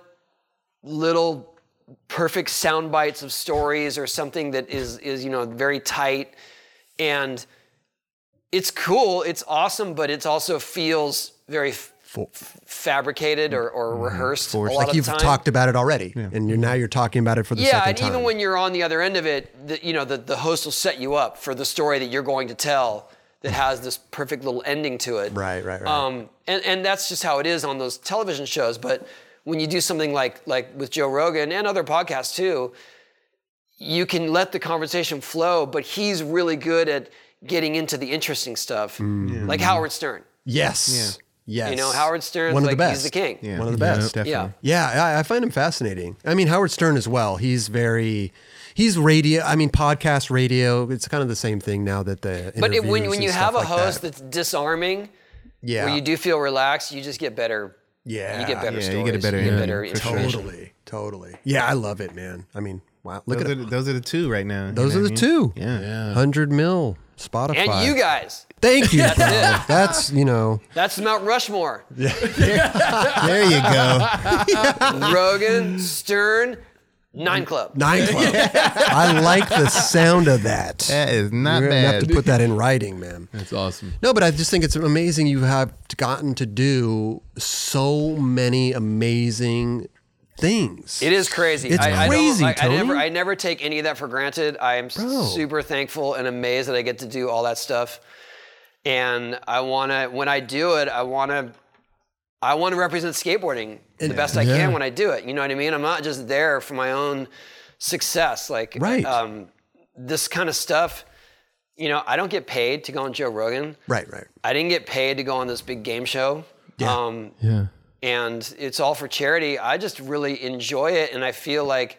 Speaker 2: little perfect sound bites of stories or something that is is you know very tight, and it's cool, it's awesome, but it also feels very f- f- fabricated or, or rehearsed. A lot
Speaker 1: Mm-hmm. like
Speaker 2: of
Speaker 1: you've
Speaker 2: the time.
Speaker 1: talked about it already, and you're now you're talking about it for the
Speaker 2: Yeah,
Speaker 1: second
Speaker 2: and
Speaker 1: time.
Speaker 2: even when you're on the other end of it, the, you know, the, the host will set you up for the story that you're going to tell that has this perfect little ending to it.
Speaker 1: Right, right, right.
Speaker 2: Um, and, and that's just how it is on those television shows. But when you do something like like with Joe Rogan and other podcasts too, you can let the conversation flow, but he's really good at getting into the interesting stuff. Like Howard Stern.
Speaker 1: Yes. Mm. Mm-hmm. Yes.
Speaker 2: You know, Howard Stern's
Speaker 1: One of
Speaker 2: like
Speaker 1: the
Speaker 2: he's the
Speaker 1: best.
Speaker 2: king.
Speaker 4: Yeah,
Speaker 1: One of the best.
Speaker 4: definitely.
Speaker 2: Yeah.
Speaker 1: Yeah, I, I find him fascinating. I mean, Howard Stern as well. He's very, he's radio. I mean, podcast radio. It's kind of the same thing now that the.
Speaker 2: But it, when,
Speaker 1: interviews
Speaker 2: when
Speaker 1: and
Speaker 2: you
Speaker 1: stuff
Speaker 2: have a
Speaker 1: like
Speaker 2: host
Speaker 1: that.
Speaker 2: that's disarming,
Speaker 1: yeah,
Speaker 2: where you do feel relaxed, you just get better.
Speaker 1: Yeah.
Speaker 2: you get better
Speaker 4: Yeah,
Speaker 2: stories.
Speaker 4: you get a better interview, for
Speaker 2: information.
Speaker 1: totally, totally. Yeah, I love it, man. I mean, wow. Look
Speaker 4: Those are,
Speaker 1: at it.
Speaker 4: the- those are the two right now. you
Speaker 1: Those
Speaker 4: know
Speaker 1: are
Speaker 4: what
Speaker 1: the
Speaker 4: I mean?
Speaker 1: two.
Speaker 4: Yeah.
Speaker 1: Hundred mil. Spotify.
Speaker 2: And you guys,
Speaker 1: Thank you, bro. That's you know.
Speaker 2: that's Mount Rushmore:
Speaker 4: There you go.
Speaker 2: Rogan, Stern, Nine Club.
Speaker 1: Nine Club. I like the sound of that.
Speaker 4: That is not
Speaker 1: You're gonna have
Speaker 4: bad.
Speaker 1: to put that in writing, man.
Speaker 3: That's awesome.
Speaker 1: No, but I just think it's amazing you have gotten to do so many amazing things.
Speaker 2: It is crazy.
Speaker 1: It's
Speaker 2: I,
Speaker 1: crazy,
Speaker 2: I, don't, I, I
Speaker 1: Tony.
Speaker 2: never, I never take any of that for granted. I am
Speaker 1: Bro.
Speaker 2: super thankful and amazed that I get to do all that stuff. And I want to, when I do it, I want to, I want to represent skateboarding the best I
Speaker 1: Yeah.
Speaker 2: can when I do it. You know what I mean? I'm not just there for my own success. Like,
Speaker 1: Right.
Speaker 2: um, this kind of stuff. You know, I don't get paid to go on Joe Rogan.
Speaker 1: Right, right.
Speaker 2: I didn't get paid to go on this big game show.
Speaker 1: Yeah.
Speaker 2: Um,
Speaker 3: Yeah.
Speaker 2: and it's all for charity. I just really enjoy it, and I feel like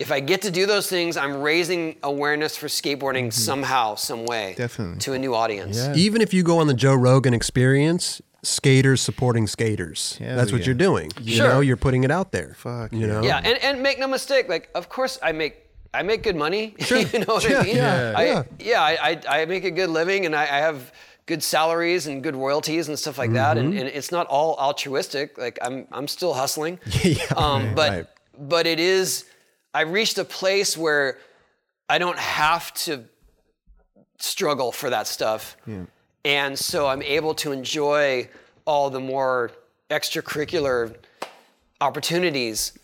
Speaker 2: if I get to do those things, I'm raising awareness for skateboarding somehow, some way,
Speaker 4: Definitely.
Speaker 2: to a new audience.
Speaker 1: Even if you go on the Joe Rogan experience, skaters supporting skaters.
Speaker 4: Hell
Speaker 1: That's what
Speaker 4: yeah.
Speaker 1: you're doing. You
Speaker 2: Sure.
Speaker 1: know, you're putting it out there.
Speaker 4: Fuck
Speaker 1: You
Speaker 4: yeah.
Speaker 1: know?
Speaker 2: Yeah, and, and make no mistake, like of course I make I make good money. you know what
Speaker 1: Yeah,
Speaker 2: I mean?
Speaker 1: yeah,
Speaker 2: I,
Speaker 1: yeah.
Speaker 2: yeah, I, I, I make a good living and I, I have good salaries and good royalties and stuff like that.
Speaker 1: Mm-hmm.
Speaker 2: And, and it's not all altruistic. Like I'm I'm still hustling.
Speaker 1: Yeah,
Speaker 2: um,
Speaker 1: right,
Speaker 2: but
Speaker 1: right.
Speaker 2: but it is I reached a place where I don't have to struggle for that stuff. And so I'm able to enjoy all the more extracurricular opportunities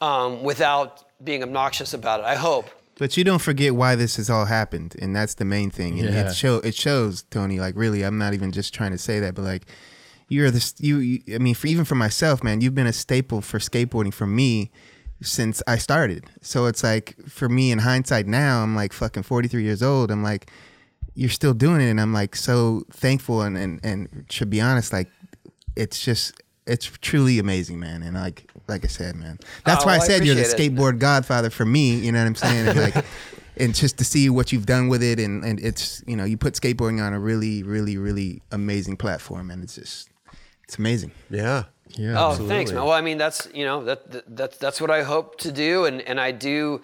Speaker 2: um, without being obnoxious about it. I hope.
Speaker 4: But you don't forget why this has all happened, and that's the main thing. And
Speaker 3: Yeah.
Speaker 4: it show it shows Tony. Like really, I'm not even just trying to say that, but like you're this. You, you I mean, for, even for myself, man, you've been a staple for skateboarding for me since I started. So it's like for me in hindsight now, I'm like fucking 43 years old. I'm like you're still doing it, and I'm like so thankful. And and and to be honest, like it's just. It's truly amazing, man, and like, like I said, man, that's
Speaker 2: Oh,
Speaker 4: why I
Speaker 2: well, I
Speaker 4: said you're the
Speaker 2: appreciate it.
Speaker 4: skateboard skateboard godfather for me. You know what I'm saying? And like, and just to see what you've done with it, and and it's you know you put skateboarding on a really, really, really amazing platform, and it's just it's amazing.
Speaker 1: Yeah.
Speaker 3: Yeah.
Speaker 2: Oh, thanks, man. Well, I mean, that's you know that, that that's that's what I hope to do, and and I do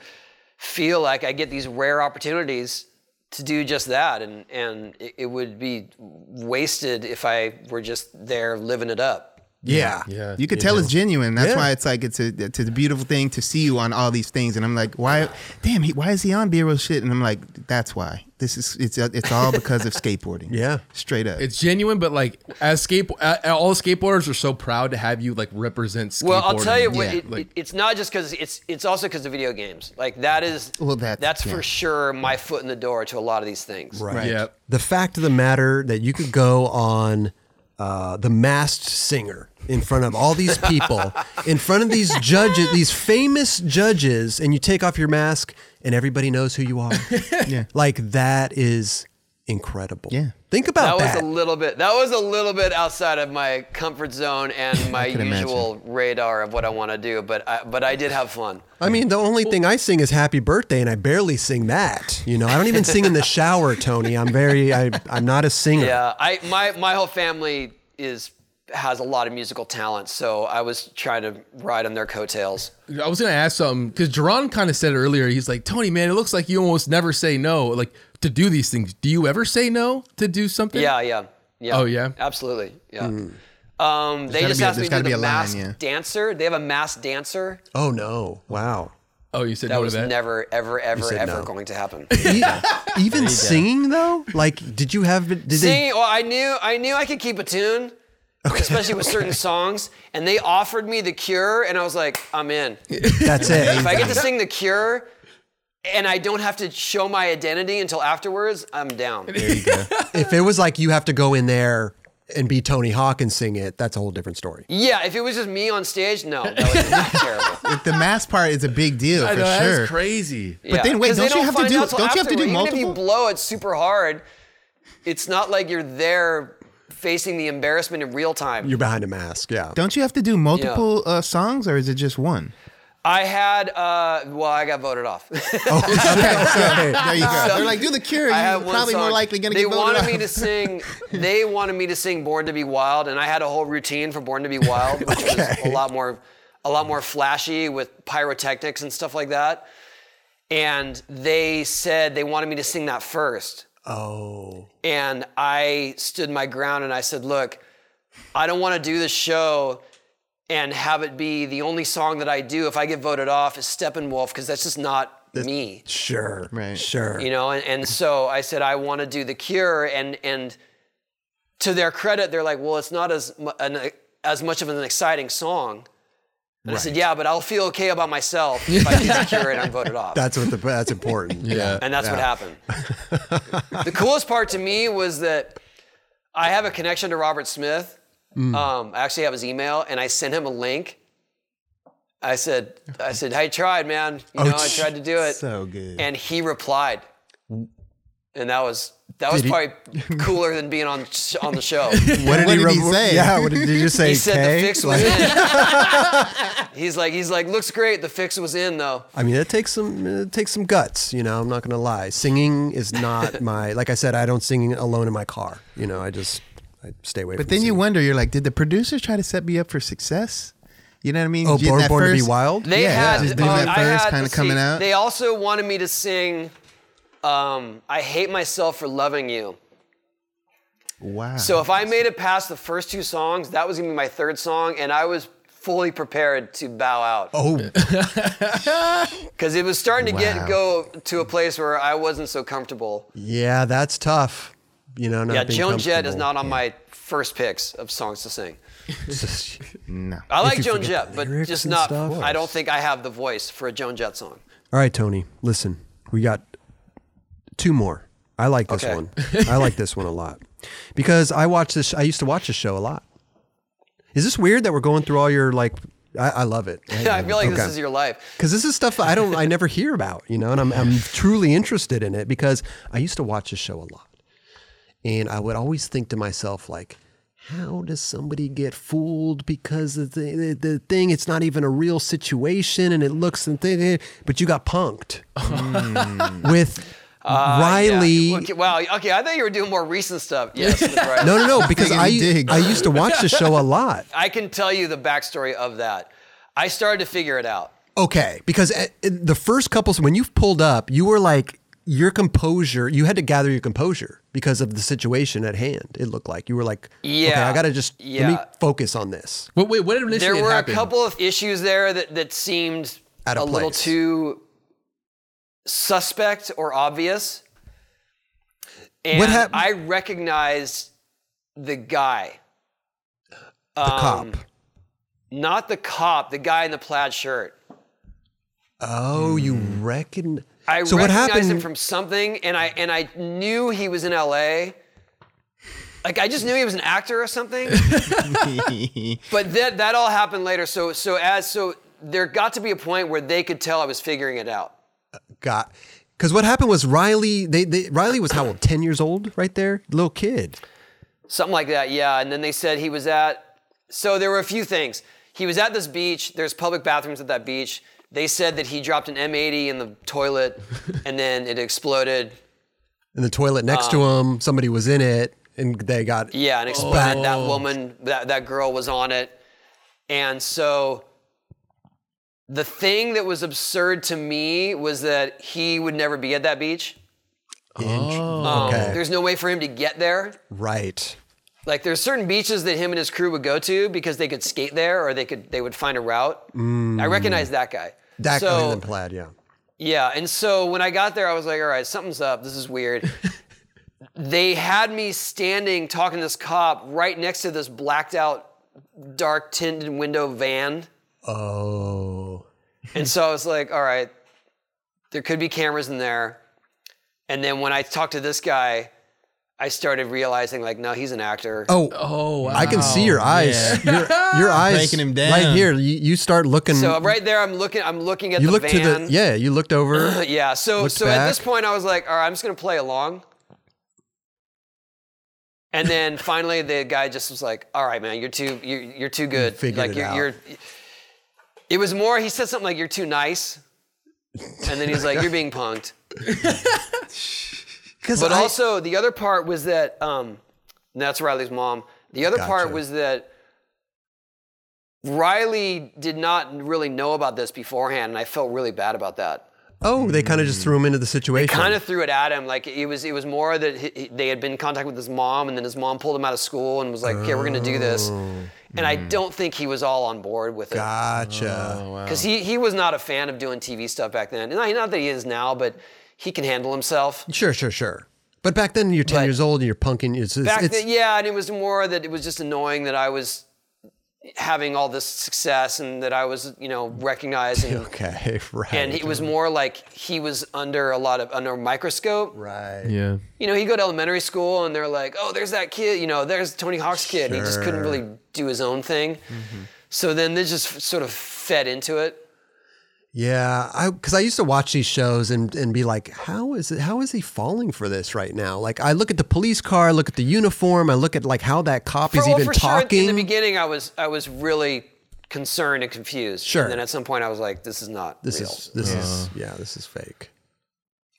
Speaker 2: feel like I get these rare opportunities to do just that, and and it, it would be wasted if I were just there living it up.
Speaker 4: Yeah.
Speaker 3: Yeah.
Speaker 4: You could tell it's genuine. That's
Speaker 1: Yeah.
Speaker 4: why it's like it's a it's a beautiful thing to see you on all these things. And I'm like, why? Damn, he, why is he on B-roll shit? And I'm like, that's why. This is it's it's all because of skateboarding.
Speaker 1: Yeah.
Speaker 4: Straight up.
Speaker 3: It's genuine, but like as skate, uh, all skateboarders are so proud to have you like represent skateboarding.
Speaker 2: Well, I'll tell you what,
Speaker 4: yeah,
Speaker 2: it,
Speaker 3: like-
Speaker 2: it, it's not just because it's it's also because of video games. Like that is
Speaker 4: Well, that-
Speaker 2: that's
Speaker 4: yeah.
Speaker 2: for sure my foot in the door to a lot of these things.
Speaker 1: Right.
Speaker 3: Yeah.
Speaker 1: The fact of the matter that you could go on uh, the masked singer in front of all these people, in front of these judges, these famous judges, and you take off your mask and everybody knows who you are.
Speaker 4: Yeah.
Speaker 1: Like that is incredible.
Speaker 4: Yeah.
Speaker 1: Think
Speaker 2: That
Speaker 1: about
Speaker 2: was
Speaker 1: that.
Speaker 2: a little bit. That was a little bit outside of my comfort zone and my
Speaker 4: can
Speaker 2: usual radar of what I want to do. But I, but I did have fun.
Speaker 1: I mean, the only thing I sing is happy birthday and I barely sing that. You know, I don't even sing in the shower, Tony. I'm very I I'm not a singer.
Speaker 2: Yeah, I my my whole family is has a lot of musical talent, so I was trying to ride on their coattails.
Speaker 3: I was gonna ask something because Jerron kind of said it earlier. He's like, Tony, man, it looks like you almost never say no, like to do these things. Do you ever say no to do something?
Speaker 2: Yeah, yeah, yeah.
Speaker 3: Oh, yeah?
Speaker 2: absolutely. Yeah. Um, they
Speaker 4: gotta
Speaker 2: just
Speaker 4: be a-
Speaker 2: asked me
Speaker 4: Hmm. there's
Speaker 2: to do
Speaker 4: gotta be
Speaker 2: the
Speaker 4: a line,
Speaker 2: masked
Speaker 4: yeah.
Speaker 2: dancer. They have a masked dancer.
Speaker 1: Oh no. Wow.
Speaker 3: Oh, you said
Speaker 2: That
Speaker 3: no
Speaker 2: was
Speaker 3: to that.
Speaker 2: never, ever, ever,
Speaker 1: said
Speaker 2: ever
Speaker 1: no.
Speaker 2: going to happen.
Speaker 1: E- even singing though? Like did you have did they
Speaker 2: Singing, well, I knew I knew I could keep a tune, especially with certain songs. And they offered me The Cure, and I was like, I'm in. If
Speaker 1: That's it.
Speaker 2: I get to sing The Cure, and I don't have to show my identity until afterwards, I'm down.
Speaker 1: if it was like you have to go in there and be Tony Hawk and sing it, that's a whole different story.
Speaker 2: Yeah, if it was just me on stage, no, that was terrible.
Speaker 4: the mask part is a big deal
Speaker 3: I
Speaker 4: for
Speaker 3: know,
Speaker 4: sure.
Speaker 3: That's crazy.
Speaker 2: But
Speaker 4: then wait, don't you have to do- don't you have to do
Speaker 2: Even if you
Speaker 4: multiple?
Speaker 2: blow it super hard, it's not like you're there facing the embarrassment in real time.
Speaker 1: You're behind a mask, yeah.
Speaker 4: Don't you have to do multiple uh, songs or is it just one?
Speaker 2: I had, uh, well, I got voted off.
Speaker 4: There you go.
Speaker 2: So-
Speaker 4: They're like, do the cure. You're
Speaker 2: I have one
Speaker 4: probably more
Speaker 2: song.
Speaker 4: likely gonna
Speaker 2: They
Speaker 4: get voted
Speaker 2: wanted
Speaker 4: out.
Speaker 2: me to sing. They wanted me to sing "Born to Be Wild," and I had a whole routine for "Born to Be Wild," which was a lot more, a lot more flashy with pyrotechnics and stuff like that. And they said they wanted me to sing that first,
Speaker 1: Oh.
Speaker 2: and I stood my ground and I said, "Look, I don't want to do this show." And have it be the only song that I do if I get voted off is Steppenwolf because that's just not me
Speaker 1: Sure.
Speaker 4: Right.
Speaker 1: Sure.
Speaker 2: you know and, and so i said i want to do the cure and and to their credit they're like well it's not as mu- an, uh, as much of an exciting song and i said yeah but i'll feel okay about myself if i do the cure and i'm voted off
Speaker 1: That's what the that's important.
Speaker 3: Yeah.
Speaker 2: and that's what happened the coolest part to me was that i have a connection to robert smith
Speaker 4: Mm.
Speaker 2: um, i actually have his email and i sent him a link i said i said i tried man you know i tried to do it
Speaker 4: Oh, So Oh, good.
Speaker 2: and he replied, and that was that was probably cooler than being on sh- on the show.
Speaker 1: What did,
Speaker 4: What
Speaker 1: he,
Speaker 4: did he
Speaker 1: re-
Speaker 4: say?
Speaker 1: Yeah, what did, did you say?
Speaker 2: He said
Speaker 1: K?
Speaker 2: the fix was in. he's like he's like looks great. The fix was in though.
Speaker 1: I mean, it takes some it takes some guts, you know. I'm not gonna lie. Singing is not my like I said. I don't sing alone in my car. You know, I just I stay away.
Speaker 4: But
Speaker 1: from
Speaker 4: then you
Speaker 1: singing.
Speaker 4: wonder, you're like, did the producers try to set me up for success? You know what I mean?
Speaker 1: oh,
Speaker 4: Getting
Speaker 1: born,
Speaker 4: that
Speaker 1: born to be
Speaker 4: first-
Speaker 1: wild.
Speaker 2: They
Speaker 4: Yeah,
Speaker 2: had
Speaker 4: just doing
Speaker 2: uh,
Speaker 4: that
Speaker 2: I
Speaker 4: first,
Speaker 2: had-
Speaker 4: kinda
Speaker 2: let's
Speaker 4: coming
Speaker 2: see,
Speaker 4: out.
Speaker 2: They also wanted me to sing. Um, I hate myself for loving you.
Speaker 4: Wow.
Speaker 2: So if I made it past the first two songs, that was gonna be my third song, and I was fully prepared to bow out.
Speaker 1: Oh,
Speaker 2: Because it was starting to
Speaker 4: Wow.
Speaker 2: get go to a place where I wasn't so comfortable.
Speaker 1: yeah, that's tough. You know, not
Speaker 2: yeah,
Speaker 1: being
Speaker 2: Joan Jett is
Speaker 1: comfortable.
Speaker 2: not on my first picks of songs to sing.
Speaker 4: no.
Speaker 2: I like
Speaker 1: you
Speaker 2: Joan
Speaker 1: forget
Speaker 2: Jett,
Speaker 1: the
Speaker 2: but
Speaker 1: lyrics
Speaker 2: just
Speaker 1: and
Speaker 2: not.
Speaker 1: stuff.
Speaker 2: I don't think I have the voice for a Joan Jett song.
Speaker 1: All right, Tony. Listen, we got two more. I like this
Speaker 2: Okay.
Speaker 1: one. I like this one a lot because I watch this. I used to watch this show a lot. Is this weird that we're going through all your like? I, I love it.
Speaker 2: I feel like this
Speaker 1: Okay.
Speaker 2: is your life.
Speaker 1: because this is stuff I don't, I never hear about, you know, and I'm, I'm truly interested in it because I used to watch this show a lot, and I would always think to myself like, how does somebody get fooled because of the, the, the thing? It's not even a real situation, and it looks and thing, but you got punked with
Speaker 2: Yeah,
Speaker 1: Riley.
Speaker 2: okay, wow. Okay, I thought you were doing more recent stuff. Yes. that's right.
Speaker 1: No, no, no, because I
Speaker 4: Diggity dig.
Speaker 1: I used to watch the show a lot.
Speaker 2: I can tell you the backstory of that. I started to figure it out.
Speaker 1: eh, Okay, because at, the first couple when you pulled up, you were like your composure, you had to gather your composure because of the situation at hand. It looked like you were like, okay,
Speaker 2: Yeah.
Speaker 1: I got to just let me
Speaker 2: Yeah.
Speaker 1: focus on this.
Speaker 3: Wait, wait, what initially
Speaker 2: there were a
Speaker 3: happened?
Speaker 2: couple of issues there that, that seemed
Speaker 1: Out
Speaker 2: a
Speaker 1: of
Speaker 2: little
Speaker 1: place.
Speaker 2: too suspect or obvious. And
Speaker 1: hap-
Speaker 2: I recognized the guy.
Speaker 1: The
Speaker 2: Um,
Speaker 1: cop.
Speaker 2: Not the cop, the guy in the plaid shirt.
Speaker 1: Oh, you reckon?
Speaker 2: I
Speaker 1: so what
Speaker 2: recognized
Speaker 1: happened?
Speaker 2: him from something and I and I knew he was in LA. Like I just knew he was an actor or something. But that that all happened later. So so as so there got to be a point where they could tell I was figuring it out.
Speaker 1: got because what happened was Riley. They, they Riley was how old? Ten years old, right there, little kid.
Speaker 2: Something like that, yeah. And then they said he was at so there were a few things. He was at this beach, there's public bathrooms at that beach. They said that he dropped an M80 in the toilet and then it exploded.
Speaker 1: In the toilet next to him, somebody was in it, and they got
Speaker 2: Uh. Yeah, and exploded. That
Speaker 1: Oh.
Speaker 2: woman, that, that girl was on it. And so the thing that was absurd to me was that he would never be at that beach.
Speaker 1: oh,
Speaker 2: Um,
Speaker 1: okay,
Speaker 2: There's no way for him to get there.
Speaker 1: right.
Speaker 2: Like there's certain beaches that him and his crew would go to because they could skate there or they could they would find a route. I recognize that guy.
Speaker 1: Mm. That
Speaker 2: so,
Speaker 1: so, and plaid, yeah.
Speaker 2: Yeah, and so when I got there, I was like, all right, something's up. This is weird. they had me standing talking to this cop right next to this blacked out, dark tinted window van.
Speaker 1: Oh,
Speaker 2: And so I was like, all right, there could be cameras in there. And then when I talked to this guy, I started realizing, like, no, he's an actor.
Speaker 1: oh,
Speaker 3: Oh, wow.
Speaker 1: I can see your eyes. Your, your eyes
Speaker 4: Breaking him down.
Speaker 1: right here. You, you start looking.
Speaker 2: So right there, I'm looking. I'm looking at
Speaker 1: you
Speaker 2: the
Speaker 1: look
Speaker 2: van.
Speaker 1: to the yeah. You looked over.
Speaker 2: Yeah, so
Speaker 1: Looked
Speaker 2: so at this
Speaker 1: back.
Speaker 2: point I was like, all right, I'm just gonna play along. And then finally the guy just was like, all right, man, you're too you're, you're too good.
Speaker 1: figured
Speaker 2: like
Speaker 1: it
Speaker 2: you're
Speaker 1: out.
Speaker 2: you're it was more he said something like you're too nice. And then he's like, You're being punked.
Speaker 1: Because
Speaker 2: But also the other part was that um and that's Riley's mom. The other part
Speaker 1: Gotcha.
Speaker 2: was that Riley did not really know about this beforehand, and I felt really bad about that.
Speaker 1: oh, they kind of just threw him into the situation.
Speaker 2: kind of threw it at him. Like it was, it was more that he, he- they had been in contact with his mom, and then his mom pulled him out of school and was like, "Okay, we're gonna do this." And I don't think he was all on board with it
Speaker 1: gotcha.
Speaker 4: Oh,
Speaker 2: because he he was not a fan of doing TV stuff back then. And not, not that he is now, but he can handle himself.
Speaker 1: Sure, sure, sure. But back then you're ten
Speaker 2: But-
Speaker 1: years old and you're punking. It's, it's,
Speaker 2: Back
Speaker 1: it's
Speaker 2: then, yeah, and it was more that it was just annoying that I was having all this success and that I was, you know, recognized and.
Speaker 1: okay, right.
Speaker 2: And it was more like he was under a lot of under a microscope.
Speaker 1: right.
Speaker 3: Yeah.
Speaker 2: you know, he'd go to elementary school and they're like, oh, there's that kid, you know, there's Tony Hawk's kid. And he just couldn't really do his own thing.
Speaker 1: Mm-hmm.
Speaker 2: So then this just sort of fed into it.
Speaker 1: Yeah, I because I used to watch these shows and and be like, how is it? How is he falling for this right now? Like, I look at the police car, I look at the uniform, I look at like how that cop is
Speaker 2: For- well,
Speaker 1: even
Speaker 2: for
Speaker 1: talking.
Speaker 2: sure, in the beginning, I was, I was really concerned and confused.
Speaker 1: Sure.
Speaker 2: And then at some point, I was like, this is not
Speaker 1: this
Speaker 2: real.
Speaker 1: is this is
Speaker 3: Uh-huh.
Speaker 1: yeah, this is fake.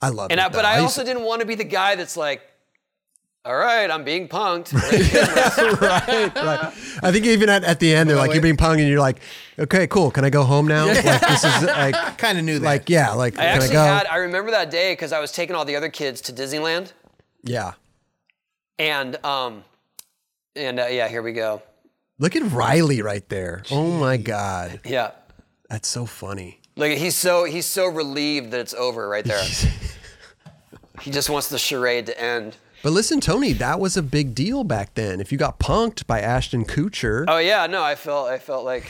Speaker 1: I love
Speaker 2: and
Speaker 1: it.
Speaker 2: I, but
Speaker 1: though.
Speaker 2: I
Speaker 1: used
Speaker 2: also didn't want to be the guy that's like, all right, I'm being punked. Like,
Speaker 1: to- I think even at, at the end, they're like, you're being punked, and you're like, okay, cool, can I go home now? Like this is like
Speaker 4: kind of knew that.
Speaker 1: like yeah, like
Speaker 2: I
Speaker 1: can I
Speaker 2: actually
Speaker 1: go?
Speaker 2: had, I remember that day because I was taking all the other kids to Disneyland.
Speaker 1: yeah,
Speaker 2: And, um, and uh, yeah, here we go.
Speaker 1: look at Riley right there. Oh my god,
Speaker 2: Yeah.
Speaker 1: that's so funny.
Speaker 2: Like he's so he's so relieved that it's over right there. he just wants the charade to end.
Speaker 1: But listen, Tony, that was a big deal back then. If you got punked by Ashton Kutcher,
Speaker 2: Oh yeah, no, I felt I felt like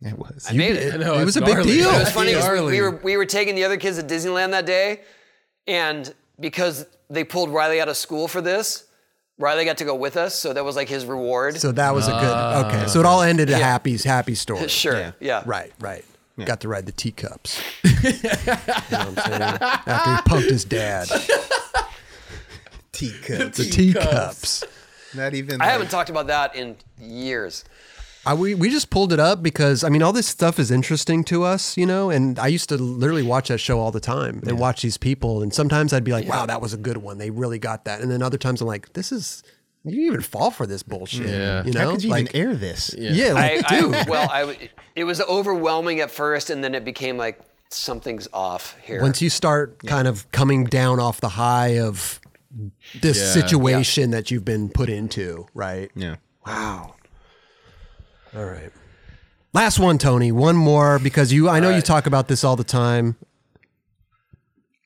Speaker 4: it was.
Speaker 2: I made it.
Speaker 1: it,
Speaker 2: It
Speaker 3: know,
Speaker 1: it
Speaker 3: it's
Speaker 1: was a big
Speaker 3: gnarly.
Speaker 1: deal.
Speaker 3: It
Speaker 2: was funny 'cause
Speaker 3: Gnarly.
Speaker 2: we were we were taking the other kids to Disneyland that day, and because they pulled Riley out of school for this, Riley got to go with us, so that was like his reward.
Speaker 1: So that was a good.
Speaker 3: Ah.
Speaker 1: Okay, so it all ended a happy, happy story.
Speaker 2: sure, yeah.
Speaker 1: Right, right. Got to ride the teacups. you know what I'm saying? After he punked his dad,
Speaker 4: teacup.
Speaker 1: the teacups.
Speaker 4: Not even.
Speaker 2: I
Speaker 4: like-
Speaker 2: haven't talked about that in years.
Speaker 1: I, we we just pulled it up because I mean all this stuff is interesting to us, you know. And I used to literally watch that show all the time and watch these people. And sometimes I'd be like, "Wow, that was a good one. They really got that." And then other times I'm like, "This is you didn't even fall for this bullshit."
Speaker 3: Yeah.
Speaker 1: You know,
Speaker 4: How could you
Speaker 1: like
Speaker 4: even air this?
Speaker 1: yeah, like,
Speaker 2: I,
Speaker 1: dude.
Speaker 2: I, well, I, w- it was overwhelming at first, and then it became like something's off here.
Speaker 1: Once you start kind of coming down off the high of this
Speaker 3: Yeah.
Speaker 1: situation that you've been put into, right?
Speaker 4: Yeah.
Speaker 1: Wow. All right. Last one, Tony. One more because you. I know you talk about this all the time.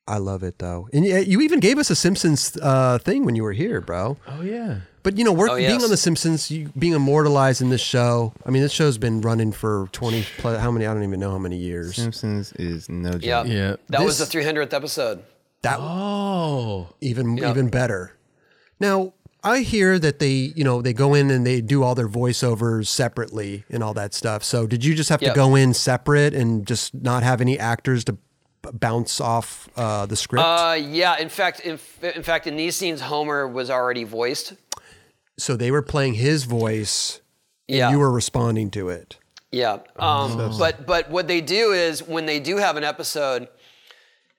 Speaker 1: I love it though, and you, you even gave us a Simpsons uh, thing when you were here, bro.
Speaker 3: Oh yeah.
Speaker 1: But you know, work,
Speaker 2: Oh,
Speaker 1: being
Speaker 2: yes.
Speaker 1: on The Simpsons, you, being immortalized in this show. I mean, this show's been running for twenty plus. How many? I don't even know how many years.
Speaker 4: Simpsons is no joke.
Speaker 2: yeah.
Speaker 3: Yeah.
Speaker 2: That was the
Speaker 1: This-
Speaker 2: 300th episode.
Speaker 1: That
Speaker 3: Oh.
Speaker 1: even even better. Now I hear that they you know they go in and they do all their voiceovers separately and all that stuff. So did you just have
Speaker 2: Yep.
Speaker 1: to go in separate and just not have any actors to b- bounce off uh, the script?
Speaker 2: Uh, yeah. In fact, in, in fact, in these scenes, Homer was already voiced.
Speaker 1: so they were playing his voice. and
Speaker 2: Yeah.
Speaker 1: you were Oh, responding to it.
Speaker 2: Yeah. Um, But but what they do is when they do have an episode,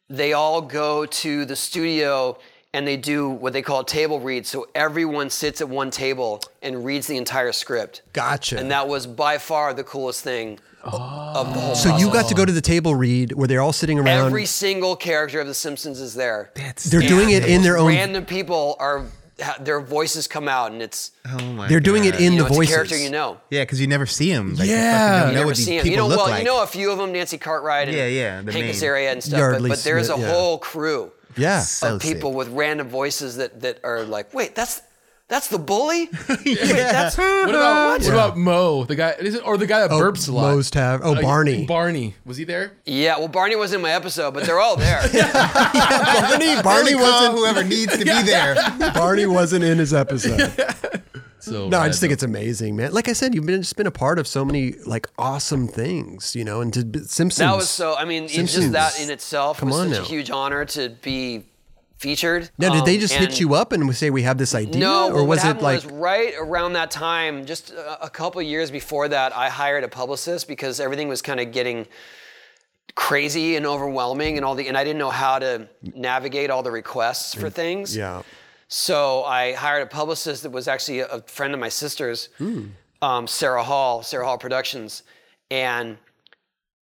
Speaker 2: they all go to the studio and they do what they call table read. So everyone sits at one table and reads the entire script.
Speaker 1: Gotcha.
Speaker 2: And that was by far the coolest thing of the whole.
Speaker 1: so you got to go to the table read where they're all sitting around.
Speaker 2: Every single character of The Simpsons is there.
Speaker 1: they're doing it in their own.
Speaker 2: Random people are ha- their voices come out and it's
Speaker 4: Oh my
Speaker 1: they're doing it
Speaker 4: God.
Speaker 1: in
Speaker 2: you know,
Speaker 1: the
Speaker 2: it's a
Speaker 1: voices.
Speaker 2: character you know.
Speaker 4: Yeah, because you never see them. Like, you
Speaker 3: Yeah.
Speaker 4: fucking don't
Speaker 3: You
Speaker 4: know
Speaker 2: never
Speaker 4: what these
Speaker 2: see him.
Speaker 4: people
Speaker 2: You know,
Speaker 4: look
Speaker 2: well,
Speaker 4: like.
Speaker 2: you know a few of them, Nancy Cartwright and
Speaker 4: Yeah, yeah, the
Speaker 2: Hank
Speaker 4: main-
Speaker 2: Azaria and stuff.
Speaker 1: Yardley
Speaker 2: but, but there's
Speaker 1: Smith,
Speaker 2: a
Speaker 1: yeah.
Speaker 2: whole crew
Speaker 1: Yeah.
Speaker 4: So
Speaker 2: of people
Speaker 4: sick.
Speaker 2: with random voices that that are like, wait, that's that's the bully. Wait, that's
Speaker 3: What about what about Mo? The guy is it, or the guy that burps a lot.
Speaker 1: Oh, Most have. Oh,
Speaker 3: Uh,
Speaker 1: Barney.
Speaker 3: Barney was he there?
Speaker 2: yeah. Well, Barney was in my episode, but they're all there.
Speaker 1: Barney.
Speaker 4: Barney
Speaker 1: Barney wasn't.
Speaker 4: whoever needs to be there.
Speaker 1: Barney wasn't in his episode.
Speaker 3: So
Speaker 1: No, I just think it's amazing, man. Like I said, you've been just been a part of so many like awesome things, you know. And to be- Simpsons,
Speaker 2: That was so. I mean, it's just that
Speaker 1: Simpsons.
Speaker 2: in itself
Speaker 1: Come
Speaker 2: was
Speaker 1: on
Speaker 2: such
Speaker 1: now.
Speaker 2: a huge honor to be featured.
Speaker 1: Now, did they
Speaker 2: Um,
Speaker 1: just
Speaker 2: and-
Speaker 1: hit you up and say we have this idea,
Speaker 2: No,
Speaker 1: or
Speaker 2: what
Speaker 1: was it
Speaker 2: happened
Speaker 1: like
Speaker 2: was right around that time, just a, a couple years before that, I hired a publicist because everything was kind of getting crazy and overwhelming and all the and I didn't know how to navigate all the requests for things.
Speaker 1: yeah?
Speaker 2: So I hired a publicist that was actually a, a friend of my sister's,
Speaker 1: Hmm.
Speaker 2: um, Sarah Hall, Sarah Hall Productions, and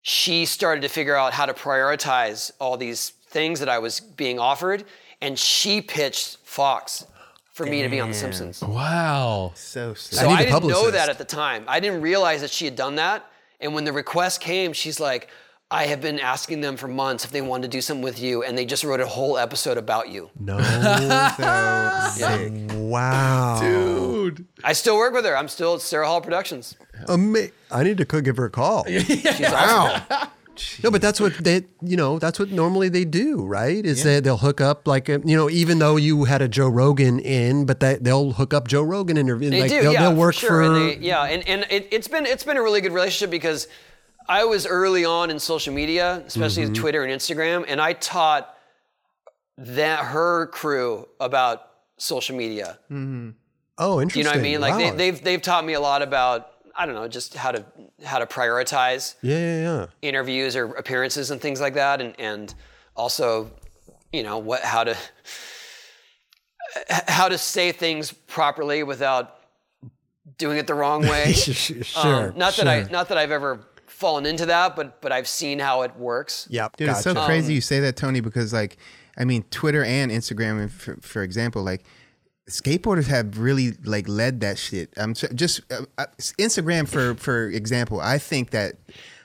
Speaker 2: she started to figure out how to prioritize all these things that I was being offered, and she pitched Fox for me to be on The Simpsons.
Speaker 3: wow.
Speaker 4: so sick.
Speaker 2: So
Speaker 1: need a
Speaker 2: I didn't know
Speaker 1: publicist.
Speaker 2: that at the time. I didn't realize that she had done that. And when the request came, she's like, I have been asking them for months if they wanted to do something with you, and they just wrote a whole episode about you.
Speaker 1: No,
Speaker 4: So sick.
Speaker 1: wow,
Speaker 3: Dude.
Speaker 2: I still work with her. I'm still at Sarah Hall Productions.
Speaker 1: Ama- I need to co- give her a call. wow. No, but that's what they, you know, that's what normally they do, right? Is that they'll hook up like, a, you know, even though you had a Joe Rogan in, but that they'll hook up Joe Rogan interview.
Speaker 2: They
Speaker 1: like,
Speaker 2: do,
Speaker 1: they'll,
Speaker 2: yeah,
Speaker 1: they'll work
Speaker 2: for, sure. and they, yeah, and and it, it's been it's been a really good relationship because I was early on in social media, especially
Speaker 1: Mm-hmm.
Speaker 2: Twitter and Instagram, and I taught that her crew about social media.
Speaker 1: oh, interesting.
Speaker 2: You know what I mean? Like
Speaker 1: Wow.
Speaker 2: they, they've they've taught me a lot about I don't know just how to how to prioritize
Speaker 1: yeah, yeah, yeah.
Speaker 2: interviews or appearances and things like that, and and also you know what how to how to say things properly without doing it the wrong way.
Speaker 1: sure.
Speaker 2: Um, not that I not that I've ever fallen into that, but but I've seen how it works.
Speaker 1: Yep.
Speaker 4: Dude, it's
Speaker 1: gotcha.
Speaker 4: so crazy
Speaker 2: Um,
Speaker 4: you say that, Tony, because like, I mean, Twitter and Instagram, for, for example, like skateboarders have really like led that shit. I'm s- just uh, uh, Instagram for for example. I think that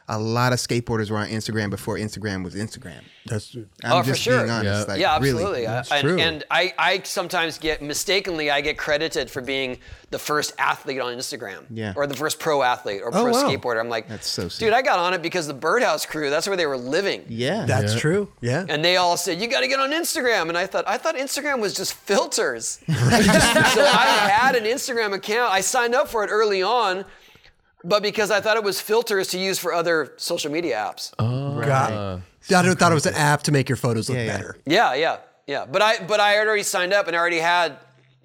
Speaker 4: a lot of skateboarders were on Instagram before Instagram was Instagram.
Speaker 1: That's
Speaker 4: I'm
Speaker 2: Oh, for
Speaker 4: just
Speaker 2: sure.
Speaker 4: being honest.
Speaker 3: Yeah.
Speaker 4: Like,
Speaker 2: yeah,
Speaker 4: really.
Speaker 2: absolutely. I- and,
Speaker 1: true.
Speaker 2: and I, I sometimes get mistakenly I get credited for being the first athlete on Instagram.
Speaker 4: Yeah.
Speaker 2: Or the first pro athlete or
Speaker 1: Oh,
Speaker 2: pro
Speaker 1: wow.
Speaker 2: skateboarder. I'm like,
Speaker 4: That's so sick.
Speaker 2: dude, I got on it because the Birdhouse crew, that's where they were living.
Speaker 4: Yeah.
Speaker 1: that's true. Yeah.
Speaker 2: And they all said, "You got to get on Instagram." And I thought, I thought Instagram was just filters. so I had an Instagram account. I signed up for it early on, but because I thought it was filters to use for other social media apps.
Speaker 1: Got-
Speaker 2: uh,
Speaker 1: I don't- thought it was an app to make your photos look
Speaker 4: Yeah, yeah.
Speaker 1: better.
Speaker 2: Yeah, yeah, yeah. But I, but I had already signed up and I already had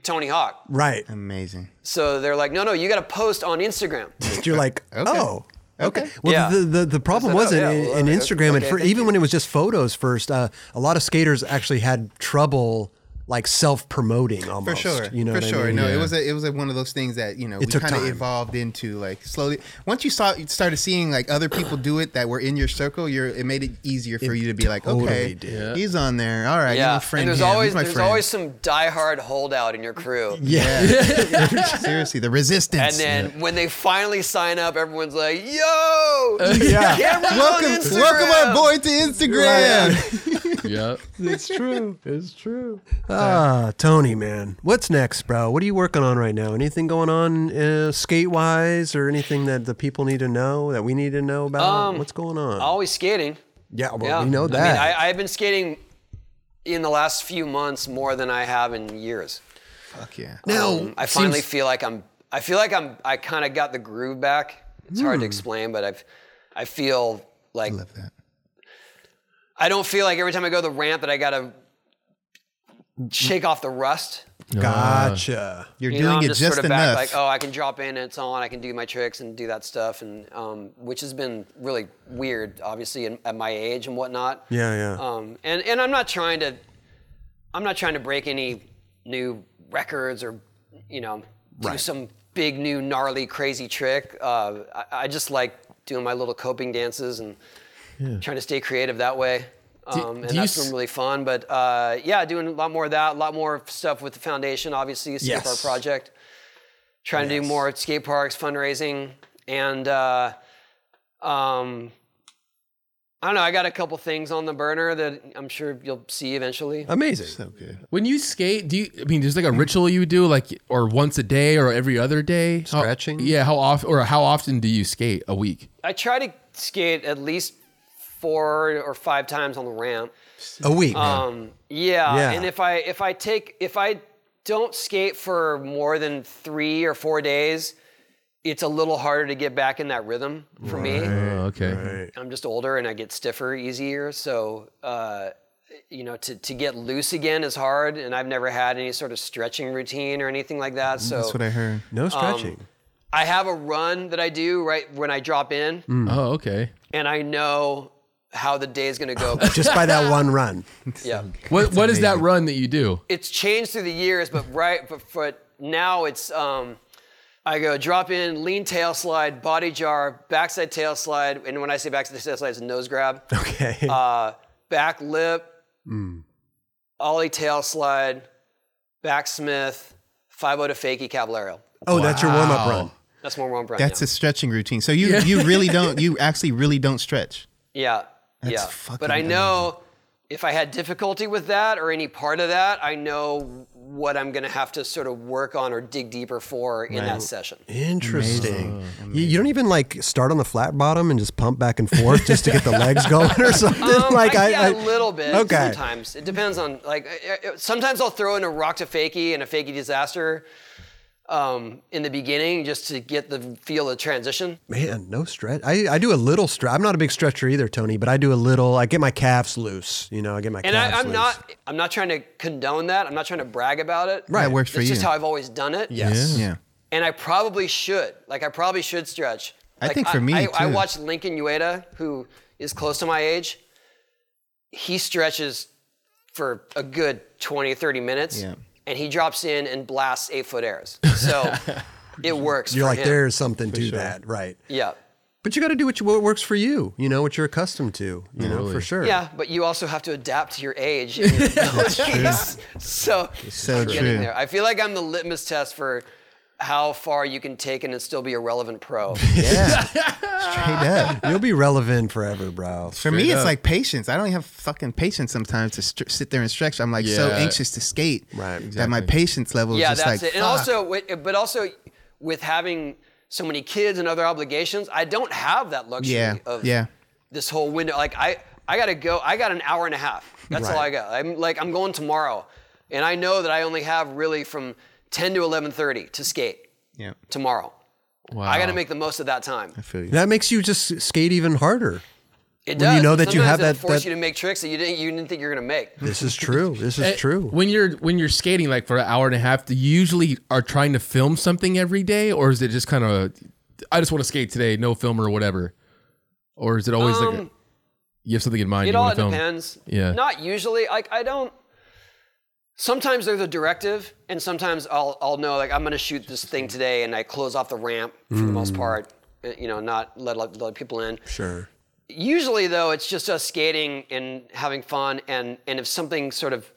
Speaker 2: Tony Hawk.
Speaker 1: Right.
Speaker 4: Amazing.
Speaker 2: So they're like, "No, no, you got to post on Instagram."
Speaker 1: You're like, oh.
Speaker 4: Okay.
Speaker 1: Well,
Speaker 2: Yeah.
Speaker 1: the, the the problem
Speaker 2: That's
Speaker 1: wasn't
Speaker 2: it. Yeah,
Speaker 1: in,
Speaker 2: well,
Speaker 1: in
Speaker 2: okay,
Speaker 1: Instagram, and
Speaker 2: okay,
Speaker 1: for,
Speaker 2: thank
Speaker 1: even when it was just photos first, uh, a lot of skaters actually had trouble like self promoting almost.
Speaker 4: for sure.
Speaker 1: You know
Speaker 4: for
Speaker 1: what I
Speaker 4: sure.
Speaker 1: mean?
Speaker 4: No,
Speaker 1: Yeah.
Speaker 4: it was a, it was a, one of those things that you know we
Speaker 1: took
Speaker 4: kind of
Speaker 1: time.
Speaker 4: evolved into like slowly. Once you saw you started seeing like other people do it that were in your circle, you're it made it easier for you to be like,
Speaker 1: totally
Speaker 4: okay,
Speaker 1: did.
Speaker 4: he's on there. All right, yeah.
Speaker 2: yeah.
Speaker 4: I'm
Speaker 2: and
Speaker 4: friend
Speaker 2: there's
Speaker 4: him. He's
Speaker 2: always
Speaker 4: my
Speaker 2: there's
Speaker 4: friend.
Speaker 2: always some diehard holdout in your crew.
Speaker 1: yeah.
Speaker 4: seriously the
Speaker 2: And
Speaker 4: resistance.
Speaker 2: then when they finally sign up, everyone's like, "Yo,
Speaker 1: Yeah.
Speaker 2: Cameron's on
Speaker 4: welcome,
Speaker 2: Instagram.
Speaker 4: welcome our boy to Instagram.
Speaker 3: yeah.
Speaker 1: It's true. It's true. Ah, Tony, man, what's next, bro? What are you working on right now? Anything going on uh, skate wise, or anything that the people need to know that we need to know about? what's going on?
Speaker 2: Always skating.
Speaker 1: yeah, well,
Speaker 2: Um, Yeah,
Speaker 1: we know
Speaker 2: I mean,
Speaker 1: that.
Speaker 2: I, I've been skating in the last few months more than I have in years.
Speaker 4: Fuck yeah.
Speaker 1: now,
Speaker 2: Um, I finally feel like I'm. I feel like I'm. I kind of got the groove back. It's hard to explain, but I've. I feel like
Speaker 4: Hmm. Love that.
Speaker 2: I don't feel like every time I go to the ramp that I gotta shake off the rust.
Speaker 1: gotcha.
Speaker 4: You're
Speaker 2: You know,
Speaker 4: doing
Speaker 2: I'm
Speaker 4: it
Speaker 2: just,
Speaker 4: just,
Speaker 2: sort of back
Speaker 4: enough.
Speaker 2: like, oh, I can drop in and it's on. I can do my tricks and do that stuff, and um, which has been really weird, obviously, in, at my age and whatnot.
Speaker 1: Yeah, yeah.
Speaker 2: Um, and and I'm not trying to, I'm not trying to break any new records or, you know, do
Speaker 1: Right.
Speaker 2: some big new gnarly crazy trick. Uh, I, I just like doing my little coping dances and trying to stay creative that way. Um, and
Speaker 3: do you
Speaker 2: that's
Speaker 3: s-
Speaker 2: been really fun. But uh, yeah, doing a lot more of that, a lot more stuff with the foundation, obviously, Escape
Speaker 1: Yes.
Speaker 2: Art Project. Trying to do more skate parks, fundraising, and uh, um, I don't know. I got a couple things on the burner that I'm sure you'll see eventually.
Speaker 1: Amazing.
Speaker 3: When you skate, do you? I mean, there's like a ritual you do, like or once a day or every other day. How-
Speaker 1: Stretching?
Speaker 3: yeah. How often or how often do you skate a week?
Speaker 2: I try to skate at least four or five times on the ramp.
Speaker 1: A week. man.
Speaker 2: Um, yeah.
Speaker 1: Yeah.
Speaker 2: And if I if I take if I don't skate for more than three or four days, it's a little harder to get back in that rhythm for me.
Speaker 3: Oh, okay.
Speaker 2: I'm just older and I get stiffer easier. So, uh, you know, to, to get loose again is hard. And I've never had any sort of stretching routine or anything like that. So
Speaker 4: That's what I heard.
Speaker 1: no
Speaker 2: um,
Speaker 1: stretching.
Speaker 2: I have a run that I do right when I drop in,
Speaker 3: Oh, okay.
Speaker 2: and I know how the day is going to go.
Speaker 1: Just by that one run.
Speaker 2: yeah,
Speaker 3: What What is that run that you do?
Speaker 2: it's changed through the years, but right, but, but now it's um, I go drop in, lean tail slide, body jar, backside tail slide, and when I say backside tail slide, it's a nose grab,
Speaker 1: Okay.
Speaker 2: uh, back lip, ollie tail slide, back smith, five o to fakie caballero.
Speaker 1: oh, that's your warm up
Speaker 3: wow.
Speaker 1: run.
Speaker 2: That's more one brand.
Speaker 4: That's a stretching routine. So you you really don't you actually really don't stretch.
Speaker 2: Yeah. yeah.
Speaker 4: fucking
Speaker 2: but I know if I had difficulty with that or any part of that, I know what I'm going to have to sort of work on or dig deeper for in that session.
Speaker 1: Interesting. You, you don't even like start on the flat bottom and just pump back and forth just to get the legs going or something.
Speaker 2: Um,
Speaker 1: like
Speaker 2: I,
Speaker 1: I,
Speaker 2: yeah,
Speaker 1: I-
Speaker 2: a little bit
Speaker 1: Okay.
Speaker 2: sometimes. It depends on like I- I- sometimes I'll throw in a rock to fakie and a fakie disaster um, in the beginning just to get the feel of transition.
Speaker 1: Man, no stretch. I, I do a little stretch. I'm not a big stretcher either, Tony, but I do a little. I get my calves loose. You know, I get my
Speaker 2: And
Speaker 1: calves
Speaker 2: I, I'm
Speaker 1: loose.
Speaker 2: not I'm not trying to condone that. I'm not trying to brag about it.
Speaker 4: Right. That works for
Speaker 2: It's just
Speaker 4: you.
Speaker 2: how I've always done it.
Speaker 1: Yes.
Speaker 4: Yeah.
Speaker 2: and I probably should. Like I probably should stretch.
Speaker 4: I
Speaker 2: Like,
Speaker 4: think for me,
Speaker 2: I, I
Speaker 4: too.
Speaker 2: watched Lincoln Ueda, who is close to my age. He stretches for a good 20, 30 minutes,
Speaker 4: Yeah.
Speaker 2: and he drops in and blasts eight foot airs. So it works.
Speaker 1: You're
Speaker 2: for
Speaker 1: like,
Speaker 2: him.
Speaker 1: there's something to that. Right.
Speaker 2: Yeah.
Speaker 1: But you got to do what, you, what works for you, you know, what you're accustomed to, you know, for sure.
Speaker 2: Yeah, but you also have to adapt to your age. And your abilities. so
Speaker 4: So
Speaker 2: I'm
Speaker 4: true.
Speaker 2: getting there. I feel like I'm the litmus test for how far you can take it and still be a relevant pro.
Speaker 4: Yeah. Straight up.
Speaker 1: You'll be relevant forever, bro.
Speaker 4: For me, it's like patience. I don't have fucking patience sometimes to str sit there and stretch. I'm like so
Speaker 3: Yeah.
Speaker 4: anxious to skate
Speaker 1: Right,
Speaker 4: that my patience level is
Speaker 2: yeah,
Speaker 4: just
Speaker 2: that's
Speaker 4: like.
Speaker 2: it. And
Speaker 4: fuck.
Speaker 2: also, with, but also with having so many kids and other obligations, I don't have that luxury
Speaker 4: yeah,
Speaker 2: of
Speaker 4: yeah.
Speaker 2: this whole window. Like I, I gotta go. I got an hour and a half. That's all
Speaker 1: Right.
Speaker 2: I got. I'm like I'm going tomorrow, and I know that I only have really from 10 to 11:30 to skate
Speaker 4: Yeah.
Speaker 2: tomorrow.
Speaker 3: Wow.
Speaker 2: I gotta make the most of that time.
Speaker 4: I feel you.
Speaker 1: That makes you just skate even harder.
Speaker 2: It
Speaker 1: When
Speaker 2: does.
Speaker 1: you know
Speaker 2: but
Speaker 1: that you have
Speaker 2: sometimes it'll
Speaker 1: that-
Speaker 2: force
Speaker 1: that-
Speaker 2: you to make tricks that you didn't you didn't think you were gonna make.
Speaker 1: This is true. This is
Speaker 3: Eh,
Speaker 1: true.
Speaker 3: When you're when you're skating like for an hour and a half, do you usually are trying to film something every day, or is it just kind of I just want to skate today, no film or whatever, or is it always like a- you have something in mind
Speaker 2: Um, It
Speaker 3: you
Speaker 2: all
Speaker 3: want to film?
Speaker 2: depends.
Speaker 3: Yeah.
Speaker 2: Not usually. Like I don't. sometimes they're the directive, and sometimes I'll I'll know like I'm gonna shoot this thing today, and I close off the ramp for the most part. uh, You know, not let let, let people in.
Speaker 1: Sure.
Speaker 2: Usually though, it's just us skating and having fun, and and if something sort of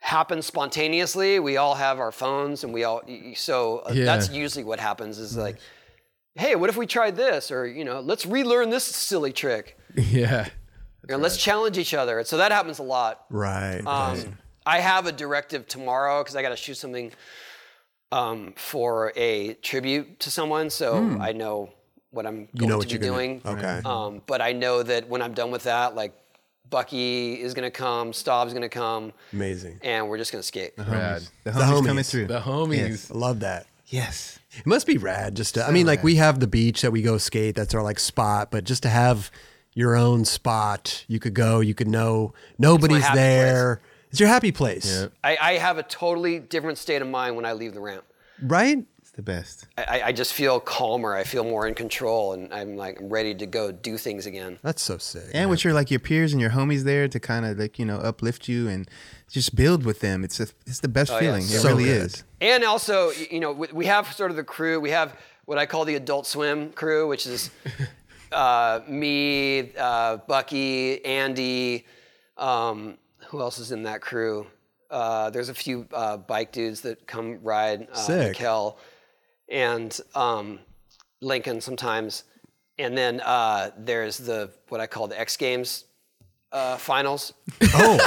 Speaker 2: happens spontaneously, we all have our phones, and we all y- y- so uh,
Speaker 3: Yeah.
Speaker 2: that's usually what happens is like. Hey, what if we tried this? Or, you know, let's relearn this silly trick.
Speaker 3: Yeah.
Speaker 2: And let's challenge each other. And so that happens a lot.
Speaker 1: Right.
Speaker 2: Um, I have a directive tomorrow because I got to shoot something um, for a tribute to someone, so I know what I'm going
Speaker 1: Mm. you know
Speaker 2: to
Speaker 1: what
Speaker 2: be
Speaker 1: you're gonna-
Speaker 2: doing.
Speaker 1: Okay.
Speaker 2: Um, but I know that when I'm done with that, like Bucky is gonna come, Staub's gonna come,
Speaker 1: Amazing.
Speaker 2: and we're just gonna skate.
Speaker 1: Uh-huh.
Speaker 3: Rad.
Speaker 4: The homies,
Speaker 1: homies.
Speaker 4: coming through.
Speaker 3: The homies.
Speaker 1: I love that.
Speaker 4: Yes.
Speaker 1: It must be rad. Just to, I mean, like we have the beach that we go skate. That's our like spot. But just to have your own spot, you could go. You could know nobody's
Speaker 2: happy
Speaker 1: there. It's your happy place,
Speaker 2: I, I have a totally different state of mind when I leave the ramp.
Speaker 1: right?
Speaker 4: It's the best.
Speaker 2: I, I- I just feel calmer. I feel more in control, and I'm like I'm ready to go do things again.
Speaker 1: That's so sick.
Speaker 4: And with your like your peers and your homies there to kind of like you know uplift you and just build with them. It's a, it's the
Speaker 2: Oh,
Speaker 4: best feeling. It
Speaker 1: So
Speaker 4: really
Speaker 1: good.
Speaker 4: is.
Speaker 2: And also, y- you know, we we have sort of the crew. We have what I call the Adult Swim crew, which is uh, me, uh, Bucky, Andy. Um, who else is in that crew? Uh, there's a few uh, bike dudes that come ride. Uh,
Speaker 1: Sick.
Speaker 2: Mikkel and um, Lincoln sometimes. And then uh, there's the what I call the X Games uh, finals.
Speaker 1: Oh,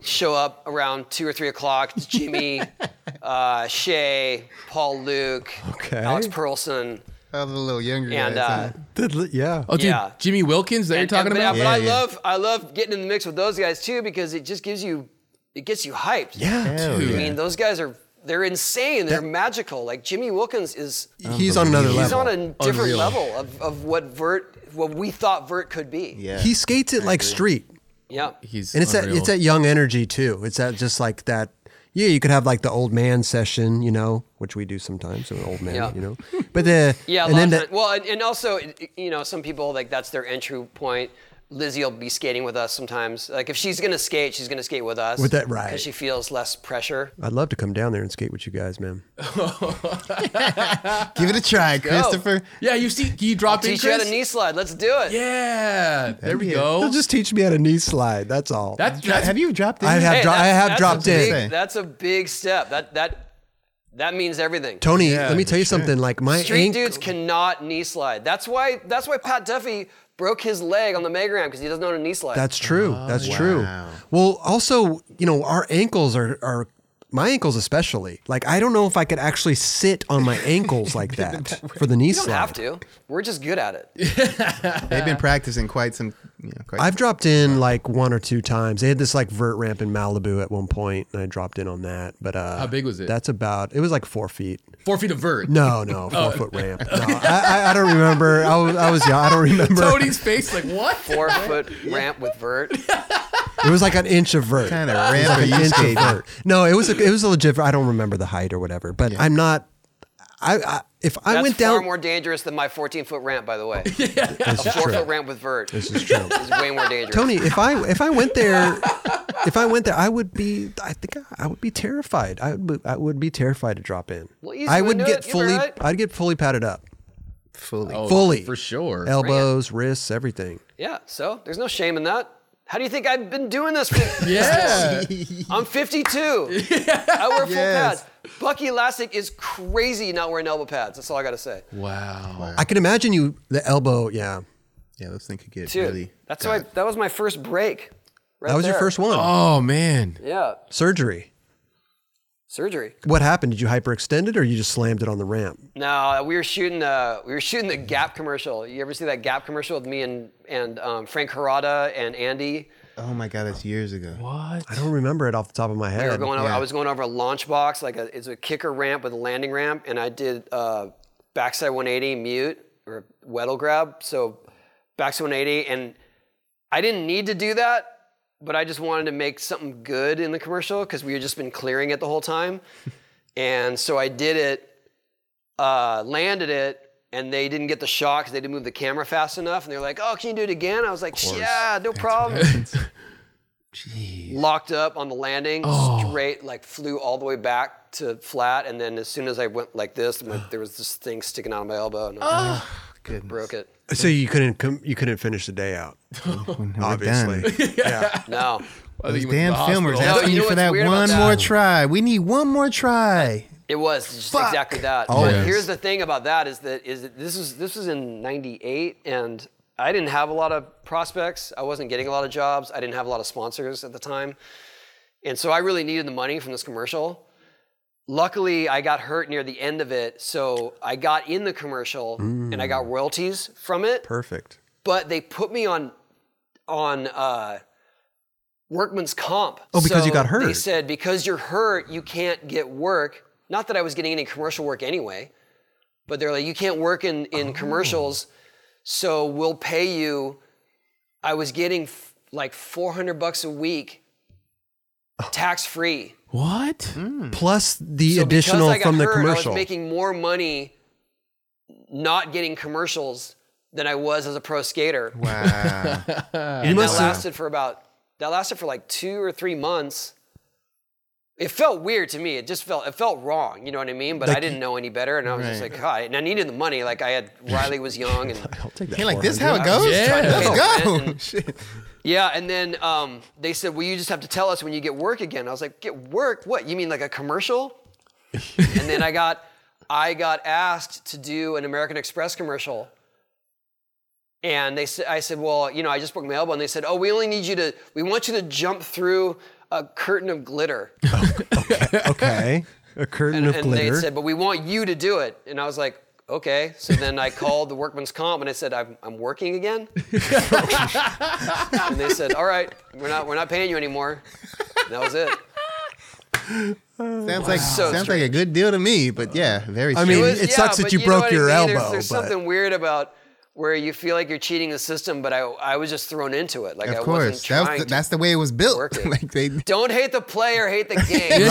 Speaker 2: Show up around two or three o'clock. It's Jimmy, uh, Shay, Paul Luke,
Speaker 1: Okay.
Speaker 2: Alex Perlson.
Speaker 4: Oh, the little younger
Speaker 2: And,
Speaker 4: guys,
Speaker 2: uh,
Speaker 4: huh?
Speaker 1: Did- yeah.
Speaker 3: Oh, dude,
Speaker 2: Yeah.
Speaker 3: Jimmy Wilkins that you're
Speaker 2: And-
Speaker 3: talking
Speaker 2: and- but-
Speaker 3: about?
Speaker 2: But I
Speaker 4: Yeah, yeah.
Speaker 2: love I love getting in the mix with those guys too because it just gives you it gets you hyped.
Speaker 1: yeah,
Speaker 4: Hell
Speaker 3: dude.
Speaker 2: I mean, those guys are they're insane. They're magical. Like Jimmy Wilkins is
Speaker 1: He's on another
Speaker 2: he's
Speaker 1: level.
Speaker 2: on a different
Speaker 3: Unreal.
Speaker 2: level of, of what Vert what we thought Vert could be.
Speaker 4: yeah.
Speaker 1: he skates it like street.
Speaker 2: Yeah.
Speaker 3: He's
Speaker 1: and it's that
Speaker 3: unreal.
Speaker 1: it's that young energy too. It's that just like that. Yeah, you could have like the old man session, you know, which we do sometimes. So an old man,
Speaker 2: Yeah.
Speaker 1: you know, but the
Speaker 2: Yeah, a
Speaker 1: and
Speaker 2: lot
Speaker 1: then
Speaker 2: of
Speaker 1: the-
Speaker 2: time- well, and, and also, it- it- you know, some people like that's their entry point. Lizzie will be skating with us sometimes. Like if she's gonna skate, she's gonna skate with us.
Speaker 1: With that- right.
Speaker 2: Because she feels less pressure.
Speaker 1: I'd love to come down there and skate with you guys, man.
Speaker 4: Give it a try, Christopher.
Speaker 3: yeah, you see, you dropped in,
Speaker 2: Teach you how to
Speaker 3: Chris?
Speaker 2: knee slide. Let's do it.
Speaker 3: Yeah. There we
Speaker 4: Yeah.
Speaker 1: They'll
Speaker 3: go.
Speaker 1: just teach me how to knee slide. That's all.
Speaker 3: That's, that's
Speaker 4: Have you dropped? in
Speaker 1: I
Speaker 4: yet?
Speaker 1: have
Speaker 2: Hey,
Speaker 1: dro- I
Speaker 2: that's-
Speaker 1: have
Speaker 2: that's a
Speaker 1: dropped
Speaker 2: big-
Speaker 1: in.
Speaker 4: Say.
Speaker 2: That's a big step. That that that means everything.
Speaker 1: Tony, let me tell you something. Like my
Speaker 2: Street
Speaker 1: ankle,
Speaker 2: dudes cannot knee slide. That's why that's why Pat Duffy broke his leg on the mega ramp because he doesn't know how to knee slide.
Speaker 1: That's true. That's true. Well, also, you know, our ankles are are my ankles especially. Like I don't know if I could actually sit on my ankles like that for the knee
Speaker 2: you don't
Speaker 1: slide.
Speaker 2: have to. We're just good at it.
Speaker 4: They've been practicing quite some. You know, quite
Speaker 1: I've dropped in like one or two times. They had this like vert ramp in Malibu at one point, and I dropped in on that. But uh,
Speaker 3: How big was it?
Speaker 1: That's about. It was like four feet.
Speaker 3: four feet of vert.
Speaker 1: No, no, four foot ramp. No, I, I, I don't remember. I was, I was young. I don't remember.
Speaker 3: Tony's face, like, what?
Speaker 2: Four foot ramp with vert.
Speaker 1: It was like an inch of vert.
Speaker 4: kind of ramp
Speaker 1: An
Speaker 4: you
Speaker 1: inch of
Speaker 4: skating.
Speaker 1: vert. No, it was a, it was a legit. I don't remember the height or whatever. But I'm not. I, I if I
Speaker 2: That's
Speaker 1: went
Speaker 2: far
Speaker 1: down.
Speaker 2: more dangerous than my 14 foot ramp, by the way.
Speaker 1: this
Speaker 2: a
Speaker 1: is
Speaker 2: four
Speaker 1: true.
Speaker 2: foot ramp with vert
Speaker 1: This is true.
Speaker 2: is way more dangerous.
Speaker 1: Tony, if I if I went there, if I went there, I would be. I think I, I would be terrified. I would I would be terrified to drop in.
Speaker 2: Well, easy,
Speaker 1: I
Speaker 2: we
Speaker 1: would
Speaker 2: knew
Speaker 1: get
Speaker 2: it. You'll be
Speaker 1: fully.
Speaker 2: all right.
Speaker 1: I'd get fully padded up,
Speaker 4: Fully.
Speaker 3: Oh,
Speaker 1: Fully.
Speaker 3: For sure.
Speaker 1: elbows, wrists, everything.
Speaker 2: yeah, so there's no shame in that. How do you think I've been doing this? For,
Speaker 3: yeah.
Speaker 2: I'm 52. I wear full
Speaker 4: Yes.
Speaker 2: pads. Bucky Elastic is crazy not wearing elbow pads. That's all I got to say.
Speaker 3: Wow.
Speaker 1: I can imagine you the elbow. Yeah,
Speaker 4: Yeah, those things could get
Speaker 2: Dude,
Speaker 4: really.
Speaker 2: that's why that was my first break. Right
Speaker 1: that was your
Speaker 2: there.
Speaker 1: first one.
Speaker 3: Oh, man.
Speaker 2: Yeah,
Speaker 1: Surgery.
Speaker 2: surgery.
Speaker 1: What happened? Did you hyperextend it or you just slammed it on the ramp?
Speaker 2: No, we were shooting the we were shooting the Gap commercial. You ever see that Gap commercial with me and and um, Frank Harada and Andy?
Speaker 4: Oh my god, that's years ago.
Speaker 3: What?
Speaker 1: I don't remember it off the top of my
Speaker 2: We were
Speaker 1: head.
Speaker 2: going over, I was going over a launch box, like a, it's a kicker ramp with a landing ramp, and I did uh, backside 180 mute or Weddle grab. So backside 180, and I didn't need to do that, but I just wanted to make something good in the commercial because we had just been clearing it the whole time. and so I did it, uh, landed it. And they didn't get the shot because they didn't move the camera fast enough. And they're like, "Oh, can you do it again?" I was like, "Yeah, no problem." locked up on the landing, straight, like flew all the way back to flat. And then as soon as I went like this, my, there was this thing sticking out of my elbow and I
Speaker 4: Goodness.
Speaker 2: broke it.
Speaker 1: So you couldn't come, you couldn't finish the day out,
Speaker 4: When we're
Speaker 1: obviously.
Speaker 4: done.
Speaker 1: yeah.
Speaker 2: No.
Speaker 3: I think
Speaker 4: These
Speaker 3: he went to
Speaker 4: damn
Speaker 3: the hospital.
Speaker 4: filmers
Speaker 2: No,
Speaker 4: asking
Speaker 2: you
Speaker 4: you,
Speaker 2: know
Speaker 4: for
Speaker 2: what's
Speaker 4: that
Speaker 2: weird about
Speaker 4: one
Speaker 2: that?
Speaker 4: more try. We need one more try.
Speaker 2: It was just
Speaker 4: Fuck.
Speaker 2: exactly that.
Speaker 4: Always.
Speaker 2: But here's the thing about that is that is that this was this was in '98, and I didn't have a lot of prospects. I wasn't getting a lot of jobs. I didn't have a lot of sponsors at the time, and so I really needed the money from this commercial. Luckily, I got hurt near the end of it, so I got in the commercial and I got royalties from it
Speaker 1: Perfect.
Speaker 2: but they put me on on uh, workman's comp.
Speaker 1: Oh, because you
Speaker 2: So
Speaker 1: got hurt.
Speaker 2: They said because you're hurt, you can't get work. Not that I was getting any commercial work anyway, but they're like, you can't work in
Speaker 1: Oh.
Speaker 2: in commercials, so we'll pay you. I was getting f- like 400 bucks a week, tax free.
Speaker 3: What?
Speaker 4: Hmm.
Speaker 1: Plus Oh. the
Speaker 2: So because
Speaker 1: additional
Speaker 2: I got
Speaker 1: from the
Speaker 2: hurt, I
Speaker 1: commercial.
Speaker 2: was making more money not getting commercials than I was as a pro skater.
Speaker 4: Wow.
Speaker 1: you
Speaker 2: And that
Speaker 1: must have,
Speaker 2: lasted for about that lasted for like two or three months. It felt weird to me. It just felt it felt wrong. You know what I mean? But I
Speaker 1: Like-
Speaker 2: didn't know any better, and I was just
Speaker 4: Right.
Speaker 2: like, God. And I needed the money. Like I had Riley was young, and
Speaker 1: I'll take that.
Speaker 4: You're like, this is
Speaker 1: 400.
Speaker 4: how it goes?
Speaker 3: Yeah.
Speaker 4: Let's
Speaker 2: Yeah.
Speaker 4: go.
Speaker 2: And-
Speaker 4: Shit.
Speaker 2: yeah. And then um, they said, Well, you just have to tell us when you get work again. I was like, Get work? What? You mean like a commercial? and then I got I got asked to do an American Express commercial. And they said, I said, well, you know, I just broke my elbow. And they said, oh, we only need you to, we want you to jump through a curtain of glitter.
Speaker 1: okay. A curtain of
Speaker 2: and they
Speaker 1: glitter.
Speaker 2: said, but we want you to do it. And I was like, okay. So then I called the workman's comp and I said, I'm, I'm working again. and they said, all right, we're not, we're not paying you anymore. And that was it.
Speaker 4: Sounds like
Speaker 2: So
Speaker 4: sounds like a good deal to me, but yeah, very.
Speaker 1: I mean,
Speaker 4: strange.
Speaker 1: it sucks that
Speaker 2: but
Speaker 1: you
Speaker 2: know
Speaker 1: broke
Speaker 2: what I
Speaker 1: your
Speaker 2: mean?
Speaker 1: elbow,
Speaker 2: There's, there's
Speaker 1: but-
Speaker 2: something weird about where you feel like you're cheating the system, but I, I was just thrown into it. Like I
Speaker 4: of
Speaker 2: wasn't
Speaker 4: course,
Speaker 2: trying
Speaker 4: that was the,
Speaker 2: to.
Speaker 4: that's the way it was built.
Speaker 2: work it.
Speaker 4: like they,
Speaker 2: Don't hate the player, hate the game.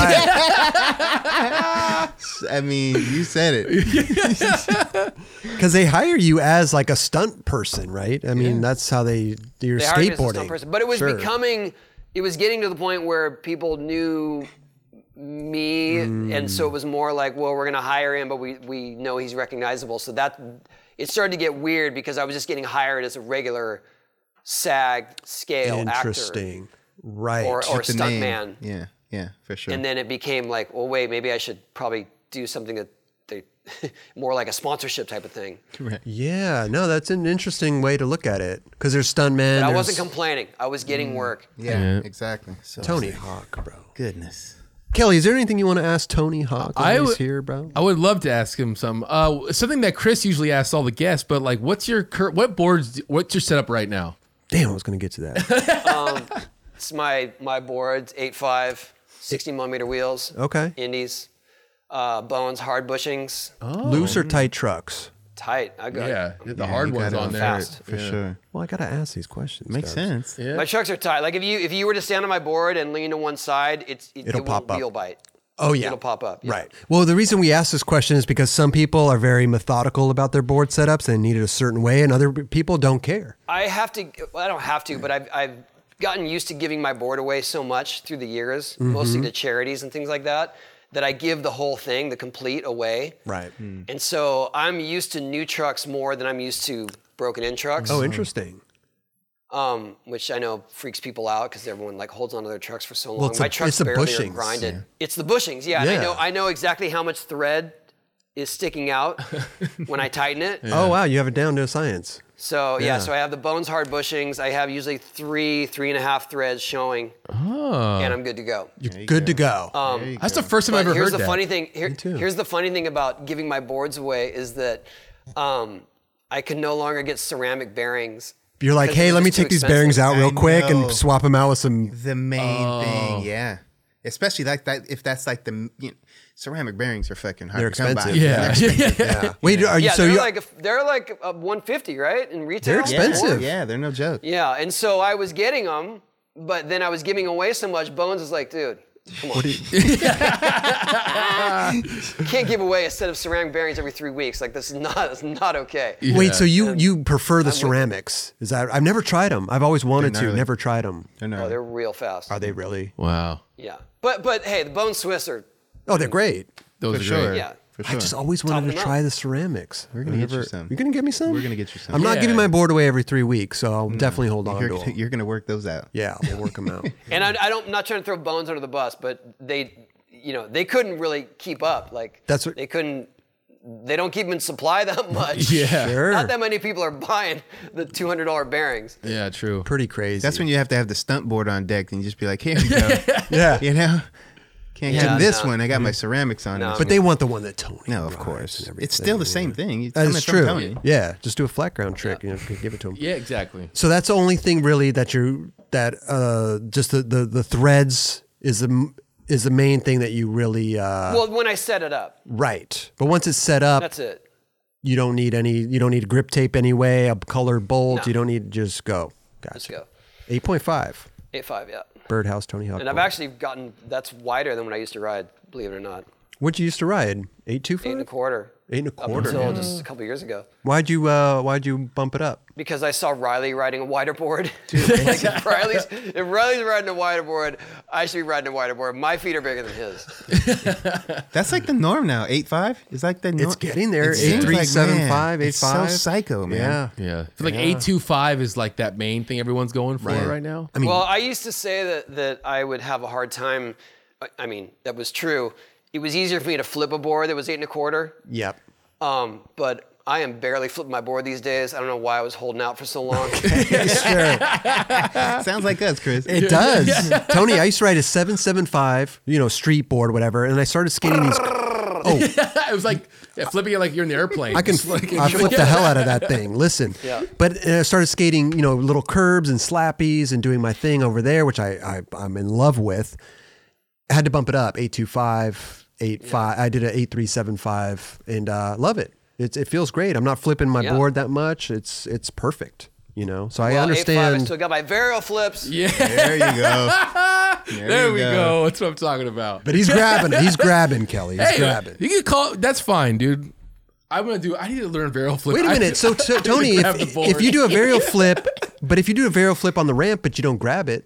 Speaker 4: I mean, you said it.
Speaker 1: Because they hire you as like a stunt person, right? I mean, that's how they do your
Speaker 2: They hired me as a stunt
Speaker 1: skateboarding.
Speaker 2: person, but it was
Speaker 1: Sure.
Speaker 2: becoming, it was getting to the point where people knew me, and so it was more like, well, we're gonna hire him, but we we know he's recognizable. So that it started to get weird because I was just getting hired as a regular SAG scale actor
Speaker 1: Interesting. Right.
Speaker 2: or, or
Speaker 4: The name.
Speaker 2: stuntman.
Speaker 4: Yeah, yeah, for sure.
Speaker 2: and then it became like, well, wait, maybe I should probably do something that they more like a sponsorship type of thing.
Speaker 1: yeah. No, that's an interesting way to look at it. Because there's stuntmen.
Speaker 2: But I
Speaker 1: there's
Speaker 2: wasn't complaining. I was getting work.
Speaker 4: yeah,
Speaker 3: Yeah.
Speaker 4: exactly. So
Speaker 1: Tony Hawk, bro.
Speaker 4: goodness.
Speaker 1: Kelly, is there anything you want to ask Tony Hawk while
Speaker 3: I
Speaker 1: he's
Speaker 3: would-
Speaker 1: here, bro? Oh,
Speaker 3: I would love to ask him some. Uh, something that Chris usually asks all the guests, but like, what's your cur- what boards? What's your setup right now?
Speaker 1: Damn, I was going to get to that.
Speaker 2: It's my my boards, 8.5, 60 millimeter wheels,
Speaker 1: Okay. Oh.
Speaker 2: indies, uh, bones, hard bushings,
Speaker 1: Loose or tight trucks?
Speaker 2: tight. I got
Speaker 3: Yeah, the
Speaker 4: Yeah,
Speaker 3: hard
Speaker 4: you
Speaker 3: ones
Speaker 4: gotta
Speaker 3: on there.
Speaker 2: fast.
Speaker 4: for sure.
Speaker 1: Well, I got to ask these questions.
Speaker 4: Makes
Speaker 1: guys.
Speaker 4: sense.
Speaker 2: My trucks are tight. Like if you if you were to stand on my board and lean to one side, it's it,
Speaker 1: It'll
Speaker 2: it
Speaker 1: pop
Speaker 2: won't
Speaker 1: up.
Speaker 2: wheel bite.
Speaker 1: Oh, yeah.
Speaker 2: It'll pop up. yeah.
Speaker 1: Right. Well, the reason we ask this question is because some people are very methodical about their board setups and need it a certain way, and other people don't care.
Speaker 2: I have to. Well, I don't have to, but I've I've gotten used to giving my board away so much through the years,
Speaker 1: Mm-hmm.
Speaker 2: mostly to charities and things like that, that I give the whole thing, the complete, away.
Speaker 1: Right.
Speaker 2: And so I'm used to new trucks more than I'm used to broken in trucks,
Speaker 1: Oh, interesting.
Speaker 2: um, which I know freaks people out because everyone like holds onto their trucks for so long.
Speaker 1: it's a-
Speaker 2: my trucks
Speaker 1: it's the
Speaker 2: barely
Speaker 1: bushings.
Speaker 2: are grinded. It's the bushings, yeah. And
Speaker 1: Yeah.
Speaker 2: I know I know exactly how much thread is sticking out when I tighten it.
Speaker 1: Oh, wow. You have it down to a science.
Speaker 2: So yeah.
Speaker 1: Yeah.
Speaker 2: so I have the bones hard bushings. I have usually three, three and a half threads showing,
Speaker 1: Oh.
Speaker 2: and I'm good to go.
Speaker 1: Good to go.
Speaker 2: Um,
Speaker 3: That's the first time
Speaker 2: But
Speaker 3: I've ever
Speaker 2: here's
Speaker 3: heard
Speaker 2: the
Speaker 3: that.
Speaker 2: funny thing. Here,
Speaker 1: too.
Speaker 2: Here's the funny thing about giving my boards away is that um, I can no longer get ceramic bearings.
Speaker 1: You're like,
Speaker 2: Because
Speaker 1: hey,
Speaker 2: it's
Speaker 1: let me
Speaker 2: just too
Speaker 1: take these
Speaker 2: expensive.
Speaker 1: bearings out real
Speaker 4: I
Speaker 1: quick
Speaker 4: know.
Speaker 1: and swap them out with some.
Speaker 4: The main thing, yeah. Especially like that, if that's like the you know, ceramic bearings are fucking hard
Speaker 1: They're
Speaker 4: to come by.
Speaker 1: expensive.
Speaker 3: Yeah.
Speaker 1: Yeah. Wait, are you?
Speaker 2: Yeah,
Speaker 1: so
Speaker 2: they're,
Speaker 1: you?
Speaker 2: like a, they're like uh 150, right? In retail,
Speaker 1: They're
Speaker 4: Yeah,
Speaker 1: expensive.
Speaker 4: Yeah, they're no joke.
Speaker 2: Yeah, and so I was getting them, but then I was giving away so much. Bones is like, dude,
Speaker 1: What do you,
Speaker 2: Can't give away a set of ceramic bearings every three weeks. Like this is not that's not okay.
Speaker 1: wait, so you you prefer the ceramics? Is that I've never tried them. I've always wanted
Speaker 4: They're
Speaker 1: to,
Speaker 4: gnarly.
Speaker 1: never tried them.
Speaker 4: They're
Speaker 2: Oh,
Speaker 4: gnarly.
Speaker 2: they're real fast.
Speaker 1: Are they really?
Speaker 3: Wow.
Speaker 2: Yeah. But but hey, the Bone Swiss are
Speaker 1: Oh, they're great.
Speaker 3: Those
Speaker 4: for
Speaker 3: are
Speaker 4: sure.
Speaker 3: great.
Speaker 2: Yeah.
Speaker 4: For
Speaker 1: I
Speaker 4: sure.
Speaker 1: just always wanted
Speaker 2: them
Speaker 1: to
Speaker 2: up.
Speaker 1: try the ceramics.
Speaker 4: We're gonna get you some.
Speaker 1: You're gonna get me some.
Speaker 4: We're gonna get you some. Mm.
Speaker 1: I'm not
Speaker 3: Yeah.
Speaker 1: giving my board away every three weeks, so I'll definitely hold on
Speaker 4: you're,
Speaker 1: to them.
Speaker 4: you're gonna work those out.
Speaker 1: Yeah, we'll work them out.
Speaker 2: And I, I don't, I'm not trying to throw bones under the bus, but they, you know, they couldn't really keep up. Like
Speaker 1: That's what-
Speaker 2: they couldn't. They don't keep in supply that much.
Speaker 3: Yeah.
Speaker 1: Sure.
Speaker 2: Not that many people are buying the $200 bearings.
Speaker 3: Yeah, true.
Speaker 1: Pretty crazy.
Speaker 4: That's when you have to have the stunt board on deck and you just be like, here we go.
Speaker 1: yeah. Mm-hmm.
Speaker 4: You know, can't
Speaker 2: Yeah,
Speaker 4: have this
Speaker 2: no.
Speaker 4: one. I got my ceramics on. it.
Speaker 1: But they want the one that Tony.
Speaker 4: no, of
Speaker 1: drives
Speaker 4: course,
Speaker 1: and
Speaker 4: it's still the
Speaker 1: everything.
Speaker 4: same thing. You-
Speaker 1: That
Speaker 4: I'm-
Speaker 1: is
Speaker 4: I'm
Speaker 1: true.
Speaker 4: telling you.
Speaker 1: Yeah, just do a flat ground trick and you know, give it to him.
Speaker 3: Yeah, exactly.
Speaker 1: So that's the only thing really that you that uh just the the, the threads is the m- is the main thing that you really uh
Speaker 2: Well, when I set it up,
Speaker 1: right. But once it's set up,
Speaker 2: that's it.
Speaker 1: you don't need any you don't need grip tape anyway, a colored bolt, you don't need just go.
Speaker 2: Let's
Speaker 1: Gotcha.
Speaker 2: go.
Speaker 1: 8.5
Speaker 2: 8.5. Yeah.
Speaker 1: Birdhouse Tony Hawk.
Speaker 2: And I've
Speaker 1: board.
Speaker 2: actually gotten, that's wider than when I used to ride, believe it or not.
Speaker 1: What'd you used to ride?
Speaker 2: Eight and a
Speaker 1: 825?
Speaker 2: quarter.
Speaker 1: Eight and a
Speaker 2: Up
Speaker 1: quarter,
Speaker 2: until
Speaker 1: yeah.
Speaker 2: just a couple years ago.
Speaker 1: Why'd you uh why'd you bump it up?
Speaker 2: because I saw Riley riding a wider board. like if Riley's if Riley's riding a wider board, I should be riding a wider board. My feet are bigger than his.
Speaker 4: That's like the norm now. Eight five is like the. norm.
Speaker 1: It's getting there.
Speaker 4: It seems
Speaker 1: Eight three
Speaker 4: like,
Speaker 1: seven
Speaker 4: man,
Speaker 1: five eight
Speaker 4: it's so
Speaker 1: five.
Speaker 4: psycho, man.
Speaker 1: Yeah.
Speaker 3: Yeah. I feel like 825 is like that main thing everyone's going for right, now. I mean,
Speaker 2: well, I used to say that that I would have a hard time. I- I mean, that was true. It was easier for me to flip a board that was eight and a quarter.
Speaker 1: Yep.
Speaker 2: Um, but I am barely flipping my board these days. I don't know why I was holding out for so long.
Speaker 1: sure.
Speaker 4: Sounds like us, Chris.
Speaker 1: It does. Tony, I used to ride a 775, you know, street board, whatever, and I started skating these. Oh,
Speaker 3: it was like yeah, flipping it like you're in the airplane.
Speaker 1: I can
Speaker 3: Just like-
Speaker 1: I flip the hell out of that thing. Listen.
Speaker 2: Yeah.
Speaker 1: But and I started skating, you know, little curbs and slappies and doing my thing over there, which I, I I'm in love with. I had to bump it up 825, 85. I did an 8375 and uh, love it. It's, it feels great. I'm not flipping my
Speaker 2: Yeah.
Speaker 1: board that much. It's it's perfect, you know. So I
Speaker 2: Well, 8.5, I
Speaker 1: understand.
Speaker 2: still got my varial flips.
Speaker 4: There you go.
Speaker 3: there,
Speaker 4: you
Speaker 3: we
Speaker 4: go.
Speaker 3: go. That's what I'm talking about.
Speaker 1: But he's grabbing it. He's grabbing Kelly. He's
Speaker 3: hey,
Speaker 1: grabbing.
Speaker 3: you can call. That's fine, dude. I'm gonna do. I need to learn barrel flip.
Speaker 1: Wait a
Speaker 3: I-
Speaker 1: minute. So, t- Tony, if,
Speaker 3: grab the board.
Speaker 1: if you do a varial flip, but if you do a varial flip on the ramp, but you don't grab it,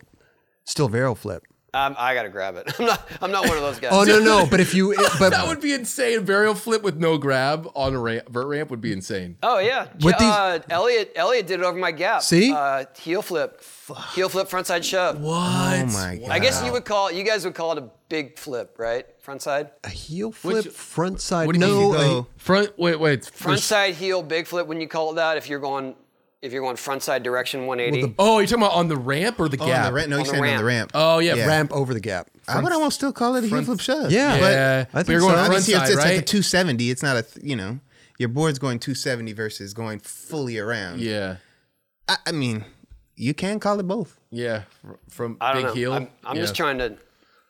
Speaker 1: still varial flip.
Speaker 2: Um, I gotta grab it. I'm not. I'm not one of those guys.
Speaker 1: Oh no, no. But if you, it- but
Speaker 3: that would be insane. Barrel flip with no grab on a ramp, vert ramp would be insane.
Speaker 2: Oh yeah,
Speaker 1: With these-
Speaker 2: uh, Elliot Elliot did it over my gap.
Speaker 1: See?
Speaker 2: uh, heel flip, heel flip, frontside shove.
Speaker 3: What?
Speaker 4: Oh my god.
Speaker 2: I guess you would call you guys would call it a big flip, right? Frontside,
Speaker 1: a heel flip,
Speaker 3: you-
Speaker 1: front side.
Speaker 3: What do you
Speaker 1: no,
Speaker 3: mean?
Speaker 1: a-
Speaker 4: go-
Speaker 3: Front. Wait, wait.
Speaker 2: frontside heel big flip. When you call it that, if you're going if you're going frontside direction 180.
Speaker 3: Oh, you're talking about on the ramp or the
Speaker 4: Oh,
Speaker 3: gap?
Speaker 4: on the ramp. No,
Speaker 2: On
Speaker 4: you're
Speaker 2: the
Speaker 4: saying on the
Speaker 2: ramp.
Speaker 4: ramp.
Speaker 3: Oh yeah,
Speaker 4: Yeah.
Speaker 1: ramp over the gap.
Speaker 4: I would almost still call it a heel flip shove.
Speaker 1: Yeah.
Speaker 3: Yeah,
Speaker 1: I think
Speaker 3: but you're going
Speaker 1: so.
Speaker 3: front
Speaker 4: Obviously,
Speaker 3: side,
Speaker 4: it's, it's
Speaker 3: right?
Speaker 4: like a 270. It's not a, th- you know, your board's going 270 versus going fully around.
Speaker 3: yeah,
Speaker 4: I, I mean, you can call it both.
Speaker 3: yeah. Fr- From
Speaker 2: I don't
Speaker 3: big
Speaker 2: know.
Speaker 3: heel.
Speaker 2: I'm, I'm just
Speaker 3: Yeah.
Speaker 2: trying to,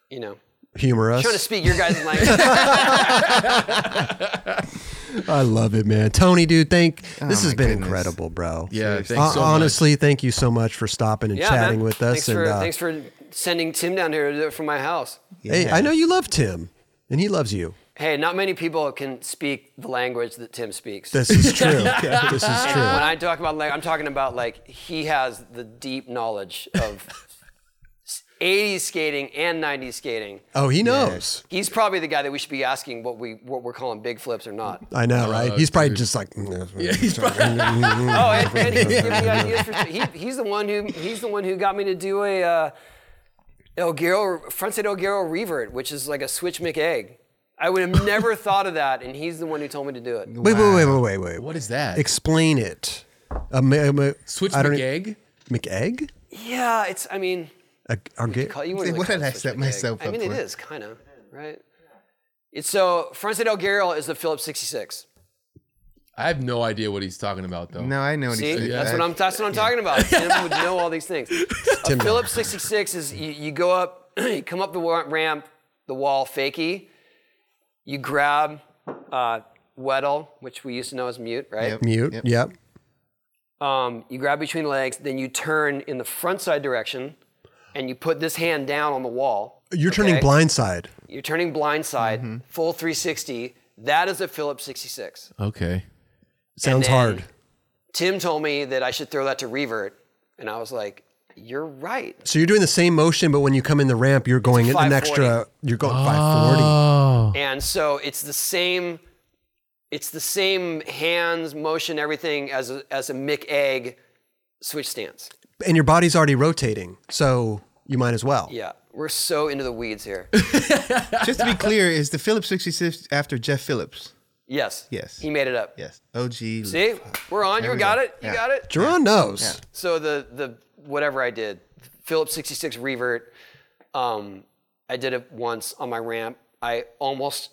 Speaker 2: you know,
Speaker 1: Humor
Speaker 2: trying to
Speaker 1: us.
Speaker 2: speak your guys' language.
Speaker 1: I love it, man. Tony, dude, thank. this has
Speaker 4: my
Speaker 1: been
Speaker 4: goodness.
Speaker 1: incredible, bro.
Speaker 3: Yeah,
Speaker 1: Seriously.
Speaker 3: thanks so
Speaker 1: Hon-
Speaker 3: much.
Speaker 1: honestly, thank you so much for stopping and
Speaker 2: yeah,
Speaker 1: chatting
Speaker 2: man.
Speaker 1: with us.
Speaker 2: Thanks
Speaker 1: and
Speaker 2: for
Speaker 1: uh,
Speaker 2: thanks for sending Tim down here to do it from my house.
Speaker 1: hey,
Speaker 4: Yeah.
Speaker 1: I know you love Tim, and he loves you.
Speaker 2: Hey, not many people can speak the language that Tim speaks.
Speaker 1: This is true. this is true.
Speaker 2: When I talk about like, I'm talking about like he has the deep knowledge of 80s skating and 90s skating.
Speaker 1: Oh, he knows.
Speaker 2: He's probably the guy that we should be asking what we what we're calling big flips or not.
Speaker 1: I know, right? He's probably just like. mm, Yeah, he's probably.
Speaker 2: Oh, and, and he's giving me ideas for he, he's the one who he's the one who got me to do a uh, El Giro frontside El Giro revert, which is like a switch McEgg. I would have never thought of that, and he's the one who told me to do it.
Speaker 1: Wait, wait, wait, wait, wait, wait.
Speaker 3: What is that?
Speaker 1: Explain it. A, ma- a, ma-
Speaker 3: Switch
Speaker 1: I don't- e-,
Speaker 3: McGeg?
Speaker 1: McEgg?
Speaker 2: Yeah, it's I mean,
Speaker 1: A, a ga-
Speaker 2: call you wouldn't
Speaker 4: What
Speaker 2: really
Speaker 4: did
Speaker 2: call it
Speaker 4: I
Speaker 2: switch
Speaker 4: set
Speaker 2: McEgg.
Speaker 4: myself
Speaker 2: I
Speaker 4: up
Speaker 2: mean,
Speaker 4: for?
Speaker 2: it is kind of right. It's so frontside El Giro is the Phillips 66.
Speaker 3: I have no idea what he's talking about though.
Speaker 4: No, I know what
Speaker 2: See,
Speaker 4: he's saying.
Speaker 2: that's what I'm. That's what I'm talking about. Tim would know all these things. A Phillips 66 is you, you go up, you come up the wa- ramp, the wall, fakie. You grab uh, Weddle, which we used to know as mute, right?
Speaker 4: Yep.
Speaker 1: mute. Yep.
Speaker 4: Yep.
Speaker 2: Um, you grab between legs, then you turn in the front side direction, and you put this hand down on the wall.
Speaker 1: You're turning
Speaker 2: Okay.
Speaker 1: blindside.
Speaker 2: You're turning blindside,
Speaker 4: Mm-hmm.
Speaker 2: full 360. That is a Phillips 66.
Speaker 3: Okay.
Speaker 1: Sounds
Speaker 2: then-
Speaker 1: hard.
Speaker 2: Tim told me that I should throw that to revert, and I was like, "You're right."
Speaker 1: So you're doing the same motion, but when you come in the ramp, you're going an
Speaker 2: 540.
Speaker 1: extra. You're going
Speaker 3: Ah.
Speaker 1: 540.
Speaker 3: Oh.
Speaker 2: And so it's the same, it's the same hands, motion, everything as a, as a Mick Egg switch stance.
Speaker 1: and your body's already rotating, so you might as well.
Speaker 2: Yeah, we're so into the weeds here.
Speaker 4: Just to be clear, is the Phillips 66 after Jeff Phillips?
Speaker 2: Yes.
Speaker 4: Yes.
Speaker 2: He made it up.
Speaker 4: Yes. OG.
Speaker 2: See, we're on. You
Speaker 4: we
Speaker 2: got
Speaker 4: go.
Speaker 2: it. You
Speaker 4: Yeah.
Speaker 2: got it.
Speaker 1: Jerron knows.
Speaker 2: So the the whatever I did, Phillips 66 revert. Um, I did it once on my ramp. I almost,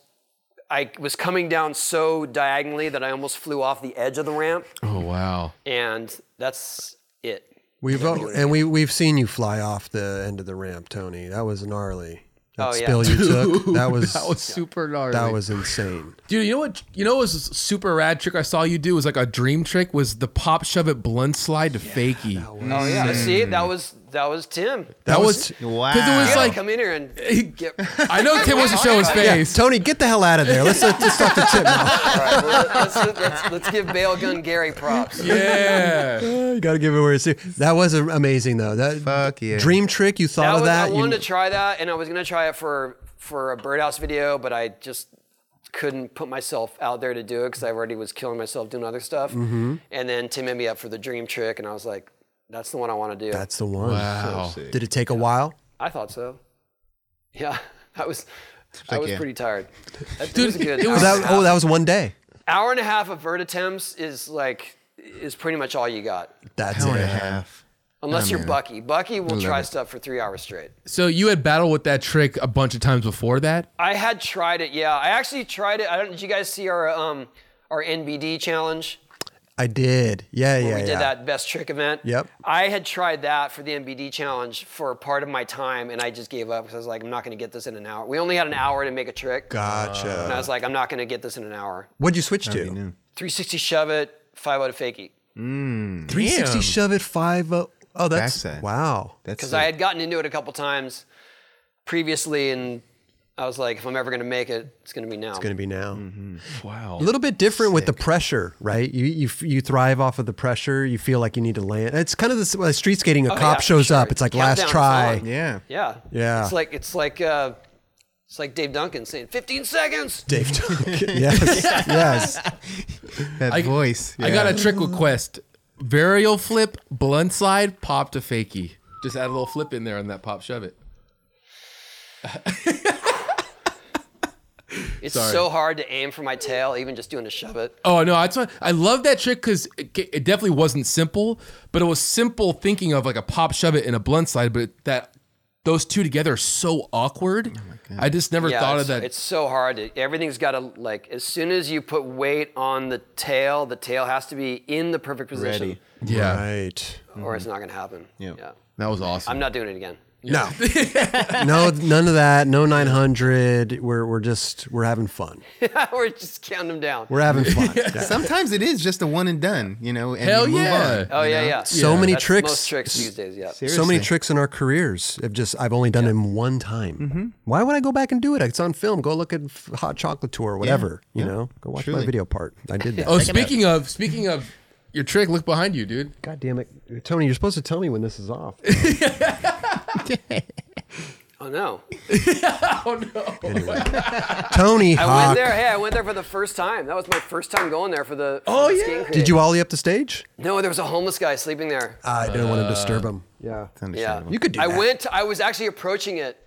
Speaker 2: I was coming down so diagonally that I almost flew off the edge of the ramp,
Speaker 3: Oh wow.
Speaker 2: and that's it.
Speaker 1: We've and we we've seen you fly off the end of the ramp, Tony. That was gnarly. That
Speaker 2: Oh, yeah.
Speaker 1: spill you took. That was
Speaker 3: That was super gnarly.
Speaker 1: that was insane.
Speaker 3: Dude, you know what? You know what was a super rad trick I saw you do was like a dream trick was the pop shove it blunt slide to fakie. That was,
Speaker 2: Oh yeah, see, that was that was Tim.
Speaker 1: That was-
Speaker 3: was
Speaker 4: Wow.
Speaker 3: Because it was
Speaker 2: Yeah,
Speaker 3: like
Speaker 2: come in here and get. All
Speaker 3: I know Tim wants to show his
Speaker 1: Yeah,
Speaker 3: face.
Speaker 1: Tony, get the hell out of there. Let's let, let's talk to Chip. Now.
Speaker 2: right, well, let's, let's, let's give Bail Gun Gary props.
Speaker 3: Yeah.
Speaker 1: you gotta give it where it's due. That was a- amazing though. That
Speaker 4: Fuck yeah.
Speaker 1: dream trick. You
Speaker 2: That
Speaker 1: thought of
Speaker 2: was-
Speaker 1: that.
Speaker 2: I
Speaker 1: You-
Speaker 2: wanted to try that, and I was gonna try it for for a birdhouse video, but I just couldn't put myself out there to do it because I already was killing myself doing other stuff.
Speaker 1: Mm-hmm.
Speaker 2: And then Tim hit me up for the dream trick, and I was like, "That's the one I want to do."
Speaker 1: That's the one.
Speaker 3: Wow.
Speaker 1: Did it take a while?
Speaker 2: I thought so. Yeah, I was. I
Speaker 4: like,
Speaker 2: was
Speaker 4: yeah.
Speaker 2: pretty tired. That, Dude, was a good.
Speaker 3: it
Speaker 2: hour
Speaker 1: Was
Speaker 2: and a
Speaker 1: that, oh, that was one day.
Speaker 2: hour and a half of vert attempts is like is pretty much all you got
Speaker 1: That's
Speaker 4: Hour and a
Speaker 1: it.
Speaker 4: half.
Speaker 2: unless
Speaker 4: Oh,
Speaker 2: you're
Speaker 4: man.
Speaker 2: bucky bucky will try stuff for three hours straight
Speaker 3: So you had battled with that trick a bunch of times before that.
Speaker 2: i had tried it yeah i actually tried it i don't did you guys see our um our nbd challenge
Speaker 1: I did. Yeah, yeah,
Speaker 2: we did
Speaker 1: yeah.
Speaker 2: that best trick event
Speaker 1: Yep.
Speaker 2: i had tried that for the nbd challenge for part of my time and i just gave up because i was like i'm not going to get this in an hour we only had an hour to make a trick and i
Speaker 1: Gotcha.
Speaker 2: was like i'm not going to get this in an hour
Speaker 1: What'd you switch to?
Speaker 2: 360 shove it 5 out of fakie
Speaker 1: Three sixty
Speaker 3: Damn.
Speaker 1: shove it five. Oh, oh that's
Speaker 4: Backside.
Speaker 1: wow.
Speaker 4: That's
Speaker 2: because
Speaker 4: it.
Speaker 2: I had gotten into it a couple times previously, and I was like, if I'm ever gonna make it, it's gonna be now.
Speaker 1: It's gonna be now.
Speaker 3: Wow.
Speaker 1: A little bit different with the pressure, right? You, you f- you thrive off of the pressure. You feel like you need to land. It's kind of this well, street skating. A
Speaker 2: Oh, yeah,
Speaker 1: cop
Speaker 2: for
Speaker 1: shows
Speaker 2: sure.
Speaker 1: up. It's like last
Speaker 2: Countdown's
Speaker 1: try.
Speaker 2: on.
Speaker 4: Yeah.
Speaker 2: yeah,
Speaker 1: Yeah.
Speaker 2: It's like it's like uh, it's like Dave Duncan saying 15 seconds.
Speaker 1: Dave Duncan. yes, yes.
Speaker 4: That voice.
Speaker 3: I got
Speaker 4: yeah.
Speaker 3: a trick request. Varial flip, blunt slide, pop to fakie. Just add a little flip in there on that pop shove it.
Speaker 2: It's so hard to aim for my tail, even just doing a shove it.
Speaker 3: Oh no, that's what, I love that trick because it, ca- it definitely wasn't simple, but it was simple thinking of like a pop shove it and a blunt slide, but that those two together are so awkward. I just never
Speaker 2: Yeah,
Speaker 3: thought
Speaker 2: it's,
Speaker 3: of that.
Speaker 2: it's so hard. to- everything's got to like as soon as you put weight on the tail, the tail has to be in the perfect position,
Speaker 4: Ready. Mm-hmm.
Speaker 3: yeah,
Speaker 1: Right.
Speaker 2: or it's not gonna happen. Yeah,
Speaker 3: that was awesome.
Speaker 2: I'm not doing it again.
Speaker 1: No, no, none of that. No nine hundred. We're we're just we're having fun.
Speaker 2: We're just counting them down.
Speaker 1: We're having fun. Yeah.
Speaker 4: Sometimes it is just a one and done, you know. And
Speaker 3: Hell
Speaker 4: you move
Speaker 3: yeah.
Speaker 4: on.
Speaker 2: oh yeah, yeah.
Speaker 1: So many
Speaker 2: That's
Speaker 1: tricks.
Speaker 2: Most tricks these days. Yeah.
Speaker 1: So many
Speaker 4: Seriously.
Speaker 1: tricks in our careers. I've just I've only done them one time.
Speaker 2: Mm-hmm.
Speaker 1: Why would I go back and do it? It's on film. Go look at F- Hot Chocolate Tour or whatever. You know, go watch my
Speaker 4: Truly.
Speaker 1: video part. I did that.
Speaker 3: oh, speaking of speaking of your trick, look behind you, dude.
Speaker 1: God damn it, Tony! You're supposed to tell me when this is off.
Speaker 2: Oh no.
Speaker 3: Oh,
Speaker 1: Tony
Speaker 2: I
Speaker 1: Hawk.
Speaker 2: went there. Hey, I went there for the first time. That was my first time going there for the. For
Speaker 3: Oh,
Speaker 2: the
Speaker 3: yeah.
Speaker 2: skating crew.
Speaker 1: Did you ollie up the stage?
Speaker 2: No, there was a homeless guy sleeping there.
Speaker 1: I didn't want to disturb him. Yeah,
Speaker 2: Uh, yeah,
Speaker 1: you could do.
Speaker 2: I
Speaker 1: that.
Speaker 2: went. I was actually approaching it,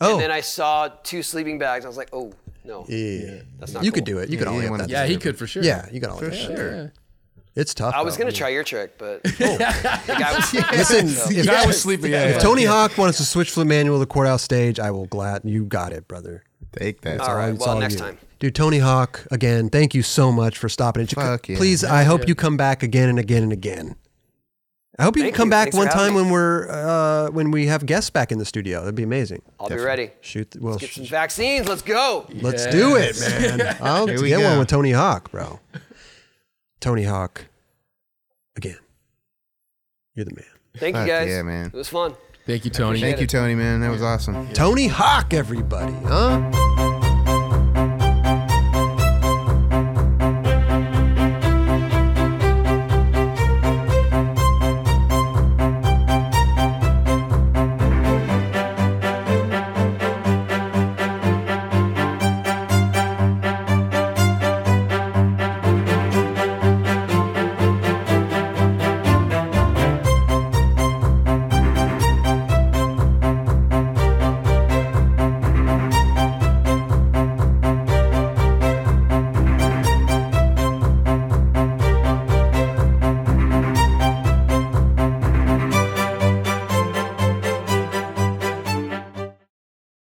Speaker 1: Oh,
Speaker 2: and then I saw two sleeping bags. I was like, oh no,
Speaker 1: yeah.
Speaker 2: that's not.
Speaker 1: You
Speaker 2: cool.
Speaker 1: could do it. You could
Speaker 4: you
Speaker 1: ollie
Speaker 4: didn't
Speaker 1: up
Speaker 4: wanna
Speaker 1: that.
Speaker 3: Yeah, he could for sure.
Speaker 1: Yeah, you got ollie. For
Speaker 3: sure.
Speaker 1: It's tough.
Speaker 2: I was gonna try your trick, but the guy was sleeping.
Speaker 1: Oh, Listen,
Speaker 2: so-
Speaker 1: if,
Speaker 3: Guy was sleeping. Yeah,
Speaker 1: if Tony Hawk wants to switch flip manual to courthouse stage, I will glad. You got it, brother.
Speaker 4: Take that.
Speaker 2: all right.
Speaker 1: It's
Speaker 2: Well,
Speaker 1: all
Speaker 2: next
Speaker 1: you.
Speaker 2: time.
Speaker 1: Dude, Tony Hawk, again, thank you so much for stopping. it.
Speaker 4: Fuck yeah.
Speaker 1: Please, I hope you come back again and again and again. I hope you
Speaker 2: Thank
Speaker 1: come
Speaker 2: you.
Speaker 1: back
Speaker 2: Thanks for
Speaker 1: one
Speaker 2: having
Speaker 1: time
Speaker 2: me.
Speaker 1: when we're uh, when we have guests back in the studio. That'd be amazing.
Speaker 2: I'll be ready.
Speaker 1: Shoot, well,
Speaker 2: Get
Speaker 1: sh-
Speaker 2: some vaccines. Let's go.
Speaker 1: let's do it, man. I'll
Speaker 4: Here we
Speaker 1: get one
Speaker 4: go.
Speaker 1: with Tony Hawk, bro. Tony Hawk, again. You're the man.
Speaker 2: Thank you
Speaker 4: Fuck
Speaker 2: guys.
Speaker 4: yeah, man.
Speaker 2: It was fun.
Speaker 3: Thank you, Tony.
Speaker 4: Thank you, Tony, man. That was awesome.
Speaker 1: Tony Hawk, everybody, huh?